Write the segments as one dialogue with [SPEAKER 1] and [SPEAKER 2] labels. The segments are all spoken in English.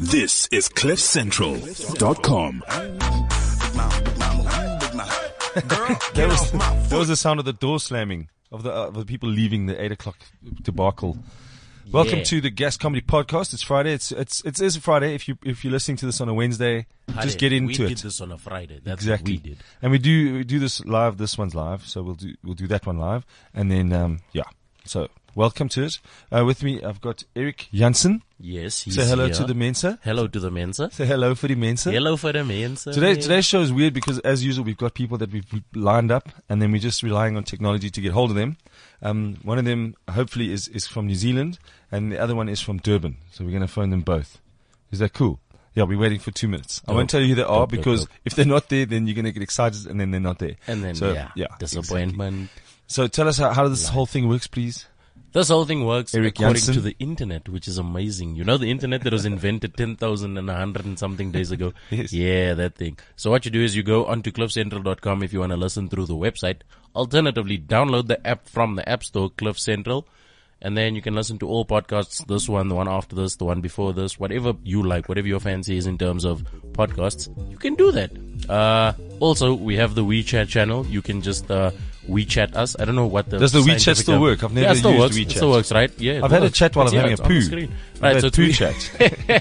[SPEAKER 1] This is CliffCentral.com.
[SPEAKER 2] There was, there was the sound of the door slamming of the, uh, of the people leaving the eight o'clock debacle. Welcome
[SPEAKER 3] Yeah.
[SPEAKER 2] to the Gas Comedy Podcast. It's Friday. It's it's it is a Friday. If you if you're listening to this on a Wednesday, just get into
[SPEAKER 3] We
[SPEAKER 2] it.
[SPEAKER 3] did this on a Friday. That's
[SPEAKER 2] Exactly.
[SPEAKER 3] what we did.
[SPEAKER 2] And we do we do this live. This one's live, so we'll do we'll do that one live, and then um, yeah. So welcome to it. Uh, with me, I've got Eric Jansen.
[SPEAKER 3] Yes. He's
[SPEAKER 2] Say hello
[SPEAKER 3] here.
[SPEAKER 2] to the Mensa.
[SPEAKER 3] hello to the Mensa.
[SPEAKER 2] Say hello for the Mensa.
[SPEAKER 3] Hello for the Mensa.
[SPEAKER 2] Today, today's show is weird because, as usual, we've got people that we've lined up, and then we're just relying on technology to get hold of them. Um, one of them, hopefully, is, is from New Zealand, and the other one is from Durban. So we're going to phone them both. Is that cool? Yeah, we're waiting for two minutes. I won't
[SPEAKER 3] Dope.
[SPEAKER 2] tell you who they are
[SPEAKER 3] Dope, dope,
[SPEAKER 2] because
[SPEAKER 3] dope.
[SPEAKER 2] if they're not there, then you're going to get excited, and then they're not there.
[SPEAKER 3] And then
[SPEAKER 2] so,
[SPEAKER 3] yeah,
[SPEAKER 2] yeah,
[SPEAKER 3] disappointment.
[SPEAKER 2] So tell us how, how this whole thing works, please.
[SPEAKER 3] This whole thing works
[SPEAKER 2] Eric
[SPEAKER 3] according
[SPEAKER 2] Jansen.
[SPEAKER 3] to the internet, which is amazing. You know the internet that was invented 10,000 and 100 and something days ago?
[SPEAKER 2] Yes.
[SPEAKER 3] Yeah, that thing. So what you do is you go onto cliffcentral.com if you want to listen through the website. Alternatively, download the app from the App Store, Cliff Central, and then you can listen to all podcasts, this one, the one after this, the one before this, whatever you like, whatever your fancy is in terms of podcasts, you can do that. Uh, also, we have the WeChat channel. You can just, uh, WeChat us. I don't know what the
[SPEAKER 2] Does the WeChat
[SPEAKER 3] scientific
[SPEAKER 2] still
[SPEAKER 3] term-
[SPEAKER 2] work? I've never
[SPEAKER 3] yeah, it still
[SPEAKER 2] used
[SPEAKER 3] works. It
[SPEAKER 2] WeChat.
[SPEAKER 3] still works, right? Yeah. it
[SPEAKER 2] I've had a
[SPEAKER 3] works.
[SPEAKER 2] chat while
[SPEAKER 3] It's-
[SPEAKER 2] I'm
[SPEAKER 3] yeah,
[SPEAKER 2] having a
[SPEAKER 3] it's on the
[SPEAKER 2] poo.
[SPEAKER 3] screen.
[SPEAKER 2] I've
[SPEAKER 3] Right,
[SPEAKER 2] had
[SPEAKER 3] so it's
[SPEAKER 2] poo
[SPEAKER 3] we-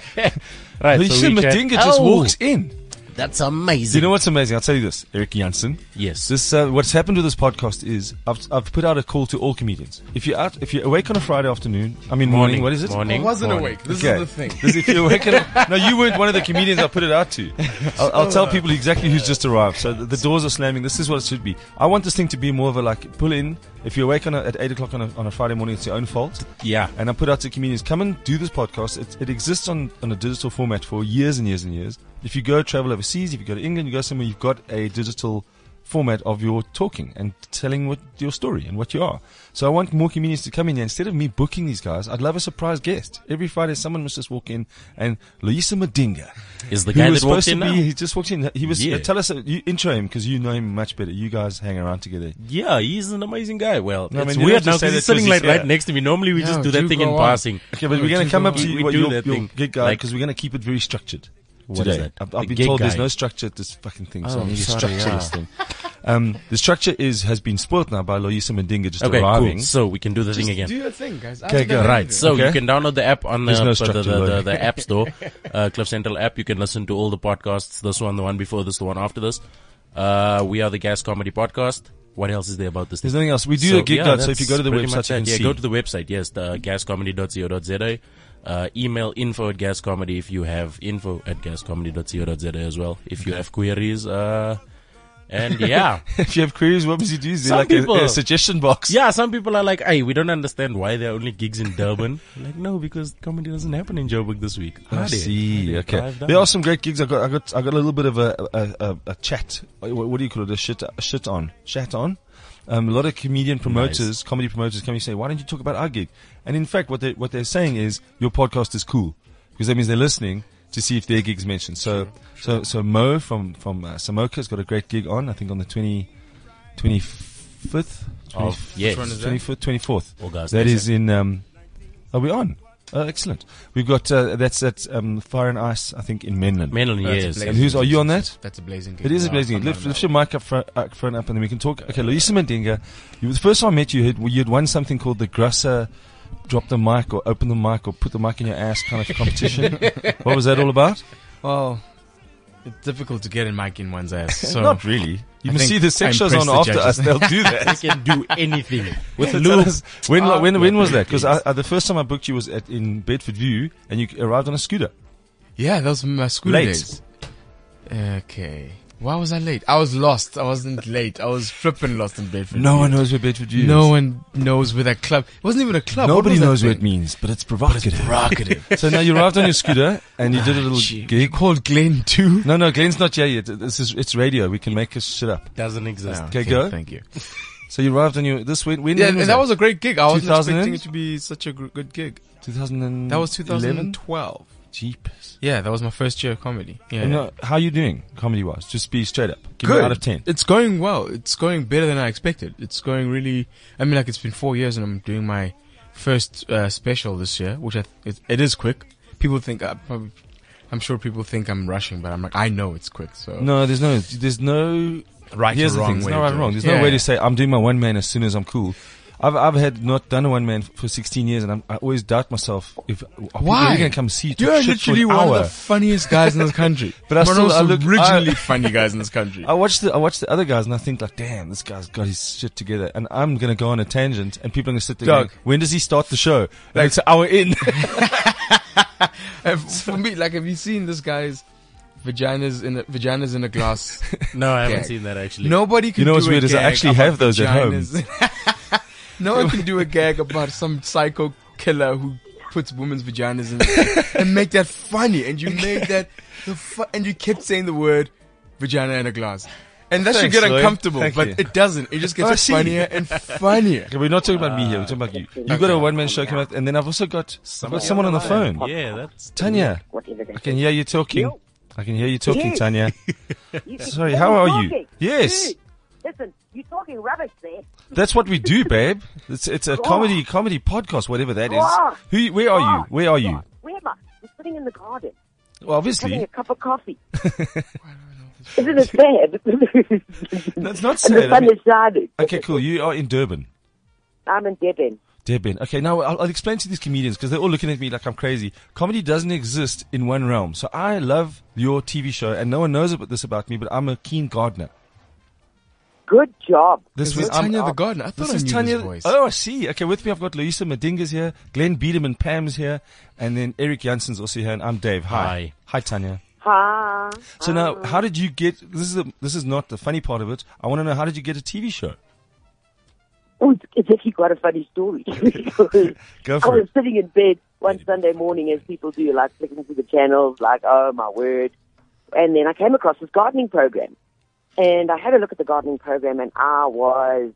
[SPEAKER 2] chat.
[SPEAKER 3] right,
[SPEAKER 2] Lisa
[SPEAKER 3] WeChat.
[SPEAKER 2] Madinga just
[SPEAKER 3] Oh,
[SPEAKER 2] walks in.
[SPEAKER 3] That's
[SPEAKER 2] Do
[SPEAKER 3] amazing.
[SPEAKER 2] you know what's amazing? I'll tell you this, Eric Jansen.
[SPEAKER 3] Yes.
[SPEAKER 2] This uh, what's happened with this podcast is I've, I've put out a call to all comedians. If you're out, if you're awake on a Friday afternoon, I mean morning.
[SPEAKER 3] Morning.
[SPEAKER 2] what is it?
[SPEAKER 3] Morning.
[SPEAKER 4] I wasn't
[SPEAKER 3] Morning.
[SPEAKER 4] awake. This
[SPEAKER 2] Okay.
[SPEAKER 4] is the thing.
[SPEAKER 2] This- if you're awake on a- no, you weren't one of the comedians I put it out to. I'll, I'll tell people exactly who's just arrived. So the, the doors are slamming. This is what it should be. I want this thing to be more of a like pull in. If you're awake on a, at eight o'clock on a, on a Friday morning, it's your own fault.
[SPEAKER 3] Yeah.
[SPEAKER 2] And I put out to comedians, come and do this podcast. It, it exists on, on a digital format for years and years and years. If you go travel overseas, if you go to England, you go somewhere, you've got a digital format of your talking and telling what your story and what you are. So I want more comedians to come in here. Instead of me booking these guys, I'd love a surprise guest. Every Friday, someone must just walk in and Luisa Madinga.
[SPEAKER 3] Is the
[SPEAKER 2] who
[SPEAKER 3] guy
[SPEAKER 2] was
[SPEAKER 3] that walked
[SPEAKER 2] supposed
[SPEAKER 3] in
[SPEAKER 2] to
[SPEAKER 3] now?
[SPEAKER 2] be, he just walked in. He was,
[SPEAKER 3] Yeah.
[SPEAKER 2] tell us, uh, you intro him because you know him much better. You guys hang around together.
[SPEAKER 3] Yeah, he's an amazing guy. Well,
[SPEAKER 2] No, I
[SPEAKER 3] it's
[SPEAKER 2] mean, you
[SPEAKER 3] weird
[SPEAKER 2] don't
[SPEAKER 3] now
[SPEAKER 2] just say
[SPEAKER 3] because
[SPEAKER 2] that
[SPEAKER 3] he's sitting
[SPEAKER 2] 'cause
[SPEAKER 3] like
[SPEAKER 2] he's-
[SPEAKER 3] right
[SPEAKER 2] yeah.
[SPEAKER 3] next to me. Normally, we
[SPEAKER 4] Yeah,
[SPEAKER 3] just do that
[SPEAKER 4] do
[SPEAKER 3] thing
[SPEAKER 4] go
[SPEAKER 3] in
[SPEAKER 4] on.
[SPEAKER 3] passing.
[SPEAKER 2] Okay, but
[SPEAKER 4] Oh,
[SPEAKER 2] we're going to
[SPEAKER 4] do
[SPEAKER 2] come
[SPEAKER 4] the
[SPEAKER 2] up to
[SPEAKER 3] one.
[SPEAKER 2] you,
[SPEAKER 3] We
[SPEAKER 2] what,
[SPEAKER 3] do
[SPEAKER 2] your,
[SPEAKER 3] that
[SPEAKER 2] your
[SPEAKER 3] thing.
[SPEAKER 2] gig guide
[SPEAKER 3] Like-
[SPEAKER 2] because we're going to keep it very structured
[SPEAKER 3] What
[SPEAKER 2] today.
[SPEAKER 3] is that?
[SPEAKER 2] I've,
[SPEAKER 3] The
[SPEAKER 2] I've been
[SPEAKER 3] gig
[SPEAKER 2] told there's
[SPEAKER 3] guide.
[SPEAKER 2] no structure at this fucking thing, so
[SPEAKER 3] Oh,
[SPEAKER 2] I need to
[SPEAKER 3] sorry,
[SPEAKER 2] structure
[SPEAKER 3] yeah.
[SPEAKER 2] this thing. Um, the structure is has been spoiled now by Loisa Mendinga just
[SPEAKER 3] Okay,
[SPEAKER 2] arriving.
[SPEAKER 3] cool. So we can do the thing
[SPEAKER 4] Do
[SPEAKER 3] again.
[SPEAKER 4] your thing, guys.
[SPEAKER 2] Okay, go.
[SPEAKER 3] Right, so
[SPEAKER 2] Okay.
[SPEAKER 3] you can download the app on the,
[SPEAKER 2] There's no
[SPEAKER 3] the-
[SPEAKER 2] structure,
[SPEAKER 3] the, the,
[SPEAKER 2] though.
[SPEAKER 3] the, the app store, uh, Cliff Central app. You can listen to all the podcasts this one, the one before this, the one after this. Uh, we are the Gas Comedy Podcast. What else is there about this?
[SPEAKER 2] There's
[SPEAKER 3] thing?
[SPEAKER 2] nothing else. We do
[SPEAKER 3] So,
[SPEAKER 2] a gig
[SPEAKER 3] yeah,
[SPEAKER 2] guide, so if
[SPEAKER 3] that's
[SPEAKER 2] you go to the
[SPEAKER 3] pretty
[SPEAKER 2] website,
[SPEAKER 3] much
[SPEAKER 2] you
[SPEAKER 3] that.
[SPEAKER 2] can
[SPEAKER 3] yeah,
[SPEAKER 2] see.
[SPEAKER 3] go to the website. Yes, the gascomedy.co.za. Uh, email info at gascomedy if you have info at gascomedy.co.za as well. If you have queries, uh, and yeah,
[SPEAKER 2] if you have queries, what must you do? Is there
[SPEAKER 3] Some
[SPEAKER 2] like a, a
[SPEAKER 3] people-
[SPEAKER 2] suggestion box?
[SPEAKER 3] yeah. Some people are like, "Hey, we don't understand why there are only gigs in Durban." like, no, because comedy doesn't happen in Joburg this week.
[SPEAKER 2] I
[SPEAKER 3] Howdy.
[SPEAKER 2] see.
[SPEAKER 3] Howdy.
[SPEAKER 2] Okay,
[SPEAKER 3] Drive down.
[SPEAKER 2] there are some great gigs. I got, I got, I got a little bit of a a, a, a chat. Uh, What, what do you call it? A shit, a shit on, chat on. Um, a lot of comedian promoters, comedy promoters, come and say, "Why don't you talk about our gig?" And in fact, what they what they're saying is, "Your podcast is cool," because that means they're listening to see if their gig's mentioned. So, so, so Mo from from uh, Samoka has got a great gig on. I think on the 20, 25th,
[SPEAKER 3] Oh, yes. Which one is that?
[SPEAKER 2] twenty fourth, twenty fourth.
[SPEAKER 3] August,
[SPEAKER 2] That
[SPEAKER 3] yes.
[SPEAKER 2] is in. Um, are we on? Uh, excellent. We've got uh, that's at um, Fire and Ice, I think, in Mainland.
[SPEAKER 3] Mainland,
[SPEAKER 4] That's
[SPEAKER 3] yes.
[SPEAKER 4] a
[SPEAKER 2] And who's are you on that?
[SPEAKER 4] That's a blazing gig.
[SPEAKER 2] It is a
[SPEAKER 4] No,
[SPEAKER 2] blazing.
[SPEAKER 4] I'm
[SPEAKER 2] Lift,
[SPEAKER 4] not
[SPEAKER 2] lift your mic up front, up front up, and then we can talk. Okay, Luisa Mendinga, you, the first time I met you, you'd, you'd won something called the Grasser drop the mic or open the mic or put the mic in your ass kind of competition. what was that all about?
[SPEAKER 4] about- Well, it's difficult to get a mic in one's ass. So
[SPEAKER 2] Not really.
[SPEAKER 4] um,
[SPEAKER 2] You
[SPEAKER 4] I
[SPEAKER 2] must
[SPEAKER 4] think
[SPEAKER 2] see the sex
[SPEAKER 4] I
[SPEAKER 2] shows on
[SPEAKER 4] impressed the
[SPEAKER 2] after
[SPEAKER 4] judges.
[SPEAKER 2] us. They'll do that.
[SPEAKER 3] They can do anything.
[SPEAKER 2] With the
[SPEAKER 3] Lou-
[SPEAKER 2] tennis. When,
[SPEAKER 4] Ah,
[SPEAKER 2] when, when
[SPEAKER 4] yeah,
[SPEAKER 2] was that? Because
[SPEAKER 4] please.
[SPEAKER 2] the first time I booked you was at, in Bedford View, and you arrived on a scooter.
[SPEAKER 4] yeah, that was my school
[SPEAKER 2] Late.
[SPEAKER 4] days. Okay. Why was I late? I was lost. I wasn't late. I was flipping lost in Bedford.
[SPEAKER 2] No one knows where Bedford View
[SPEAKER 4] No
[SPEAKER 2] is.
[SPEAKER 4] one knows where that club. It wasn't even a club. What
[SPEAKER 2] Nobody
[SPEAKER 4] was that
[SPEAKER 2] knows what it
[SPEAKER 4] thing?
[SPEAKER 2] means, but it's provocative.
[SPEAKER 4] Rocketed.
[SPEAKER 2] so now you arrived on your scooter and you did a little
[SPEAKER 4] Gee, You
[SPEAKER 2] gig.
[SPEAKER 4] called Glenn too.
[SPEAKER 2] No, no, Glenn's not here yet. This is it's radio. We can make his shit up.
[SPEAKER 3] Doesn't exist.
[SPEAKER 2] Okay, go.
[SPEAKER 4] Thank you.
[SPEAKER 2] So you arrived on your this when, when
[SPEAKER 4] Yeah,
[SPEAKER 2] when
[SPEAKER 4] and that was a great gig. I wasn't
[SPEAKER 2] 2000
[SPEAKER 4] expecting it to be such a gr- good gig.
[SPEAKER 2] 2011.
[SPEAKER 4] That was 2012.
[SPEAKER 2] Jeepers.
[SPEAKER 4] Yeah, that was my first year of comedy. Yeah.
[SPEAKER 2] And, uh, how are you doing comedy wise? Just be straight up. Give
[SPEAKER 4] Good.
[SPEAKER 2] Me out of ten.
[SPEAKER 4] It's going well. It's going better than I expected. It's going really. I mean, like it's been four years, and I'm doing my first uh, special this year, which I th- it, it is quick. People think I probably I'm sure people think I'm rushing, but I'm like, I know it's quick. So
[SPEAKER 2] No, there's no, there's no
[SPEAKER 4] right
[SPEAKER 2] Here's
[SPEAKER 4] or
[SPEAKER 2] the
[SPEAKER 4] wrong
[SPEAKER 2] thing. It's
[SPEAKER 4] way
[SPEAKER 2] not
[SPEAKER 4] to
[SPEAKER 2] right
[SPEAKER 4] do
[SPEAKER 2] or
[SPEAKER 4] it.
[SPEAKER 2] wrong. There's
[SPEAKER 4] Yeah,
[SPEAKER 2] no way
[SPEAKER 4] yeah.
[SPEAKER 2] to say I'm doing my one man as soon as I'm cool. I've I've had not done a one man for 16 years, and I'm, I always doubt myself if are people
[SPEAKER 4] Why?
[SPEAKER 2] really gonna come see you. talk
[SPEAKER 4] You're
[SPEAKER 2] shit
[SPEAKER 4] literally
[SPEAKER 2] for an
[SPEAKER 4] one
[SPEAKER 2] hour.
[SPEAKER 4] of the funniest guys in this country.
[SPEAKER 2] But I
[SPEAKER 4] One of
[SPEAKER 2] still-
[SPEAKER 4] the
[SPEAKER 2] I look-
[SPEAKER 4] originally
[SPEAKER 2] I-
[SPEAKER 4] funny guys in this country.
[SPEAKER 2] I watch the I watch the other guys and I think like, damn, this guy's got his shit together, and I'm gonna go on a tangent, and people are gonna sit there.
[SPEAKER 4] Dog.
[SPEAKER 2] Going, when does he start the show? Like it's an hour in.
[SPEAKER 4] Uh, for me, like, have you seen this guy's vaginas in a, vaginas in a glass?
[SPEAKER 3] No, I haven't
[SPEAKER 4] Gag.
[SPEAKER 3] seen that actually.
[SPEAKER 4] Nobody can.
[SPEAKER 2] You know
[SPEAKER 4] do
[SPEAKER 2] what's
[SPEAKER 4] a
[SPEAKER 2] weird is I
[SPEAKER 4] gag
[SPEAKER 2] actually
[SPEAKER 4] about
[SPEAKER 2] have those at home.
[SPEAKER 4] vaginas. no one can do a gag about some psycho killer who puts women's vaginas in and make that funny. And you made that the fu- and you kept saying the word vagina in a glass. And that should
[SPEAKER 2] Thanks,
[SPEAKER 4] get
[SPEAKER 2] Lloyd.
[SPEAKER 4] uncomfortable,
[SPEAKER 2] Thank
[SPEAKER 4] but
[SPEAKER 2] you.
[SPEAKER 4] it doesn't. It just
[SPEAKER 2] Oh, I
[SPEAKER 4] gets
[SPEAKER 2] see.
[SPEAKER 4] funnier and funnier.
[SPEAKER 2] Okay, we're not talking about me here. We're talking about you. You got a one man show coming out, and then I've also got I've got someone on the phone.
[SPEAKER 3] Yeah, that's
[SPEAKER 2] Tanya,
[SPEAKER 5] Whatever
[SPEAKER 2] I
[SPEAKER 5] that
[SPEAKER 2] can hear you talking.
[SPEAKER 5] Yo.
[SPEAKER 2] I can hear you talking,
[SPEAKER 5] Yes.
[SPEAKER 2] Tanya.
[SPEAKER 5] is.
[SPEAKER 2] Sorry, how are you?
[SPEAKER 5] Talking.
[SPEAKER 2] Yes.
[SPEAKER 5] Dude, listen, you're talking rubbish there.
[SPEAKER 2] That's what we do, babe. It's it's a comedy comedy podcast, whatever that
[SPEAKER 5] Wow.
[SPEAKER 2] is. Who? Where are you?
[SPEAKER 5] Oh.
[SPEAKER 2] Where are you?
[SPEAKER 5] Ah, Where am I? I'm sitting in the garden,
[SPEAKER 2] Well,
[SPEAKER 5] having
[SPEAKER 2] obviously,
[SPEAKER 5] a cup of coffee. Isn't it bad?
[SPEAKER 2] that's not
[SPEAKER 5] and the
[SPEAKER 2] sad. I
[SPEAKER 5] sun
[SPEAKER 2] mean-
[SPEAKER 5] is shining.
[SPEAKER 2] okay, cool. You are in Durban.
[SPEAKER 5] I'm in Devon.
[SPEAKER 2] Debin. Okay, now I'll, I'll explain to these comedians because they're all looking at me like I'm crazy. Comedy doesn't exist in one realm. So I love your TV show, and no one knows about this about me, but I'm a keen gardener.
[SPEAKER 5] Good job.
[SPEAKER 2] This
[SPEAKER 4] Is
[SPEAKER 2] week
[SPEAKER 4] that
[SPEAKER 2] I'm
[SPEAKER 4] Tanya the
[SPEAKER 2] out.
[SPEAKER 4] gardener? I thought
[SPEAKER 2] This
[SPEAKER 4] I
[SPEAKER 2] is
[SPEAKER 4] knew
[SPEAKER 2] Tanya.
[SPEAKER 4] this voice.
[SPEAKER 2] Oh, I see. Okay, with me I've got Luisa Medinga's here, Glenn Biederman Pam's here, and then Eric Janssen's also here, and I'm Dave. Hi.
[SPEAKER 3] Hi.
[SPEAKER 2] Hi, Tanya.
[SPEAKER 5] Ha.
[SPEAKER 2] So now,
[SPEAKER 5] Oh.
[SPEAKER 2] how did you get? This is the, this is not the funny part of it. I want to know how did you get a TV show?
[SPEAKER 5] Oh, it's it's actually quite a funny story.
[SPEAKER 2] Go
[SPEAKER 5] I
[SPEAKER 2] for
[SPEAKER 5] was
[SPEAKER 2] it.
[SPEAKER 5] sitting in bed one Sunday morning, as people do, like flicking through the channels, like, oh my word. And then I came across this gardening program. And I had a look at the gardening program, and I was,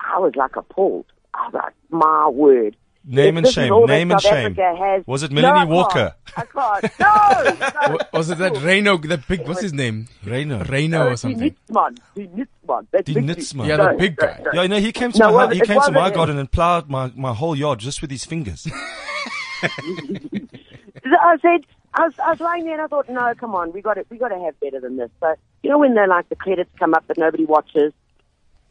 [SPEAKER 5] I was like appalled. I was like, my word.
[SPEAKER 2] Name
[SPEAKER 5] If
[SPEAKER 2] and
[SPEAKER 5] this is
[SPEAKER 2] shame.
[SPEAKER 5] all that
[SPEAKER 2] Name and
[SPEAKER 5] South
[SPEAKER 2] shame.
[SPEAKER 5] Africa has-
[SPEAKER 2] Was it
[SPEAKER 5] No,
[SPEAKER 2] Melanie
[SPEAKER 5] I can't.
[SPEAKER 2] Walker?
[SPEAKER 5] I can't. No!
[SPEAKER 4] Wa- Was it that Reno, that big, what's his name?
[SPEAKER 2] Reino.
[SPEAKER 4] Reno or something.
[SPEAKER 5] The Nitzman. The Nitzman. That's
[SPEAKER 2] Die
[SPEAKER 5] big-
[SPEAKER 2] Nitzman.
[SPEAKER 4] Yeah, the big guy.
[SPEAKER 2] Yeah, you know, he came to
[SPEAKER 5] No,
[SPEAKER 2] my
[SPEAKER 5] well,
[SPEAKER 2] hou- he
[SPEAKER 5] it
[SPEAKER 2] came to my
[SPEAKER 5] wasn't-
[SPEAKER 2] garden and plowed my, my whole yard just with his fingers.
[SPEAKER 5] I said, I was, I was lying there and I thought, no, come on, we got to, we got to have better than this. So, you know, when they like the credits come up but nobody watches.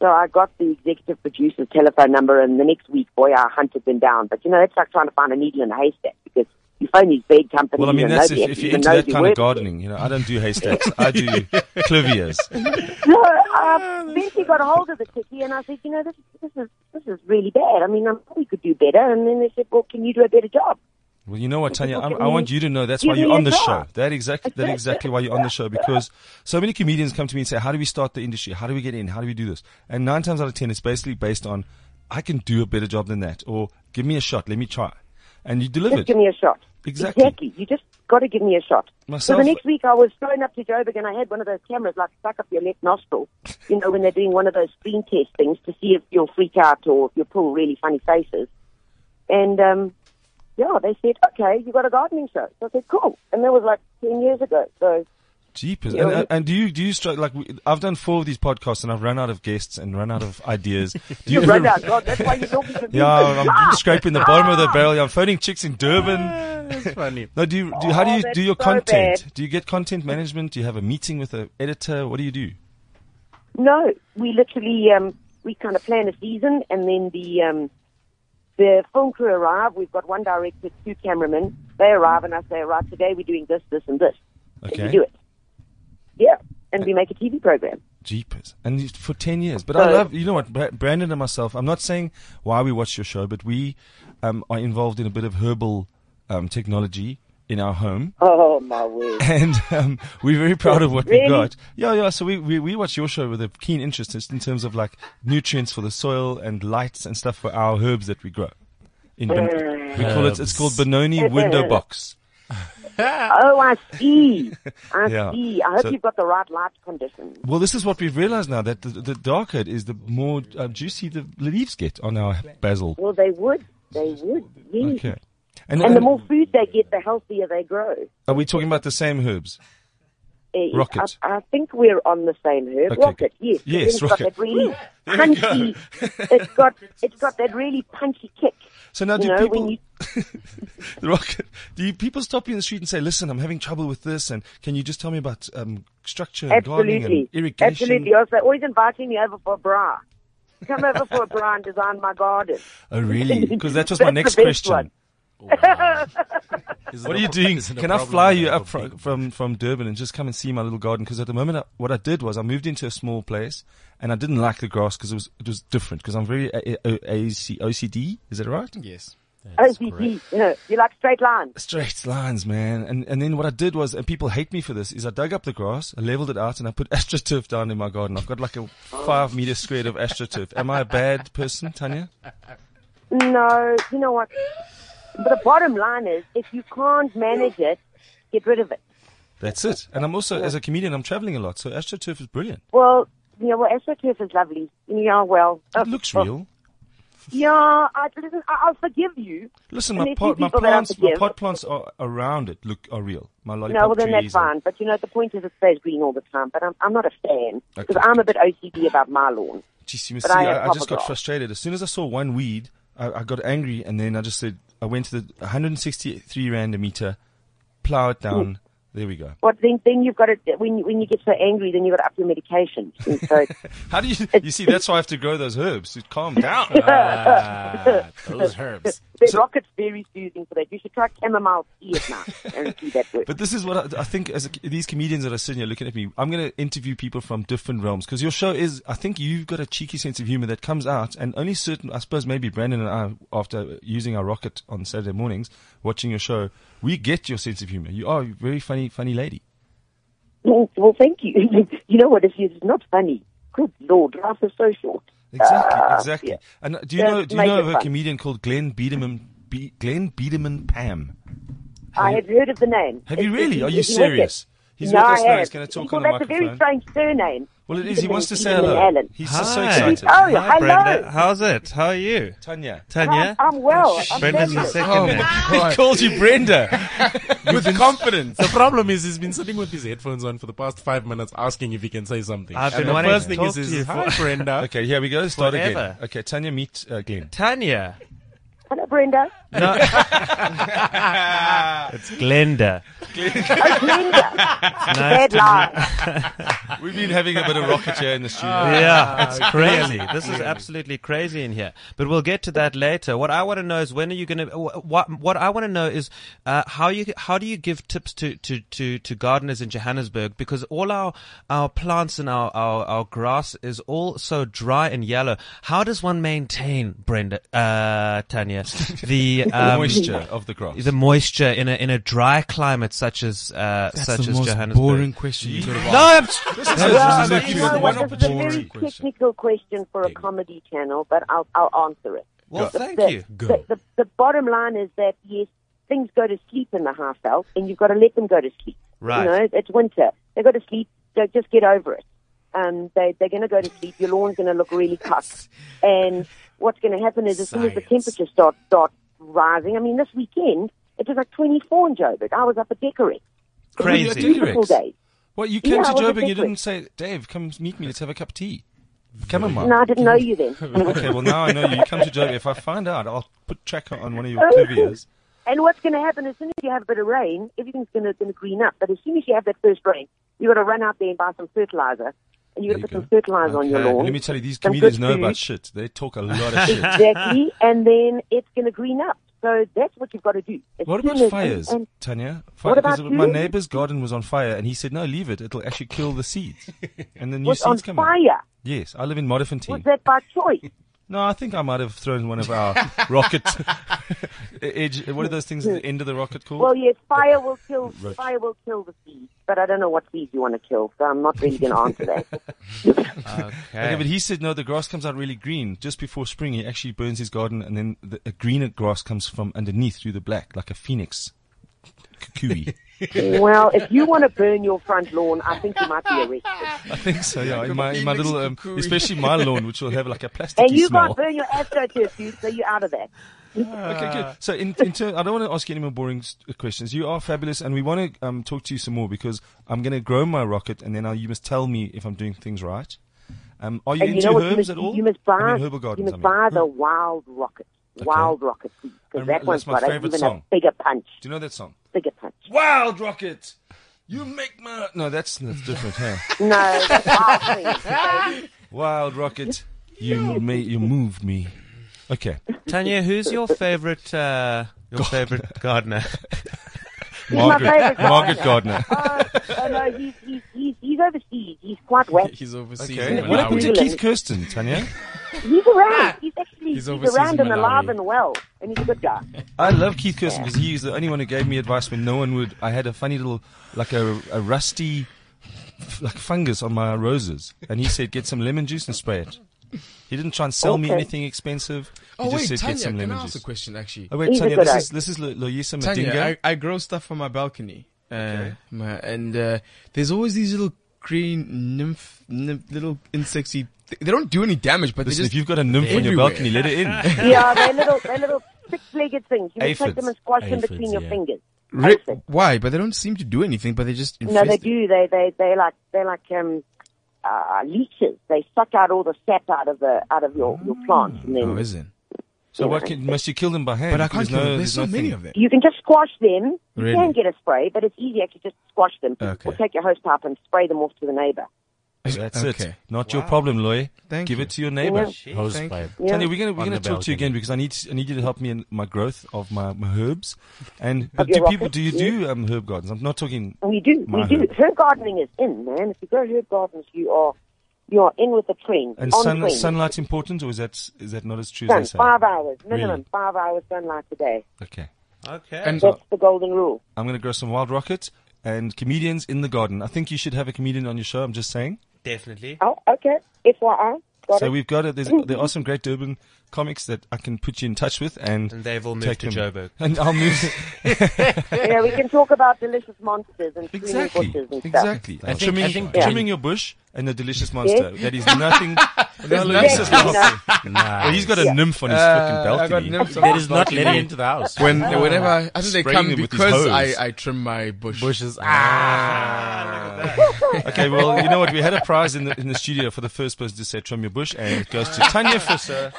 [SPEAKER 5] So I got the executive producer's telephone number, and the next week, boy, I hunted them down. But you know, that's like trying to find a needle in a haystack because you phone these big companies.
[SPEAKER 2] Well, I mean,
[SPEAKER 5] and
[SPEAKER 2] that's if,
[SPEAKER 5] nobody
[SPEAKER 2] if you're
[SPEAKER 5] even
[SPEAKER 2] into
[SPEAKER 5] knows
[SPEAKER 2] that
[SPEAKER 5] you
[SPEAKER 2] kind of
[SPEAKER 5] work there.
[SPEAKER 2] gardening, you know, I don't do haystacks. I do clivias.
[SPEAKER 5] So uh, Vinci got hold of the ticky, and I said, you know, this, this is this is really bad. I mean, I'm sure we could do better. And then they said, well, can you do a better job?
[SPEAKER 2] Well, you know what, Tanya? I'm,
[SPEAKER 5] Give
[SPEAKER 2] I want
[SPEAKER 5] me-
[SPEAKER 2] you to know that's
[SPEAKER 5] give
[SPEAKER 2] why you're
[SPEAKER 5] me
[SPEAKER 2] on the
[SPEAKER 5] a
[SPEAKER 2] show.
[SPEAKER 5] job.
[SPEAKER 2] That exactly that exactly why you're on the show because so many comedians come to me and say, "How do we start the industry? How do we get in? How do we do this?" And nine times out of ten, it's basically based on, "I can do a better job than that," or "Give me a shot, let me try," and you
[SPEAKER 5] Just
[SPEAKER 2] delivered.
[SPEAKER 5] give me a shot.
[SPEAKER 2] Exactly.
[SPEAKER 5] You just got to give me a shot.
[SPEAKER 2] Myself-
[SPEAKER 5] So the next week I was thrown up to Joburg and I had one of those cameras like stuck up your left nostril, you know, when they're doing one of those screen test things to see if you'll freak out or if you'll pull really funny faces. And, um, yeah, they said, okay, you got a gardening show. So I said, cool. And that was like 10 years ago. So
[SPEAKER 2] Jeepers!
[SPEAKER 5] Yeah,
[SPEAKER 2] And,
[SPEAKER 5] well-
[SPEAKER 2] and, and do you do you struggle like we- I've done four of these podcasts and I've run out of guests and run out of ideas. Do
[SPEAKER 5] you
[SPEAKER 2] ever-
[SPEAKER 5] run out. God, that's why you're talking to me.
[SPEAKER 2] Yeah, I'm I'm scraping the bottom of the barrel. I'm phoning chicks in Durban.
[SPEAKER 3] that's funny.
[SPEAKER 2] No, do you, do you- how do
[SPEAKER 5] Oh,
[SPEAKER 2] you
[SPEAKER 5] that's
[SPEAKER 2] do your
[SPEAKER 5] so
[SPEAKER 2] content?
[SPEAKER 5] bad.
[SPEAKER 2] Do you get content management? Do you have a meeting with an editor? What do you do?
[SPEAKER 5] No, we literally um, we kind of plan a season, and then the um, the film crew arrive. We've got one director, two cameramen. They arrive, and I say, "Right, today we're doing this, this, and this." And
[SPEAKER 2] Okay. Uh,
[SPEAKER 5] we do it. Yeah, and we make a TV program.
[SPEAKER 2] Jeepers. And you- for 10 years. But I
[SPEAKER 5] So-
[SPEAKER 2] love, you know what, Bra- Brandon and myself, I'm not saying why we watch your show, but we um, are involved in a bit of herbal um, technology in our home.
[SPEAKER 5] Oh my word!
[SPEAKER 2] And um, we're very proud of what we
[SPEAKER 5] Really?
[SPEAKER 2] got. Yeah, yeah. So we, we, we watch your show with a keen interest just in terms of like nutrients for the soil and lights and stuff for our herbs that we grow. In ben- we call it, it's called Benoni Window Box.
[SPEAKER 5] oh, I see. I
[SPEAKER 2] Yeah.
[SPEAKER 5] see. I hope
[SPEAKER 2] So-
[SPEAKER 5] you've got the right light conditions.
[SPEAKER 2] Well, this is what we've realized now that the, the darker it is, the more uh, juicy the leaves get on our basil.
[SPEAKER 5] Well, they would. They would. Yes.
[SPEAKER 2] Okay. And,
[SPEAKER 5] And the
[SPEAKER 2] and
[SPEAKER 5] more food they get, the healthier they grow.
[SPEAKER 2] are we talking about the same herbs?
[SPEAKER 5] Uh,
[SPEAKER 2] Rocket.
[SPEAKER 5] I, I think we're on the same herb.
[SPEAKER 2] Okay,
[SPEAKER 5] rocket,
[SPEAKER 2] good.
[SPEAKER 5] yes.
[SPEAKER 2] Yes,
[SPEAKER 5] It's got
[SPEAKER 2] rocket.
[SPEAKER 5] that really punchy. it's got it's got that really punchy kick.
[SPEAKER 2] So now, do
[SPEAKER 5] You know,
[SPEAKER 2] people
[SPEAKER 5] when you-
[SPEAKER 2] the rocket? Do you, people stop you in the street and say, "Listen, I'm having trouble with this," and can you just tell me about um, structure and gardening and
[SPEAKER 5] Absolutely.
[SPEAKER 2] irrigation?
[SPEAKER 5] Absolutely. Also, always inviting me over for a bra. Come over for a bra and design my garden.
[SPEAKER 2] Oh, really? Because that was my
[SPEAKER 5] That's
[SPEAKER 2] next
[SPEAKER 5] the best
[SPEAKER 2] question.
[SPEAKER 5] one.
[SPEAKER 3] Is it
[SPEAKER 2] What
[SPEAKER 3] a
[SPEAKER 2] are you
[SPEAKER 3] pro-
[SPEAKER 2] doing?
[SPEAKER 3] is it a
[SPEAKER 2] Can I
[SPEAKER 3] problem
[SPEAKER 2] fly
[SPEAKER 3] that
[SPEAKER 2] you
[SPEAKER 3] I
[SPEAKER 2] up
[SPEAKER 3] have
[SPEAKER 2] from,
[SPEAKER 3] big-
[SPEAKER 2] from from Durban and just come and see my little garden? Because at the moment, I, what I did was I moved into a small place and I didn't like the grass because it was it was different. Because I'm very A- A- O- AC OCD. Is that right?
[SPEAKER 4] Yes.
[SPEAKER 5] OCD. Oh, You like straight lines.
[SPEAKER 2] Straight lines, man. And and then what I did was, and people hate me for this, is I dug up the grass, I leveled it out, and I put astroturf down in my garden. I've got like a five meter squared of astroturf. Am I a bad person, Tanya?
[SPEAKER 5] No, you know what? But the bottom line is, if you can't manage it, get rid of it.
[SPEAKER 2] That's it. And I'm also, as a comedian, I'm traveling a lot, so astroturf is brilliant.
[SPEAKER 5] Well, you know, well, astroturf is lovely. Yeah, well,
[SPEAKER 2] It looks real.
[SPEAKER 5] Yeah, I, listen, I, I'll forgive you.
[SPEAKER 2] Listen,
[SPEAKER 5] And
[SPEAKER 2] my
[SPEAKER 5] there's
[SPEAKER 2] pot,
[SPEAKER 5] few
[SPEAKER 2] my
[SPEAKER 5] people that I
[SPEAKER 2] plants, my
[SPEAKER 5] forgive.
[SPEAKER 2] pot plants are around it. Look, are real. My lollipop
[SPEAKER 5] No, well then that's
[SPEAKER 2] trees. are-
[SPEAKER 5] fine. But you know, the point is it stays green all the time. But I'm, I'm not a fan because
[SPEAKER 2] Okay.
[SPEAKER 5] I'm a bit OCD about my lawn.
[SPEAKER 2] Jeez, you must
[SPEAKER 5] But
[SPEAKER 2] see,
[SPEAKER 5] I have
[SPEAKER 2] I, I just
[SPEAKER 5] proper
[SPEAKER 2] got
[SPEAKER 5] grass.
[SPEAKER 2] frustrated. As soon as I saw one weed, I, I got angry, and then I just said, I went to the 163 rand a meter, plow it down.
[SPEAKER 5] Mm.
[SPEAKER 2] There we go.
[SPEAKER 5] But then, then you've got to when you- when you get so angry, then you've got to up your medication. And so,
[SPEAKER 2] How do you? You see, that's why I have to grow those herbs to calm down.
[SPEAKER 3] Ah, those herbs.
[SPEAKER 5] the
[SPEAKER 2] So-
[SPEAKER 5] rocket's very soothing for that. You should try chamomile tea at night and see that works.
[SPEAKER 2] But this is what I, I think. As a, these comedians that are sitting here looking at me, I'm going to interview people from different realms because your show is. I think you've got a cheeky sense of humor that comes out, and only certain. I suppose maybe Brandon and I, after using our rocket on Saturday mornings, watching your show, we get your sense of humor. You are a very funny, funny lady.
[SPEAKER 5] Well, well, thank you. you know what? If it's not funny, good lord, life is so short.
[SPEAKER 2] Exactly,
[SPEAKER 5] Ah,
[SPEAKER 2] exactly.
[SPEAKER 5] yeah.
[SPEAKER 2] And uh, do you
[SPEAKER 5] Yeah,
[SPEAKER 2] know? Do you
[SPEAKER 5] make
[SPEAKER 2] know
[SPEAKER 5] it
[SPEAKER 2] of a
[SPEAKER 5] fun.
[SPEAKER 2] comedian called Glenn Biederman? Be, Glenn Biederman Pam.
[SPEAKER 5] I have heard of the name.
[SPEAKER 2] Have you
[SPEAKER 5] Is-
[SPEAKER 2] really?
[SPEAKER 5] is-
[SPEAKER 2] Are you
[SPEAKER 5] is he wicked?
[SPEAKER 2] serious? He's
[SPEAKER 5] no,
[SPEAKER 2] with us
[SPEAKER 5] I
[SPEAKER 2] now.
[SPEAKER 5] have.
[SPEAKER 2] He's going to talk
[SPEAKER 5] well,
[SPEAKER 2] on the
[SPEAKER 5] that's a very
[SPEAKER 2] microphone.
[SPEAKER 5] strange surname.
[SPEAKER 2] Well, it is. He wants to say
[SPEAKER 5] Even
[SPEAKER 2] hello.
[SPEAKER 5] Allen.
[SPEAKER 2] He's just so
[SPEAKER 6] Hi.
[SPEAKER 2] excited.
[SPEAKER 5] Oh,
[SPEAKER 6] Hi,
[SPEAKER 5] hello.
[SPEAKER 6] Brenda. How's it? How are you?
[SPEAKER 2] Tanya.
[SPEAKER 6] Tanya?
[SPEAKER 5] I'm, I'm well. I'm
[SPEAKER 6] Brenda's your
[SPEAKER 5] fabulous.
[SPEAKER 6] second
[SPEAKER 4] Oh
[SPEAKER 6] name.
[SPEAKER 4] my
[SPEAKER 2] He
[SPEAKER 4] god.
[SPEAKER 2] called you Brenda.
[SPEAKER 4] With confidence.
[SPEAKER 3] The problem is, he's been sitting with his headphones on for the past five minutes, asking if he can say something.
[SPEAKER 6] I've been
[SPEAKER 3] and the
[SPEAKER 6] wanting
[SPEAKER 3] first
[SPEAKER 6] to
[SPEAKER 3] thing
[SPEAKER 6] talk
[SPEAKER 3] is,
[SPEAKER 6] to
[SPEAKER 3] is,
[SPEAKER 6] you
[SPEAKER 3] hi
[SPEAKER 6] for-
[SPEAKER 3] Brenda.
[SPEAKER 2] Okay, here we go. Start again.
[SPEAKER 6] Forever.
[SPEAKER 2] Okay, Tanya, meet uh, Glenn.
[SPEAKER 6] Tanya.
[SPEAKER 5] Hello, Brenda.
[SPEAKER 6] No. it's Glenda. It's
[SPEAKER 5] Bad
[SPEAKER 6] nice to
[SPEAKER 5] line.
[SPEAKER 2] We've been having a bit of rocket here in the
[SPEAKER 6] Ah.
[SPEAKER 2] studio.
[SPEAKER 6] Yeah, it's crazy. This is absolutely crazy in here. But we'll get to that later. What I want to know is when are you going to? What What I want to know is uh, how you how do you give tips to, to, to, to gardeners in Johannesburg because all our our plants and our, our, our grass is all so dry and yellow. How does one maintain, Brenda, uh, Tanya, the um,
[SPEAKER 2] Moisture of the grass.
[SPEAKER 6] the moisture in a in a dry climate such as uh, such as Johannesburg?
[SPEAKER 4] boring question you could have
[SPEAKER 6] no,
[SPEAKER 4] asked.
[SPEAKER 6] I'm,
[SPEAKER 5] Uh, Well,
[SPEAKER 2] This is
[SPEAKER 5] you
[SPEAKER 2] actually
[SPEAKER 5] know
[SPEAKER 2] the
[SPEAKER 5] what?
[SPEAKER 2] one
[SPEAKER 5] This is a
[SPEAKER 2] opportunity.
[SPEAKER 5] very technical question for a comedy channel, but I'll, I'll answer it.
[SPEAKER 6] well,
[SPEAKER 5] The-
[SPEAKER 6] thank
[SPEAKER 5] the,
[SPEAKER 6] you.
[SPEAKER 3] Go.
[SPEAKER 5] The, the, the bottom line is that, yes, things go to sleep in the house elf, and you've got to let them go to sleep.
[SPEAKER 6] Right.
[SPEAKER 5] You know, it's winter. They go to sleep. So just get over it. Um, they, they're going to go to sleep. Your lawn's going to look really cocked. And what's going to happen is as soon as the
[SPEAKER 3] Science.
[SPEAKER 5] temperatures start, start rising, I mean, this weekend, it was like 24 in Joburg. I was up at Decorate.
[SPEAKER 6] Crazy.
[SPEAKER 5] Beautiful day.
[SPEAKER 2] What, you came
[SPEAKER 5] Yeah,
[SPEAKER 2] to
[SPEAKER 5] I was a
[SPEAKER 2] Joburg and you
[SPEAKER 5] bit
[SPEAKER 2] didn't say, Dave, come meet me, let's have a cup of tea. Chamomile.
[SPEAKER 5] No, I
[SPEAKER 6] Oh.
[SPEAKER 5] didn't know you then.
[SPEAKER 2] Okay, well, now I know you. You come to Joburg. If I find out, I'll put tracker on one of
[SPEAKER 5] Oh.
[SPEAKER 2] your clivias.
[SPEAKER 5] And what's going to happen as soon as you have a bit of rain, everything's going to, going to green up. But as soon as you have that first rain, you've got to run out there and buy some fertilizer, and you've got
[SPEAKER 2] There
[SPEAKER 5] to put
[SPEAKER 2] you
[SPEAKER 5] some fertilizer on your
[SPEAKER 2] Okay.
[SPEAKER 5] lawn.
[SPEAKER 2] Let me tell you, these
[SPEAKER 5] some good
[SPEAKER 2] comedians know
[SPEAKER 5] food.
[SPEAKER 2] about shit. They talk a lot of shit.
[SPEAKER 5] exactly, and then it's going to green up. So that's what you've got to do. As
[SPEAKER 2] What
[SPEAKER 5] soon
[SPEAKER 2] about
[SPEAKER 5] as-
[SPEAKER 2] fires,
[SPEAKER 5] and-
[SPEAKER 2] Tanya? Fire,
[SPEAKER 5] What about
[SPEAKER 2] 'cause my
[SPEAKER 5] you?
[SPEAKER 2] neighbour's garden was on fire, and he said, "No, leave it. It'll actually kill the seeds, and the new
[SPEAKER 5] was
[SPEAKER 2] seeds
[SPEAKER 5] on
[SPEAKER 2] come out."
[SPEAKER 5] fire.
[SPEAKER 2] Yes, I live in
[SPEAKER 5] Was
[SPEAKER 2] Modifantine.
[SPEAKER 5] that by choice?
[SPEAKER 2] No, I think I might have thrown one of our rocket edge. What are those things at the end of the rocket called?
[SPEAKER 5] Well, yes, fire will kill. Fire will kill the seeds, but I don't know what seeds you want to kill, so I'm not really going to answer that.
[SPEAKER 2] Okay, but he said no. The grass comes out really green just before spring. He actually burns his garden, and then the, a greener grass comes from underneath through the black, like a phoenix. Cuckoo.
[SPEAKER 5] well, if you want to burn your front lawn, I think you might be arrested.
[SPEAKER 2] I think so. Yeah, in my, in my
[SPEAKER 4] phoenix
[SPEAKER 2] little, um,
[SPEAKER 4] cuckoo.
[SPEAKER 2] especially my lawn, which will have like a plastic
[SPEAKER 5] And you
[SPEAKER 2] smell.
[SPEAKER 5] can't burn your astroturf, dude, so you're out of that.
[SPEAKER 2] Okay, good. So, in, in turn, I don't want to ask you any more boring s- uh, questions. You are fabulous, and we want to um, talk to you some more because I'm going to grow my rocket, and then I, you must tell me if I'm doing things right. Um, are you
[SPEAKER 5] And
[SPEAKER 2] into
[SPEAKER 5] you know what? You
[SPEAKER 2] herbs
[SPEAKER 5] must,
[SPEAKER 2] at all?
[SPEAKER 5] you must
[SPEAKER 2] I
[SPEAKER 5] buy,
[SPEAKER 2] mean, herbal gardens.
[SPEAKER 5] you must
[SPEAKER 2] I mean.
[SPEAKER 5] buy the wild rocket. Wild Rocket, because
[SPEAKER 2] remember-
[SPEAKER 5] that one's
[SPEAKER 2] that's my
[SPEAKER 5] got a,
[SPEAKER 2] favorite
[SPEAKER 5] even
[SPEAKER 2] song.
[SPEAKER 5] a bigger punch.
[SPEAKER 2] Do you know that song?
[SPEAKER 5] Bigger punch.
[SPEAKER 2] Wild Rocket. You make my no. That's that's different. Huh?
[SPEAKER 5] No, wild things, baby.
[SPEAKER 2] Wild Rocket. You made you moved me. Okay.
[SPEAKER 6] Tanya, who's your favorite uh, your favorite gardener?
[SPEAKER 5] He's my favorite
[SPEAKER 2] Margaret Gardner.
[SPEAKER 5] Oh, oh, no, he's, he's, he's, he's overseas. He's quite wet.
[SPEAKER 7] He's overseas.
[SPEAKER 2] Okay.
[SPEAKER 7] in
[SPEAKER 2] What happened to
[SPEAKER 7] Malawi.
[SPEAKER 5] Malawi.
[SPEAKER 2] Keith Kirsten, Tanya?
[SPEAKER 5] He's around. He's actually
[SPEAKER 7] He's
[SPEAKER 5] he's,
[SPEAKER 7] overseas
[SPEAKER 5] around
[SPEAKER 7] in
[SPEAKER 5] and alive
[SPEAKER 7] Malawi.
[SPEAKER 5] and well, and he's a good guy.
[SPEAKER 2] I love Keith Kirsten because he's the only one who gave me advice when no one would. I had a funny little, like a, a rusty, f- like fungus on my roses, and he said get some lemon juice and spray it. He didn't try and sell me
[SPEAKER 5] Okay.
[SPEAKER 2] anything expensive. He
[SPEAKER 7] Oh
[SPEAKER 2] just
[SPEAKER 7] wait,
[SPEAKER 2] said
[SPEAKER 7] Tanya,
[SPEAKER 2] get some
[SPEAKER 7] can
[SPEAKER 2] lemon
[SPEAKER 7] I ask
[SPEAKER 2] juice.
[SPEAKER 7] a question actually?
[SPEAKER 2] Oh wait,
[SPEAKER 5] He's a
[SPEAKER 2] Tanya,
[SPEAKER 5] good
[SPEAKER 2] this
[SPEAKER 5] eye.
[SPEAKER 2] is this is Lo- Loisa Madinga.
[SPEAKER 7] Tanya, I, I grow stuff on my balcony, uh, my, and uh, there's always these little green nymph, nymph little insectsy. Th- they don't do any damage, but
[SPEAKER 2] Listen,
[SPEAKER 7] they
[SPEAKER 2] if
[SPEAKER 7] just
[SPEAKER 2] you've got a nymph on your
[SPEAKER 7] everywhere.
[SPEAKER 2] balcony, let it in.
[SPEAKER 5] Yeah, they're little, they're little six-legged things. You can
[SPEAKER 2] Aphids.
[SPEAKER 5] take them and squash them
[SPEAKER 3] Aphids,
[SPEAKER 5] between your
[SPEAKER 3] yeah.
[SPEAKER 5] fingers.
[SPEAKER 7] Ri-
[SPEAKER 5] Aphids.
[SPEAKER 7] why? But they don't seem to do anything. But they just
[SPEAKER 5] No, they
[SPEAKER 7] infest-
[SPEAKER 5] do. They they they like they like um uh, leeches. They suck out all the sap out of the out of your your plants, and
[SPEAKER 7] Oh,
[SPEAKER 5] then
[SPEAKER 7] is it?
[SPEAKER 2] so what can, must you kill them by hand?
[SPEAKER 7] But I
[SPEAKER 2] There's
[SPEAKER 7] can't kill them.
[SPEAKER 2] no-
[SPEAKER 7] There's so
[SPEAKER 2] no
[SPEAKER 7] many
[SPEAKER 2] thing.
[SPEAKER 7] of them.
[SPEAKER 5] you can just squash them. You
[SPEAKER 7] Really?
[SPEAKER 5] can get a spray, but it's easier to just squash them
[SPEAKER 7] Okay.
[SPEAKER 5] or take your hose pipe and spray them off to the neighbor.
[SPEAKER 2] That's
[SPEAKER 7] Okay.
[SPEAKER 2] it. Not your problem, Loy.
[SPEAKER 7] Thank
[SPEAKER 2] Give
[SPEAKER 7] you.
[SPEAKER 2] it to your neighbor.
[SPEAKER 3] Hose
[SPEAKER 7] Thank
[SPEAKER 3] pipe.
[SPEAKER 5] Yeah.
[SPEAKER 2] Tanya, we're gonna we're
[SPEAKER 3] On
[SPEAKER 2] gonna
[SPEAKER 3] the
[SPEAKER 2] talk to
[SPEAKER 3] balcony.
[SPEAKER 2] you again because I need I need you to help me in my growth of my, my herbs. And
[SPEAKER 5] Of
[SPEAKER 2] do
[SPEAKER 5] your
[SPEAKER 2] people
[SPEAKER 5] rockets,
[SPEAKER 2] do you
[SPEAKER 5] yeah.
[SPEAKER 2] do um, herb gardens? I'm not talking.
[SPEAKER 5] We do,
[SPEAKER 2] My
[SPEAKER 5] we do.
[SPEAKER 2] herb.
[SPEAKER 5] Herb gardening is in, man. If you grow herb gardens, you are you are in with the trend.
[SPEAKER 2] And
[SPEAKER 5] on
[SPEAKER 2] sun,
[SPEAKER 5] trend.
[SPEAKER 2] sunlight's important, or is that is that not as true
[SPEAKER 5] Sun,
[SPEAKER 2] as they say?
[SPEAKER 5] five hours minimum,
[SPEAKER 2] Really?
[SPEAKER 5] five hours sunlight a day.
[SPEAKER 2] Okay,
[SPEAKER 6] Okay.
[SPEAKER 7] And
[SPEAKER 5] That's the golden rule.
[SPEAKER 2] I'm gonna grow some wild rocket and comedians in the garden. I think you should have a comedian on your show. I'm just saying.
[SPEAKER 6] Definitely.
[SPEAKER 5] Oh, okay. FYI, got
[SPEAKER 2] So
[SPEAKER 5] it.
[SPEAKER 2] we've got it. There's, there are some great Durban comics that I can put you in touch with, and,
[SPEAKER 6] And they've all moved
[SPEAKER 2] take
[SPEAKER 6] to
[SPEAKER 2] them.
[SPEAKER 6] Joburg.
[SPEAKER 2] And I'll move.
[SPEAKER 5] you know, we can talk about delicious monsters and screaming
[SPEAKER 2] exactly,
[SPEAKER 5] bushes and stuff.
[SPEAKER 2] exactly.
[SPEAKER 3] I think-
[SPEAKER 2] trimming,
[SPEAKER 3] I think-
[SPEAKER 2] trimming your bush and a delicious monster. That is nothing.
[SPEAKER 7] That's
[SPEAKER 5] Exactly, you know.
[SPEAKER 2] Well, he's got a nymph on his
[SPEAKER 7] Uh,
[SPEAKER 2] fucking
[SPEAKER 7] I got
[SPEAKER 2] balcony.
[SPEAKER 7] nymphs on
[SPEAKER 3] That
[SPEAKER 7] my
[SPEAKER 3] is not
[SPEAKER 7] balcony.
[SPEAKER 3] letting into the house. Ah.
[SPEAKER 7] When, whenever I, I think they
[SPEAKER 2] Spraying
[SPEAKER 7] come
[SPEAKER 2] them with his
[SPEAKER 7] because
[SPEAKER 2] hose.
[SPEAKER 7] I, I trim my bush.
[SPEAKER 3] bushes. Ah,
[SPEAKER 2] Okay, well, you know what? We had a prize in the in the studio for the first person to say "trim your bush," and it goes to Tanya Fisser.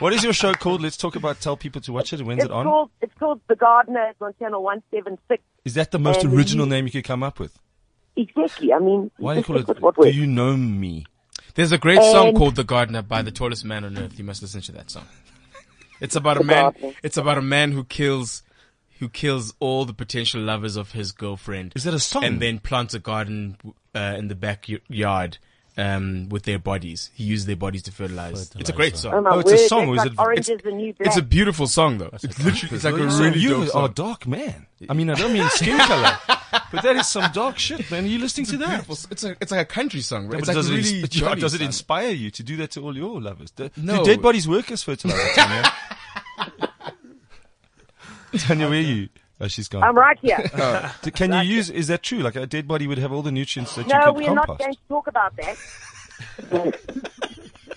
[SPEAKER 2] what is your show called? Let's talk about. Tell people to watch it. and When's
[SPEAKER 5] It's
[SPEAKER 2] it on?
[SPEAKER 5] called it's called The Gardener. It's on channel one seven six.
[SPEAKER 2] Is that the most
[SPEAKER 5] Um,
[SPEAKER 2] original name you could come up with?
[SPEAKER 5] Exactly. I mean,
[SPEAKER 2] Why do you call it?
[SPEAKER 5] just look at What
[SPEAKER 2] Do
[SPEAKER 5] works.
[SPEAKER 2] you know me?
[SPEAKER 7] There's a great song
[SPEAKER 5] And-
[SPEAKER 7] called "The Gardener" by the tallest man on earth. You must listen to that song. It's about a man.
[SPEAKER 5] Gardener.
[SPEAKER 7] It's about a man who kills, who kills all the potential lovers of his girlfriend,
[SPEAKER 2] Is that a song?
[SPEAKER 7] and then plants a garden uh, in the backyard um, with their bodies. He uses their bodies to fertilize. It's a great song.
[SPEAKER 5] Oh my
[SPEAKER 2] Oh,
[SPEAKER 5] word!
[SPEAKER 2] it's a song,
[SPEAKER 5] that's
[SPEAKER 2] or is
[SPEAKER 5] like
[SPEAKER 2] it-
[SPEAKER 5] Orange
[SPEAKER 7] it's-
[SPEAKER 5] is the new black.
[SPEAKER 7] It's a beautiful song, though. It's literally it's like a
[SPEAKER 2] so
[SPEAKER 7] really
[SPEAKER 2] you
[SPEAKER 7] dope
[SPEAKER 2] are a
[SPEAKER 7] song.
[SPEAKER 2] dark man. I mean, I don't mean skin color, but that is some dark shit, man. Are you listening to that?
[SPEAKER 7] Beautiful. It's a, it's like a country song. Right?
[SPEAKER 2] But
[SPEAKER 7] It's like
[SPEAKER 2] does, it
[SPEAKER 7] really
[SPEAKER 2] ins-
[SPEAKER 7] jolly
[SPEAKER 2] does it
[SPEAKER 7] song.
[SPEAKER 2] inspire you to do that to all your lovers? Do, do
[SPEAKER 7] No.
[SPEAKER 2] dead bodies work as fertilizer, Tanya? Tanya, where are you? Oh, she's gone.
[SPEAKER 5] I'm right here.
[SPEAKER 2] D- Can you use? Is that true? Like a dead body would have all the nutrients that you
[SPEAKER 5] no,
[SPEAKER 2] could
[SPEAKER 5] we're
[SPEAKER 2] compost.
[SPEAKER 5] not going to talk about that.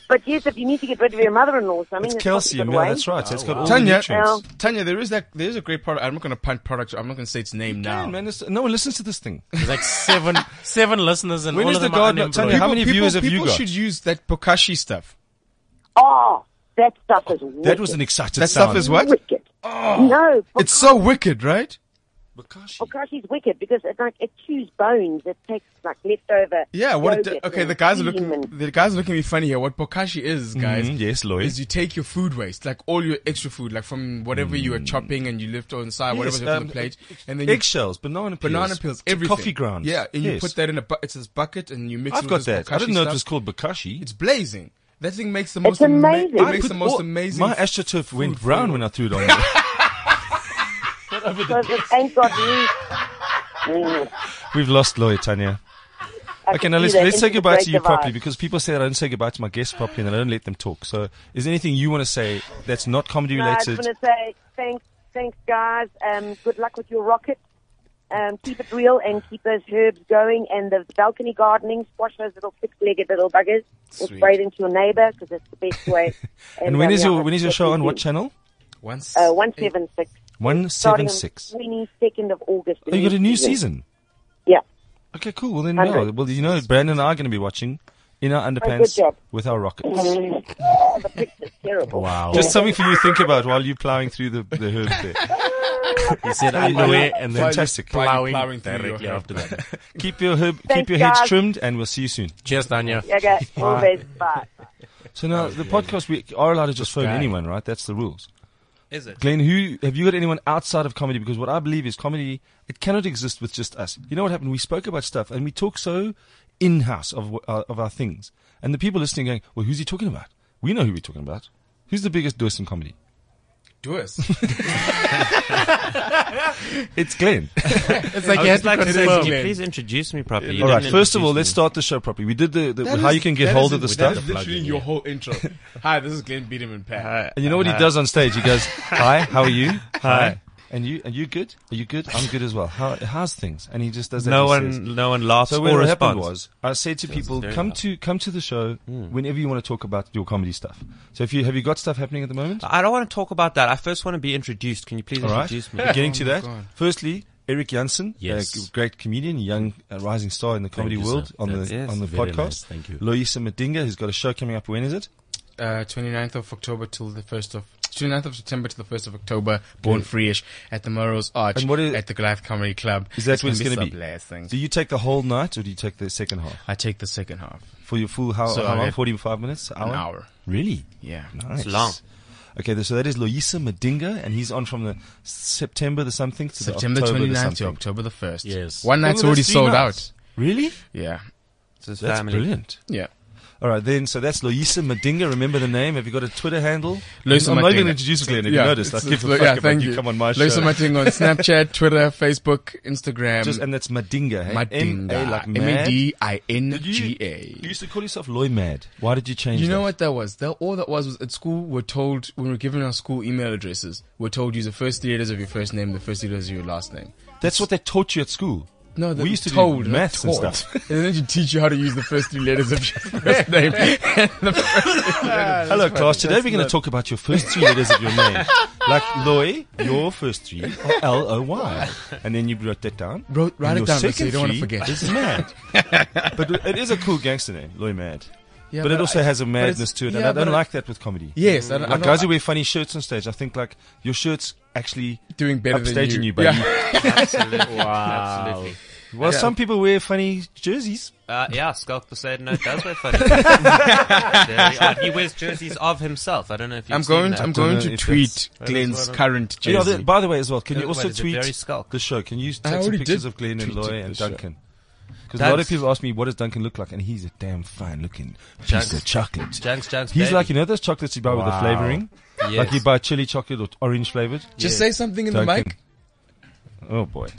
[SPEAKER 5] but yes, if you need to get rid of your mother-in-law or something,
[SPEAKER 2] it's
[SPEAKER 5] there's
[SPEAKER 2] calcium.
[SPEAKER 5] lots of
[SPEAKER 2] Yeah,
[SPEAKER 5] good
[SPEAKER 2] that's right.
[SPEAKER 5] ways.
[SPEAKER 2] it's got all
[SPEAKER 7] Oh, Tanya,
[SPEAKER 2] the nutrients.
[SPEAKER 5] Yeah.
[SPEAKER 7] Tanya, there is that. There is a great product. I'm not going to punt products. I'm not going to say its name now.
[SPEAKER 2] Man, man, it's- no one listens to this thing.
[SPEAKER 3] there's like seven, seven listeners, and
[SPEAKER 2] When
[SPEAKER 3] all
[SPEAKER 2] is
[SPEAKER 3] of
[SPEAKER 2] the
[SPEAKER 3] them are
[SPEAKER 2] gardener-
[SPEAKER 3] unemployed.
[SPEAKER 2] Tanya, how many viewers have you
[SPEAKER 7] people
[SPEAKER 2] got?
[SPEAKER 7] should use that Bokashi stuff.
[SPEAKER 5] Oh, that stuff is wicked.
[SPEAKER 2] That was an Oh, excited
[SPEAKER 7] That
[SPEAKER 2] sound.
[SPEAKER 7] stuff is what?
[SPEAKER 5] wicked. No,
[SPEAKER 7] It's so wicked, right?
[SPEAKER 5] Bokashi's wicked because it like it chews bones. It takes like leftover.
[SPEAKER 7] Yeah. What? It,
[SPEAKER 5] yogurt
[SPEAKER 7] okay.
[SPEAKER 5] and
[SPEAKER 7] The guys are
[SPEAKER 5] cream
[SPEAKER 7] looking.
[SPEAKER 5] and-
[SPEAKER 7] The guys are looking at me funny here. What Bokashi is, guys?
[SPEAKER 2] Mhm, yes, Lloyd.
[SPEAKER 7] Is you take your food waste, like all your extra food, like from whatever you were chopping and you left on the side, whatever's left on
[SPEAKER 2] Mm. um,
[SPEAKER 7] the plate, and then you,
[SPEAKER 2] Eggshells, banana peels,
[SPEAKER 7] banana peels,
[SPEAKER 2] to
[SPEAKER 7] everything,
[SPEAKER 2] coffee grounds.
[SPEAKER 7] Yeah, and you
[SPEAKER 2] Yes.
[SPEAKER 7] put that in a bu- it's this bucket, and you mix. it
[SPEAKER 2] I've
[SPEAKER 7] with
[SPEAKER 2] got
[SPEAKER 7] this
[SPEAKER 2] that. I
[SPEAKER 7] Bokashi
[SPEAKER 2] didn't know it
[SPEAKER 7] stuff.
[SPEAKER 2] was called Bakashi.
[SPEAKER 7] It's blazing. That thing makes the
[SPEAKER 5] It's
[SPEAKER 7] most ama-
[SPEAKER 5] amazing.
[SPEAKER 7] It
[SPEAKER 5] I
[SPEAKER 7] makes
[SPEAKER 2] put
[SPEAKER 7] the most
[SPEAKER 2] all-
[SPEAKER 7] amazing.
[SPEAKER 2] My astroturf went brown when I threw it on. you.
[SPEAKER 5] Because it ain't got me.
[SPEAKER 2] We've lost Lloyd, Tanya. Okay, now let's, let's say goodbye to you properly because people say that I don't say goodbye to my guests properly and I don't let them talk. So, is there anything you want to say that's not comedy
[SPEAKER 5] No, I just
[SPEAKER 2] related?
[SPEAKER 5] want to say thanks, thanks, guys. Um, good luck with your rocket. Um, keep it real and keep those herbs going and the balcony gardening. Squash those little six-legged little buggers. Or
[SPEAKER 7] Sweet.
[SPEAKER 5] spray it into your neighbour because that's the best way.
[SPEAKER 2] and when
[SPEAKER 5] um,
[SPEAKER 2] is
[SPEAKER 5] yeah,
[SPEAKER 2] your when is your
[SPEAKER 5] that's
[SPEAKER 2] show
[SPEAKER 5] what
[SPEAKER 2] on?
[SPEAKER 5] we
[SPEAKER 2] What
[SPEAKER 5] do.
[SPEAKER 2] channel?
[SPEAKER 7] Once.
[SPEAKER 5] Uh, one seven six.
[SPEAKER 2] One
[SPEAKER 5] Starting
[SPEAKER 2] seven
[SPEAKER 5] on
[SPEAKER 2] six.
[SPEAKER 5] Twenty second of August.
[SPEAKER 2] Oh, you got a new season.
[SPEAKER 5] Yeah.
[SPEAKER 2] Okay, cool. Well then,
[SPEAKER 5] Hundred. Oh,
[SPEAKER 2] no. well you know, Brandon and I are going to be watching, in our underpants
[SPEAKER 5] job.
[SPEAKER 2] with our rockets.
[SPEAKER 5] Oh, the picture's terrible.
[SPEAKER 3] Wow.
[SPEAKER 2] Just something for you to think about while you're plowing through the, the herbs there.
[SPEAKER 3] he said underwear and then
[SPEAKER 2] Fantastic.
[SPEAKER 3] plowing,
[SPEAKER 7] Plowing through your
[SPEAKER 3] directly
[SPEAKER 7] hair.
[SPEAKER 3] after that.
[SPEAKER 2] Keep your herb, keep
[SPEAKER 5] Thanks,
[SPEAKER 2] your heads
[SPEAKER 5] guys.
[SPEAKER 2] trimmed, and we'll see you soon.
[SPEAKER 3] Cheers, Tanya.
[SPEAKER 5] Okay, always bye.
[SPEAKER 2] So now the podcast we are allowed to just phone anyone, right? That's the rules.
[SPEAKER 6] Is it?
[SPEAKER 2] Glenn, who have you got anyone outside of comedy? Because what I believe is comedy it cannot exist with just us. You know what happened? We spoke about stuff and we talk so in house of wh- uh, of our things, and the people listening going, "Well, who's he talking about? We know who we're talking about. Who's the biggest dose in comedy?
[SPEAKER 7] Do us.
[SPEAKER 2] It's Glenn."
[SPEAKER 7] It's like
[SPEAKER 6] I
[SPEAKER 7] you
[SPEAKER 6] would
[SPEAKER 7] had
[SPEAKER 6] just
[SPEAKER 7] to
[SPEAKER 6] like to say,
[SPEAKER 7] confirm.
[SPEAKER 6] could you please introduce me properly? You
[SPEAKER 2] all right.
[SPEAKER 6] didn't
[SPEAKER 2] First of all, let's
[SPEAKER 6] introduce
[SPEAKER 2] start the show properly. We did the, the
[SPEAKER 7] That
[SPEAKER 2] how
[SPEAKER 7] is-
[SPEAKER 2] you can get
[SPEAKER 7] that
[SPEAKER 2] hold
[SPEAKER 7] is-
[SPEAKER 2] of the
[SPEAKER 7] that
[SPEAKER 2] stuff.
[SPEAKER 7] is literally your whole intro. Hi, this is Glenn Biederman. Pat.
[SPEAKER 2] And you know
[SPEAKER 3] Uh,
[SPEAKER 2] what he does on stage? He goes, "Hi, how are you? Hi." And you, are you good? Are you good? I'm good as well. How, how's things? And he just does that.
[SPEAKER 6] me. No
[SPEAKER 2] he
[SPEAKER 6] one,
[SPEAKER 2] says.
[SPEAKER 6] no one laughs
[SPEAKER 2] So
[SPEAKER 6] or
[SPEAKER 2] what happened was,
[SPEAKER 6] responds.
[SPEAKER 2] I said to people, come to come to the show
[SPEAKER 3] Hmm.
[SPEAKER 2] whenever you want to talk about your comedy stuff. So if you have you got stuff happening at the moment?
[SPEAKER 3] Ah,
[SPEAKER 6] I don't want to talk about that. I first want to be introduced. Can you please
[SPEAKER 2] All right,
[SPEAKER 6] introduce
[SPEAKER 2] we're
[SPEAKER 6] me?
[SPEAKER 2] getting to that. Firstly, Eric Janssen,
[SPEAKER 3] Yes.
[SPEAKER 2] a g- great comedian, young uh, rising star in the comedy
[SPEAKER 3] you,
[SPEAKER 2] world,
[SPEAKER 3] sir.
[SPEAKER 2] on the
[SPEAKER 6] That is
[SPEAKER 2] on the
[SPEAKER 3] very
[SPEAKER 2] podcast.
[SPEAKER 3] nice. Thank you.
[SPEAKER 2] Loisa Madinga, who's got a show coming up. When is it?
[SPEAKER 7] uh, 29th of October till the 1st of 29th of September to the 1st of October, Born Freeish at the Morrow's Arch
[SPEAKER 2] Mm. And what is-
[SPEAKER 7] at the Goliath Comedy Club.
[SPEAKER 2] Is that when it's
[SPEAKER 7] gonna
[SPEAKER 2] going to be?
[SPEAKER 7] blessing.
[SPEAKER 2] Do you take the whole night or do you take the second half
[SPEAKER 7] I take the second half,
[SPEAKER 2] for your full how,
[SPEAKER 7] So
[SPEAKER 2] how
[SPEAKER 7] I
[SPEAKER 2] long?
[SPEAKER 7] get-
[SPEAKER 2] Forty-five minutes, hour.
[SPEAKER 7] an hour.
[SPEAKER 2] Really?
[SPEAKER 7] Yeah.
[SPEAKER 2] Nice.
[SPEAKER 6] It's long.
[SPEAKER 2] Okay, th- so that is Loisa Madinga, and he's on from the September the something to
[SPEAKER 7] September
[SPEAKER 2] the October the
[SPEAKER 7] 29th to
[SPEAKER 2] something.
[SPEAKER 7] October the 1st.
[SPEAKER 3] Yes.
[SPEAKER 7] One
[SPEAKER 2] Well,
[SPEAKER 7] night's
[SPEAKER 2] that's
[SPEAKER 7] already
[SPEAKER 2] three
[SPEAKER 7] sold
[SPEAKER 2] nights. Really?
[SPEAKER 7] out. Yeah.
[SPEAKER 6] It's his
[SPEAKER 2] That's
[SPEAKER 6] family.
[SPEAKER 2] brilliant.
[SPEAKER 7] Yeah.
[SPEAKER 2] All right, then. So that's Loisa Madinga. Remember the name. Have you got a Twitter handle?
[SPEAKER 7] Loisa
[SPEAKER 2] I'm not
[SPEAKER 7] Madinga.
[SPEAKER 2] even introducing Glenn. If you noticed, I
[SPEAKER 7] it's-
[SPEAKER 2] give a
[SPEAKER 7] it's-
[SPEAKER 2] fuck about you. Come on my show.
[SPEAKER 7] Lois Martin on Snapchat, Twitter, Facebook, Instagram. E
[SPEAKER 2] Just and that's Madinga. Hey?
[SPEAKER 7] Madinga.
[SPEAKER 2] M-A like mad. Did you,
[SPEAKER 7] M-A-D-I-N-G-A.
[SPEAKER 2] you used to call yourself Loy Mad. Why did you change?
[SPEAKER 7] You know
[SPEAKER 2] that?
[SPEAKER 7] what that was? That all that was was at school we're told when we're given our school email addresses, we're told use the first three letters of your first name, the first three letters of your last name.
[SPEAKER 2] That's what they taught you at school.
[SPEAKER 7] No, that
[SPEAKER 2] we used to
[SPEAKER 7] told,
[SPEAKER 2] do
[SPEAKER 7] not
[SPEAKER 2] maths and
[SPEAKER 7] taught.
[SPEAKER 2] stuff.
[SPEAKER 7] and then they teach you how to use the first three letters of your first name. And the first three letters.
[SPEAKER 2] Hello, class. Today we're going to talk about your first three letters of your name, like Loy, your first three, or L O Y, and then you wrote that down.
[SPEAKER 7] Wrote- write
[SPEAKER 2] And
[SPEAKER 7] it
[SPEAKER 2] your
[SPEAKER 7] down, so
[SPEAKER 2] second
[SPEAKER 7] you don't wanna
[SPEAKER 2] three
[SPEAKER 7] forget.
[SPEAKER 2] Is mad, but it is a cool gangster name, Loy Mad.
[SPEAKER 7] Yeah,
[SPEAKER 2] but, it also
[SPEAKER 7] I-
[SPEAKER 2] has a
[SPEAKER 7] but it's-
[SPEAKER 2] madness to it, and
[SPEAKER 7] yeah,
[SPEAKER 2] I don't
[SPEAKER 7] but
[SPEAKER 2] like that with comedy.
[SPEAKER 7] Yes, I don't- I
[SPEAKER 2] like
[SPEAKER 7] don't-
[SPEAKER 2] guys who wear funny shirts on stage. I think like your shirts actually
[SPEAKER 7] Doing better than
[SPEAKER 2] upstaging
[SPEAKER 7] you.
[SPEAKER 2] you, buddy.
[SPEAKER 3] Absolutely.
[SPEAKER 2] Well, some people wear funny jerseys.
[SPEAKER 6] Uh, yeah, Skulk Poseidon no, does wear funny. Very odd. he wears jerseys of himself. I don't know if you've
[SPEAKER 7] I'm going.
[SPEAKER 6] seen
[SPEAKER 7] I'm
[SPEAKER 6] that.
[SPEAKER 2] don't
[SPEAKER 7] going
[SPEAKER 2] know
[SPEAKER 7] to
[SPEAKER 2] if
[SPEAKER 7] tweet
[SPEAKER 2] that's-
[SPEAKER 7] Glenn's current
[SPEAKER 2] You know,
[SPEAKER 7] jersey.
[SPEAKER 2] the- by the way, as well, can you
[SPEAKER 6] Wait,
[SPEAKER 2] also
[SPEAKER 6] is it
[SPEAKER 2] tweet
[SPEAKER 6] very skulk?
[SPEAKER 2] the show? Can you
[SPEAKER 7] I
[SPEAKER 2] take some
[SPEAKER 7] already
[SPEAKER 2] pictures
[SPEAKER 7] did
[SPEAKER 2] of Glenn and
[SPEAKER 7] tweet
[SPEAKER 2] Loy
[SPEAKER 7] it
[SPEAKER 2] and
[SPEAKER 7] this show.
[SPEAKER 2] Duncan? Because a lot of
[SPEAKER 6] That's-
[SPEAKER 2] people ask me, what does Duncan look like? And he's a damn fine looking piece
[SPEAKER 6] Junk's-
[SPEAKER 2] of chocolate.
[SPEAKER 6] Junk's- Junk's
[SPEAKER 2] he's
[SPEAKER 6] baby.
[SPEAKER 2] like, you know those chocolates you buy with the
[SPEAKER 3] Wow.
[SPEAKER 2] flavoring? Like
[SPEAKER 6] Yes.
[SPEAKER 2] you buy chili chocolate or orange flavored?
[SPEAKER 7] Just say something in the
[SPEAKER 2] Duncan.
[SPEAKER 7] mic.
[SPEAKER 2] Oh boy.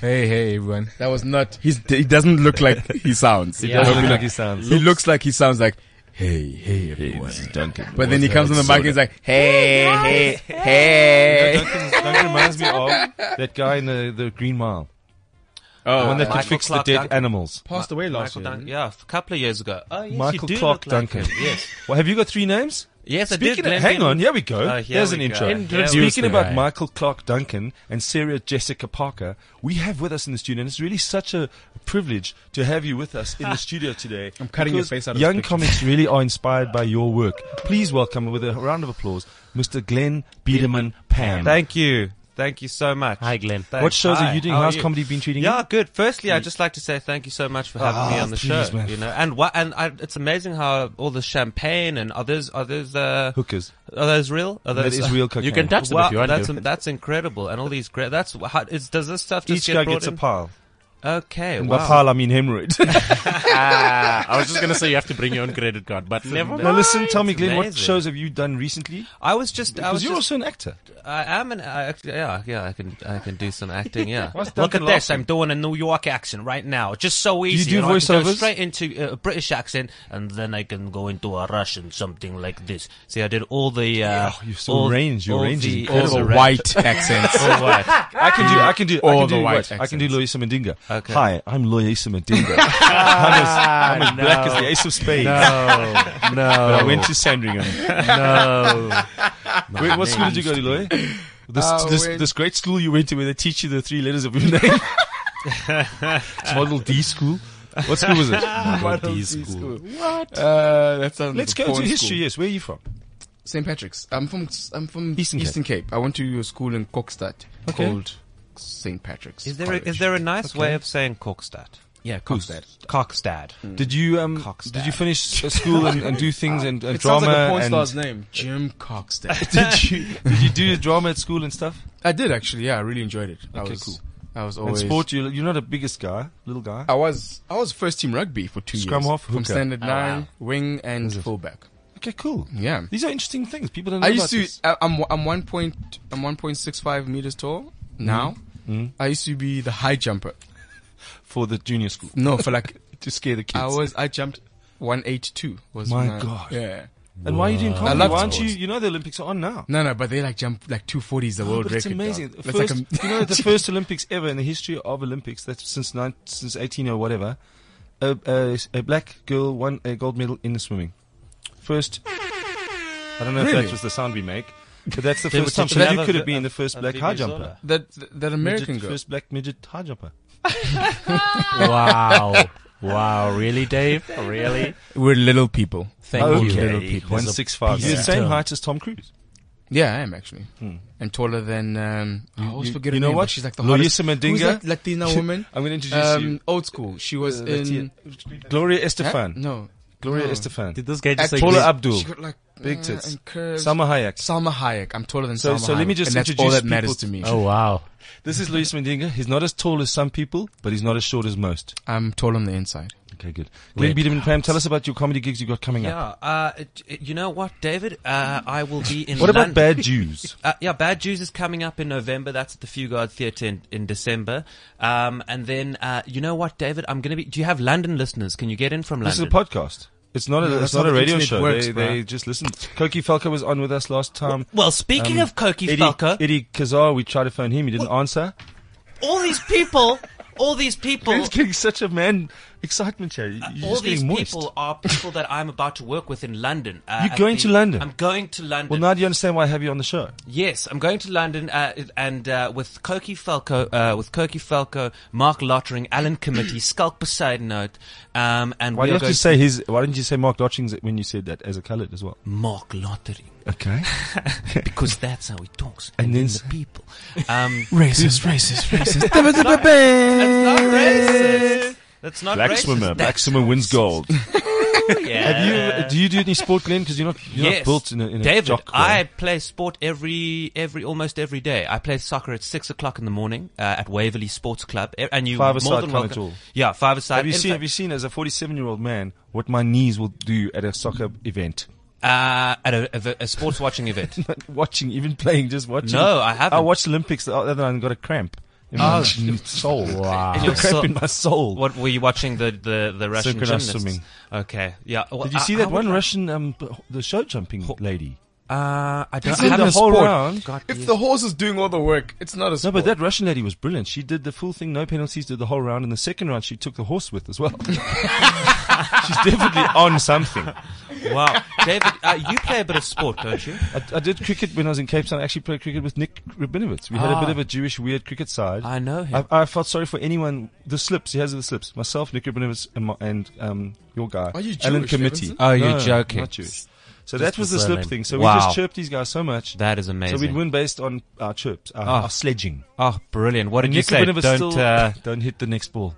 [SPEAKER 7] Hey, hey, everyone. That was not. He's, he doesn't look like he sounds.
[SPEAKER 6] Yeah. doesn't
[SPEAKER 7] He
[SPEAKER 2] look like he sounds.
[SPEAKER 7] He looks like he sounds like, hey, hey, everyone.
[SPEAKER 2] Duncan.
[SPEAKER 7] But then he comes on the mic and he's like, hey, hey,
[SPEAKER 2] You know,
[SPEAKER 7] hey.
[SPEAKER 2] Duncan, Duncan reminds me of that guy in the, the Green Mile. the one that could
[SPEAKER 6] Uh, Michael
[SPEAKER 2] fix
[SPEAKER 6] Clark
[SPEAKER 2] the dead
[SPEAKER 6] Duncan.
[SPEAKER 2] animals.
[SPEAKER 7] Passed away
[SPEAKER 6] Michael Duncan, yeah, a couple of years ago. Oh, yes,
[SPEAKER 2] Michael
[SPEAKER 6] you do
[SPEAKER 2] Clark
[SPEAKER 6] look like
[SPEAKER 2] Duncan.
[SPEAKER 6] him. Yes,
[SPEAKER 2] Well, have you got three names?
[SPEAKER 6] yes, I
[SPEAKER 2] Speaking
[SPEAKER 6] did.
[SPEAKER 2] of,
[SPEAKER 6] Glenn
[SPEAKER 2] hang
[SPEAKER 6] Beck-
[SPEAKER 2] on, here we go.
[SPEAKER 6] Oh, here
[SPEAKER 2] There's
[SPEAKER 6] we
[SPEAKER 2] an
[SPEAKER 6] go.
[SPEAKER 2] intro.
[SPEAKER 6] Introduce
[SPEAKER 2] Speaking
[SPEAKER 3] the
[SPEAKER 2] about
[SPEAKER 3] guy.
[SPEAKER 2] Michael Clark Duncan and Sarah Jessica Parker, we have with us in the studio, and it's really such a privilege to have you with us in the studio today. I'm
[SPEAKER 7] cutting your face out of this
[SPEAKER 2] Young
[SPEAKER 7] picture.
[SPEAKER 2] comics really are inspired by your work. Please welcome, with a round of applause, Mr. Glenn Biederman Pam.
[SPEAKER 6] Thank you, thank you so much.
[SPEAKER 3] Hi, Glenn.
[SPEAKER 6] Thanks.
[SPEAKER 2] What shows
[SPEAKER 6] Hi,
[SPEAKER 2] are you doing?
[SPEAKER 6] how
[SPEAKER 2] How's
[SPEAKER 6] you?
[SPEAKER 2] comedy been treating you? Mm.
[SPEAKER 6] Yeah, good. Firstly, I'd just like to say thank you so much for having me
[SPEAKER 2] Ah,
[SPEAKER 6] on the
[SPEAKER 2] please,
[SPEAKER 6] show.
[SPEAKER 2] man.
[SPEAKER 6] You know, and what, and I, it's amazing how all the champagne and others, others, uh,
[SPEAKER 2] Hookers.
[SPEAKER 6] are those real? Are those,
[SPEAKER 2] That is real cocaine.
[SPEAKER 3] You can touch them if you
[SPEAKER 6] Wow,
[SPEAKER 3] want
[SPEAKER 6] that's
[SPEAKER 3] to.
[SPEAKER 6] that's incredible, and all these great. That's how, is, does this stuff just
[SPEAKER 2] Each
[SPEAKER 6] get
[SPEAKER 2] guy
[SPEAKER 6] brought
[SPEAKER 2] gets a
[SPEAKER 6] in?
[SPEAKER 2] pile.
[SPEAKER 6] Okay,
[SPEAKER 2] And by
[SPEAKER 6] wow.
[SPEAKER 2] pile, I mean hemorrhoid.
[SPEAKER 3] Ah, I was just gonna say you have to bring your own credit card, but never
[SPEAKER 2] now,
[SPEAKER 3] mind.
[SPEAKER 2] listen, tell me, Glenn, what
[SPEAKER 6] Amazing.
[SPEAKER 2] shows have you done recently?
[SPEAKER 6] I was just, I
[SPEAKER 2] Because
[SPEAKER 6] was
[SPEAKER 2] you're
[SPEAKER 6] just,
[SPEAKER 2] also an actor.
[SPEAKER 6] I am an, I, actually- yeah, yeah, I can, I can do some acting, yeah.
[SPEAKER 2] Why's
[SPEAKER 6] Look at
[SPEAKER 2] Duncan
[SPEAKER 6] this,
[SPEAKER 2] laughing?
[SPEAKER 6] I'm doing a New York accent right now, just so easy.
[SPEAKER 2] do
[SPEAKER 6] you know, I can go
[SPEAKER 2] voiceovers?
[SPEAKER 6] straight into a British accent, and then I can go into a Russian, something like this. See, I did all the, uh,
[SPEAKER 2] Oh, you're so
[SPEAKER 6] all,
[SPEAKER 2] range, your
[SPEAKER 6] all
[SPEAKER 2] range is
[SPEAKER 6] the-
[SPEAKER 7] All
[SPEAKER 2] incredible.
[SPEAKER 6] all
[SPEAKER 7] the
[SPEAKER 6] the
[SPEAKER 7] white accents.
[SPEAKER 2] I can do. I can do. I
[SPEAKER 7] Ah. All
[SPEAKER 2] can
[SPEAKER 7] the
[SPEAKER 2] do
[SPEAKER 7] white
[SPEAKER 2] what? I can do Loisa Mandinga.
[SPEAKER 6] Okay.
[SPEAKER 2] Hi, I'm Loisa Mandinga. I'm as,
[SPEAKER 7] Ah,
[SPEAKER 2] I'm as black as the ace of spades.
[SPEAKER 3] No,
[SPEAKER 2] But I
[SPEAKER 3] no,
[SPEAKER 2] went to Sandringham.
[SPEAKER 3] no.
[SPEAKER 2] Wait, what school did you go to, Loy? This,
[SPEAKER 7] I
[SPEAKER 2] this,
[SPEAKER 7] went-
[SPEAKER 2] this great school you went to where they teach you the three letters of your name. it's Model D school. What school was it?
[SPEAKER 3] These school.
[SPEAKER 7] What? Uh, that sounds.
[SPEAKER 2] Let's
[SPEAKER 7] like a
[SPEAKER 2] go to
[SPEAKER 7] porn
[SPEAKER 2] history.
[SPEAKER 7] school.
[SPEAKER 2] Yes, where are you from?
[SPEAKER 7] St. Patrick's. I'm from. I'm from
[SPEAKER 2] Eastern
[SPEAKER 7] Eastern
[SPEAKER 2] Cape.
[SPEAKER 7] Cape. I went to a school in Kokstad called St. Patrick's.
[SPEAKER 6] Is there a, is
[SPEAKER 7] College.
[SPEAKER 6] there a nice way of saying Kokstad?
[SPEAKER 7] yeah Kokstad?
[SPEAKER 6] Kokstad.
[SPEAKER 7] Hmm.
[SPEAKER 2] Did you um?
[SPEAKER 6] Cockstad.
[SPEAKER 2] Did you finish s- school and, and do things and, and
[SPEAKER 7] It
[SPEAKER 2] drama?
[SPEAKER 7] sounds like a porn
[SPEAKER 2] and
[SPEAKER 7] star's name, Jim Kokstad.
[SPEAKER 2] did you did you do drama at school and stuff?
[SPEAKER 7] I did actually. Yeah, I really enjoyed it. I
[SPEAKER 2] Okay,
[SPEAKER 7] was,
[SPEAKER 2] cool.
[SPEAKER 7] I was always
[SPEAKER 2] And sport? You you're not a biggest guy, little guy.
[SPEAKER 7] I was I was first team rugby for two
[SPEAKER 2] Scrum
[SPEAKER 7] years.
[SPEAKER 2] half, hooker.
[SPEAKER 7] from standard nine, wing and fullback.
[SPEAKER 2] Okay, cool.
[SPEAKER 7] Yeah.
[SPEAKER 2] These are interesting things. People don't. Know
[SPEAKER 7] I used
[SPEAKER 2] about
[SPEAKER 7] to.
[SPEAKER 2] this.
[SPEAKER 7] I, I'm I'm one point I'm one point six five meters tall now.
[SPEAKER 2] Mm-hmm.
[SPEAKER 7] I used to be the high jumper.
[SPEAKER 2] for the junior school.
[SPEAKER 7] No, for like
[SPEAKER 2] to scare the kids.
[SPEAKER 7] I was I jumped one eight two. Was
[SPEAKER 2] My God.
[SPEAKER 7] Yeah.
[SPEAKER 2] and why are you doing comedy?
[SPEAKER 7] love
[SPEAKER 2] why aren't you?
[SPEAKER 7] sports.
[SPEAKER 2] You know the Olympics are on now.
[SPEAKER 7] No, no, but they like jump like two forties the world
[SPEAKER 2] Ah, But
[SPEAKER 7] record.
[SPEAKER 2] it's amazing.
[SPEAKER 7] dog.
[SPEAKER 2] The
[SPEAKER 7] That's
[SPEAKER 2] First,
[SPEAKER 7] like a,
[SPEAKER 2] you know, the first Olympics ever in the history of Olympics. That's since nine, since eighteen or whatever. A, a, a black girl won a gold medal in the swimming. First, I don't know if that was the sound we make, but that's the
[SPEAKER 6] They
[SPEAKER 2] first
[SPEAKER 6] were
[SPEAKER 2] time. So
[SPEAKER 6] teaching
[SPEAKER 2] you
[SPEAKER 6] other-
[SPEAKER 2] could have been the first
[SPEAKER 6] uh,
[SPEAKER 2] black
[SPEAKER 6] Vivi
[SPEAKER 2] high
[SPEAKER 6] Zola.
[SPEAKER 2] jumper.
[SPEAKER 7] that that American
[SPEAKER 2] Midget-
[SPEAKER 7] girl.
[SPEAKER 2] First black midget high jumper.
[SPEAKER 3] Wow. Wow, really, Dave? Really?
[SPEAKER 7] We're little people.
[SPEAKER 3] Thank you.
[SPEAKER 7] Okay.
[SPEAKER 3] Dave.
[SPEAKER 7] people.
[SPEAKER 2] One
[SPEAKER 3] There's a
[SPEAKER 2] six five.
[SPEAKER 3] piece
[SPEAKER 2] You're the
[SPEAKER 3] of
[SPEAKER 2] same
[SPEAKER 3] term.
[SPEAKER 2] height as Tom Cruise.
[SPEAKER 7] Yeah, I am actually. And taller than um, I
[SPEAKER 2] Hmm.
[SPEAKER 7] always
[SPEAKER 2] you-
[SPEAKER 7] forget
[SPEAKER 2] you
[SPEAKER 7] her
[SPEAKER 2] know
[SPEAKER 7] name,
[SPEAKER 2] what?
[SPEAKER 7] but she's like the hottest.
[SPEAKER 2] Loyisa Mendinga.
[SPEAKER 7] Who's that Latina woman?
[SPEAKER 2] I'm going to introduce you.
[SPEAKER 7] um, old school. She was
[SPEAKER 2] Uh, that's
[SPEAKER 7] in
[SPEAKER 2] it. Gloria
[SPEAKER 7] Huh?
[SPEAKER 2] Estefan.
[SPEAKER 7] No,
[SPEAKER 2] Gloria
[SPEAKER 7] No.
[SPEAKER 2] Estefan.
[SPEAKER 3] Did this guy just
[SPEAKER 7] Actually-
[SPEAKER 3] say
[SPEAKER 2] Paula
[SPEAKER 7] Big-
[SPEAKER 2] Abdul.
[SPEAKER 7] She got like
[SPEAKER 2] Big
[SPEAKER 7] uh,
[SPEAKER 2] tits.
[SPEAKER 7] and curves.
[SPEAKER 2] Salma Hayek.
[SPEAKER 7] Salma Hayek. I'm taller than
[SPEAKER 2] So-
[SPEAKER 7] Salma
[SPEAKER 2] so let me
[SPEAKER 7] Hayek,
[SPEAKER 2] just
[SPEAKER 7] and that's
[SPEAKER 2] introduce
[SPEAKER 7] all that
[SPEAKER 2] people
[SPEAKER 7] matters
[SPEAKER 2] to-
[SPEAKER 7] to me.
[SPEAKER 3] Oh, wow.
[SPEAKER 2] This is Luis Mendinga. He's not as tall as some people, but he's not as short as most.
[SPEAKER 7] I'm tall on the inside.
[SPEAKER 2] Okay, good. Glenn Biederman, Pam, tell us about your comedy gigs you got coming up.
[SPEAKER 6] Yeah, uh, it- it- you know what, David? Uh, I will be in.
[SPEAKER 2] What about
[SPEAKER 6] Lon-
[SPEAKER 2] Bad Jews?
[SPEAKER 6] Uh, yeah, Bad Jews is coming up in November. That's at the Fugard Theatre in, in December. Um, and then, uh, you know what, David? I'm going to be. Do you have London listeners? Can you get in from
[SPEAKER 2] This is a
[SPEAKER 6] London?
[SPEAKER 2] podcast. It's not a, it's
[SPEAKER 7] that's
[SPEAKER 2] not
[SPEAKER 7] how
[SPEAKER 2] a
[SPEAKER 7] the
[SPEAKER 2] radio
[SPEAKER 7] internet
[SPEAKER 2] show.
[SPEAKER 7] works,
[SPEAKER 2] they,
[SPEAKER 7] bruh.
[SPEAKER 2] they just listen. Koki Falco was on with us last time.
[SPEAKER 6] well, speaking of Koki
[SPEAKER 2] Um, Eddie,
[SPEAKER 6] Falco,
[SPEAKER 2] Eddie Kazar, we tried to phone him. He didn't answer.
[SPEAKER 6] all these people, all these people,
[SPEAKER 2] Glenn's getting such a man excitement here. You're just
[SPEAKER 6] all these
[SPEAKER 2] getting moist.
[SPEAKER 6] people are people that I'm about to work with in London. Uh,
[SPEAKER 2] You're
[SPEAKER 6] at
[SPEAKER 2] going
[SPEAKER 6] the-
[SPEAKER 2] to London?
[SPEAKER 6] I'm going to London.
[SPEAKER 2] Well, now do you understand why I have you on the show?
[SPEAKER 6] Yes, I'm going to London uh, and uh, with Koki Falco, uh, with Koki Falco, Mark Lottering, Alan Committee, Skulk Poseidonite, um, and
[SPEAKER 2] Why
[SPEAKER 6] we
[SPEAKER 2] do you
[SPEAKER 6] are
[SPEAKER 2] have
[SPEAKER 6] going
[SPEAKER 2] to say his? Why didn't you say Mark Dodgings when you said that as a coloured as well?
[SPEAKER 6] Mark Lottering
[SPEAKER 2] Okay.
[SPEAKER 6] because that's how he talks
[SPEAKER 2] And
[SPEAKER 6] and,
[SPEAKER 2] then
[SPEAKER 6] then
[SPEAKER 2] say-
[SPEAKER 6] the people. Um,
[SPEAKER 7] Racist, racist, racist.
[SPEAKER 6] that's not racist. That's not
[SPEAKER 2] Black
[SPEAKER 6] racist.
[SPEAKER 2] swimmer. Black swimmer wins gold.
[SPEAKER 6] Yeah.
[SPEAKER 2] Have you? Do you do any sport, Glenn? Because you're not you're not
[SPEAKER 6] Yes,
[SPEAKER 2] built in a, in a
[SPEAKER 6] David.
[SPEAKER 2] jock way.
[SPEAKER 6] I play sport every every almost every day. I play soccer at six o'clock in the morning uh, at Waverley Sports Club, E- and you
[SPEAKER 2] Five-a-side
[SPEAKER 6] more than
[SPEAKER 2] kind of tool.
[SPEAKER 6] welcome. Yeah, five aside.
[SPEAKER 2] Have you seen? Have you seen as a 47 year old man what my knees will do at a soccer event?
[SPEAKER 6] Uh, at a, of a, a sports watching event.
[SPEAKER 2] watching, even playing, just watching.
[SPEAKER 6] No, I haven't.
[SPEAKER 2] I watched Olympics the other night and got a cramp in my soul. Wow.
[SPEAKER 6] In your
[SPEAKER 2] cramp
[SPEAKER 6] soul.
[SPEAKER 2] Ah. in my soul.
[SPEAKER 6] what were you watching? The the, the Russian
[SPEAKER 2] Synchronized
[SPEAKER 6] gymnasts?
[SPEAKER 2] swimming.
[SPEAKER 6] Okay, yeah. Well,
[SPEAKER 2] Did you
[SPEAKER 6] I-
[SPEAKER 2] see
[SPEAKER 6] I
[SPEAKER 2] that
[SPEAKER 6] would
[SPEAKER 2] one
[SPEAKER 6] like-
[SPEAKER 2] Russian, um, b- the show jumping lady?
[SPEAKER 6] Uh, I don't.
[SPEAKER 2] It's
[SPEAKER 6] I
[SPEAKER 2] in
[SPEAKER 6] haven't
[SPEAKER 2] the whole
[SPEAKER 6] sport.
[SPEAKER 2] round.
[SPEAKER 6] God,
[SPEAKER 7] if
[SPEAKER 6] yes.
[SPEAKER 7] the horse is doing all the work, it's not a
[SPEAKER 2] No,
[SPEAKER 7] sport.
[SPEAKER 2] but that Russian lady was brilliant. She did the full thing, no penalties, did the whole round. In the second round, she took the horse with as well. She's definitely on something.
[SPEAKER 6] wow, David, uh, you play a bit of sport, don't you?
[SPEAKER 2] I, I did cricket when I was in Cape Town. I actually played cricket with Nick Rabinowitz. We had a
[SPEAKER 6] Ah.
[SPEAKER 2] bit of a Jewish weird cricket side.
[SPEAKER 6] I know him.
[SPEAKER 2] I, I felt sorry for anyone. The slips. He has the slips. Myself, Nick Rabinowitz, and, my, and um, your guy.
[SPEAKER 7] Are you
[SPEAKER 2] Alan
[SPEAKER 7] Jewish,
[SPEAKER 2] Committee.
[SPEAKER 7] Levinson?
[SPEAKER 6] Oh, you're
[SPEAKER 2] No,
[SPEAKER 6] joking.
[SPEAKER 2] Not Jewish. So that was
[SPEAKER 3] the
[SPEAKER 2] the slip
[SPEAKER 3] surname.
[SPEAKER 2] thing. So we
[SPEAKER 6] Wow.
[SPEAKER 2] just chirped these guys so much.
[SPEAKER 6] that is amazing.
[SPEAKER 2] so we'd win based on our chirps, our,
[SPEAKER 6] Ah.
[SPEAKER 2] our sledging.
[SPEAKER 6] Oh, brilliant! What did you
[SPEAKER 2] Nick
[SPEAKER 6] say? Don't.
[SPEAKER 2] Rabinowitz still
[SPEAKER 6] uh,
[SPEAKER 2] don't hit the next ball.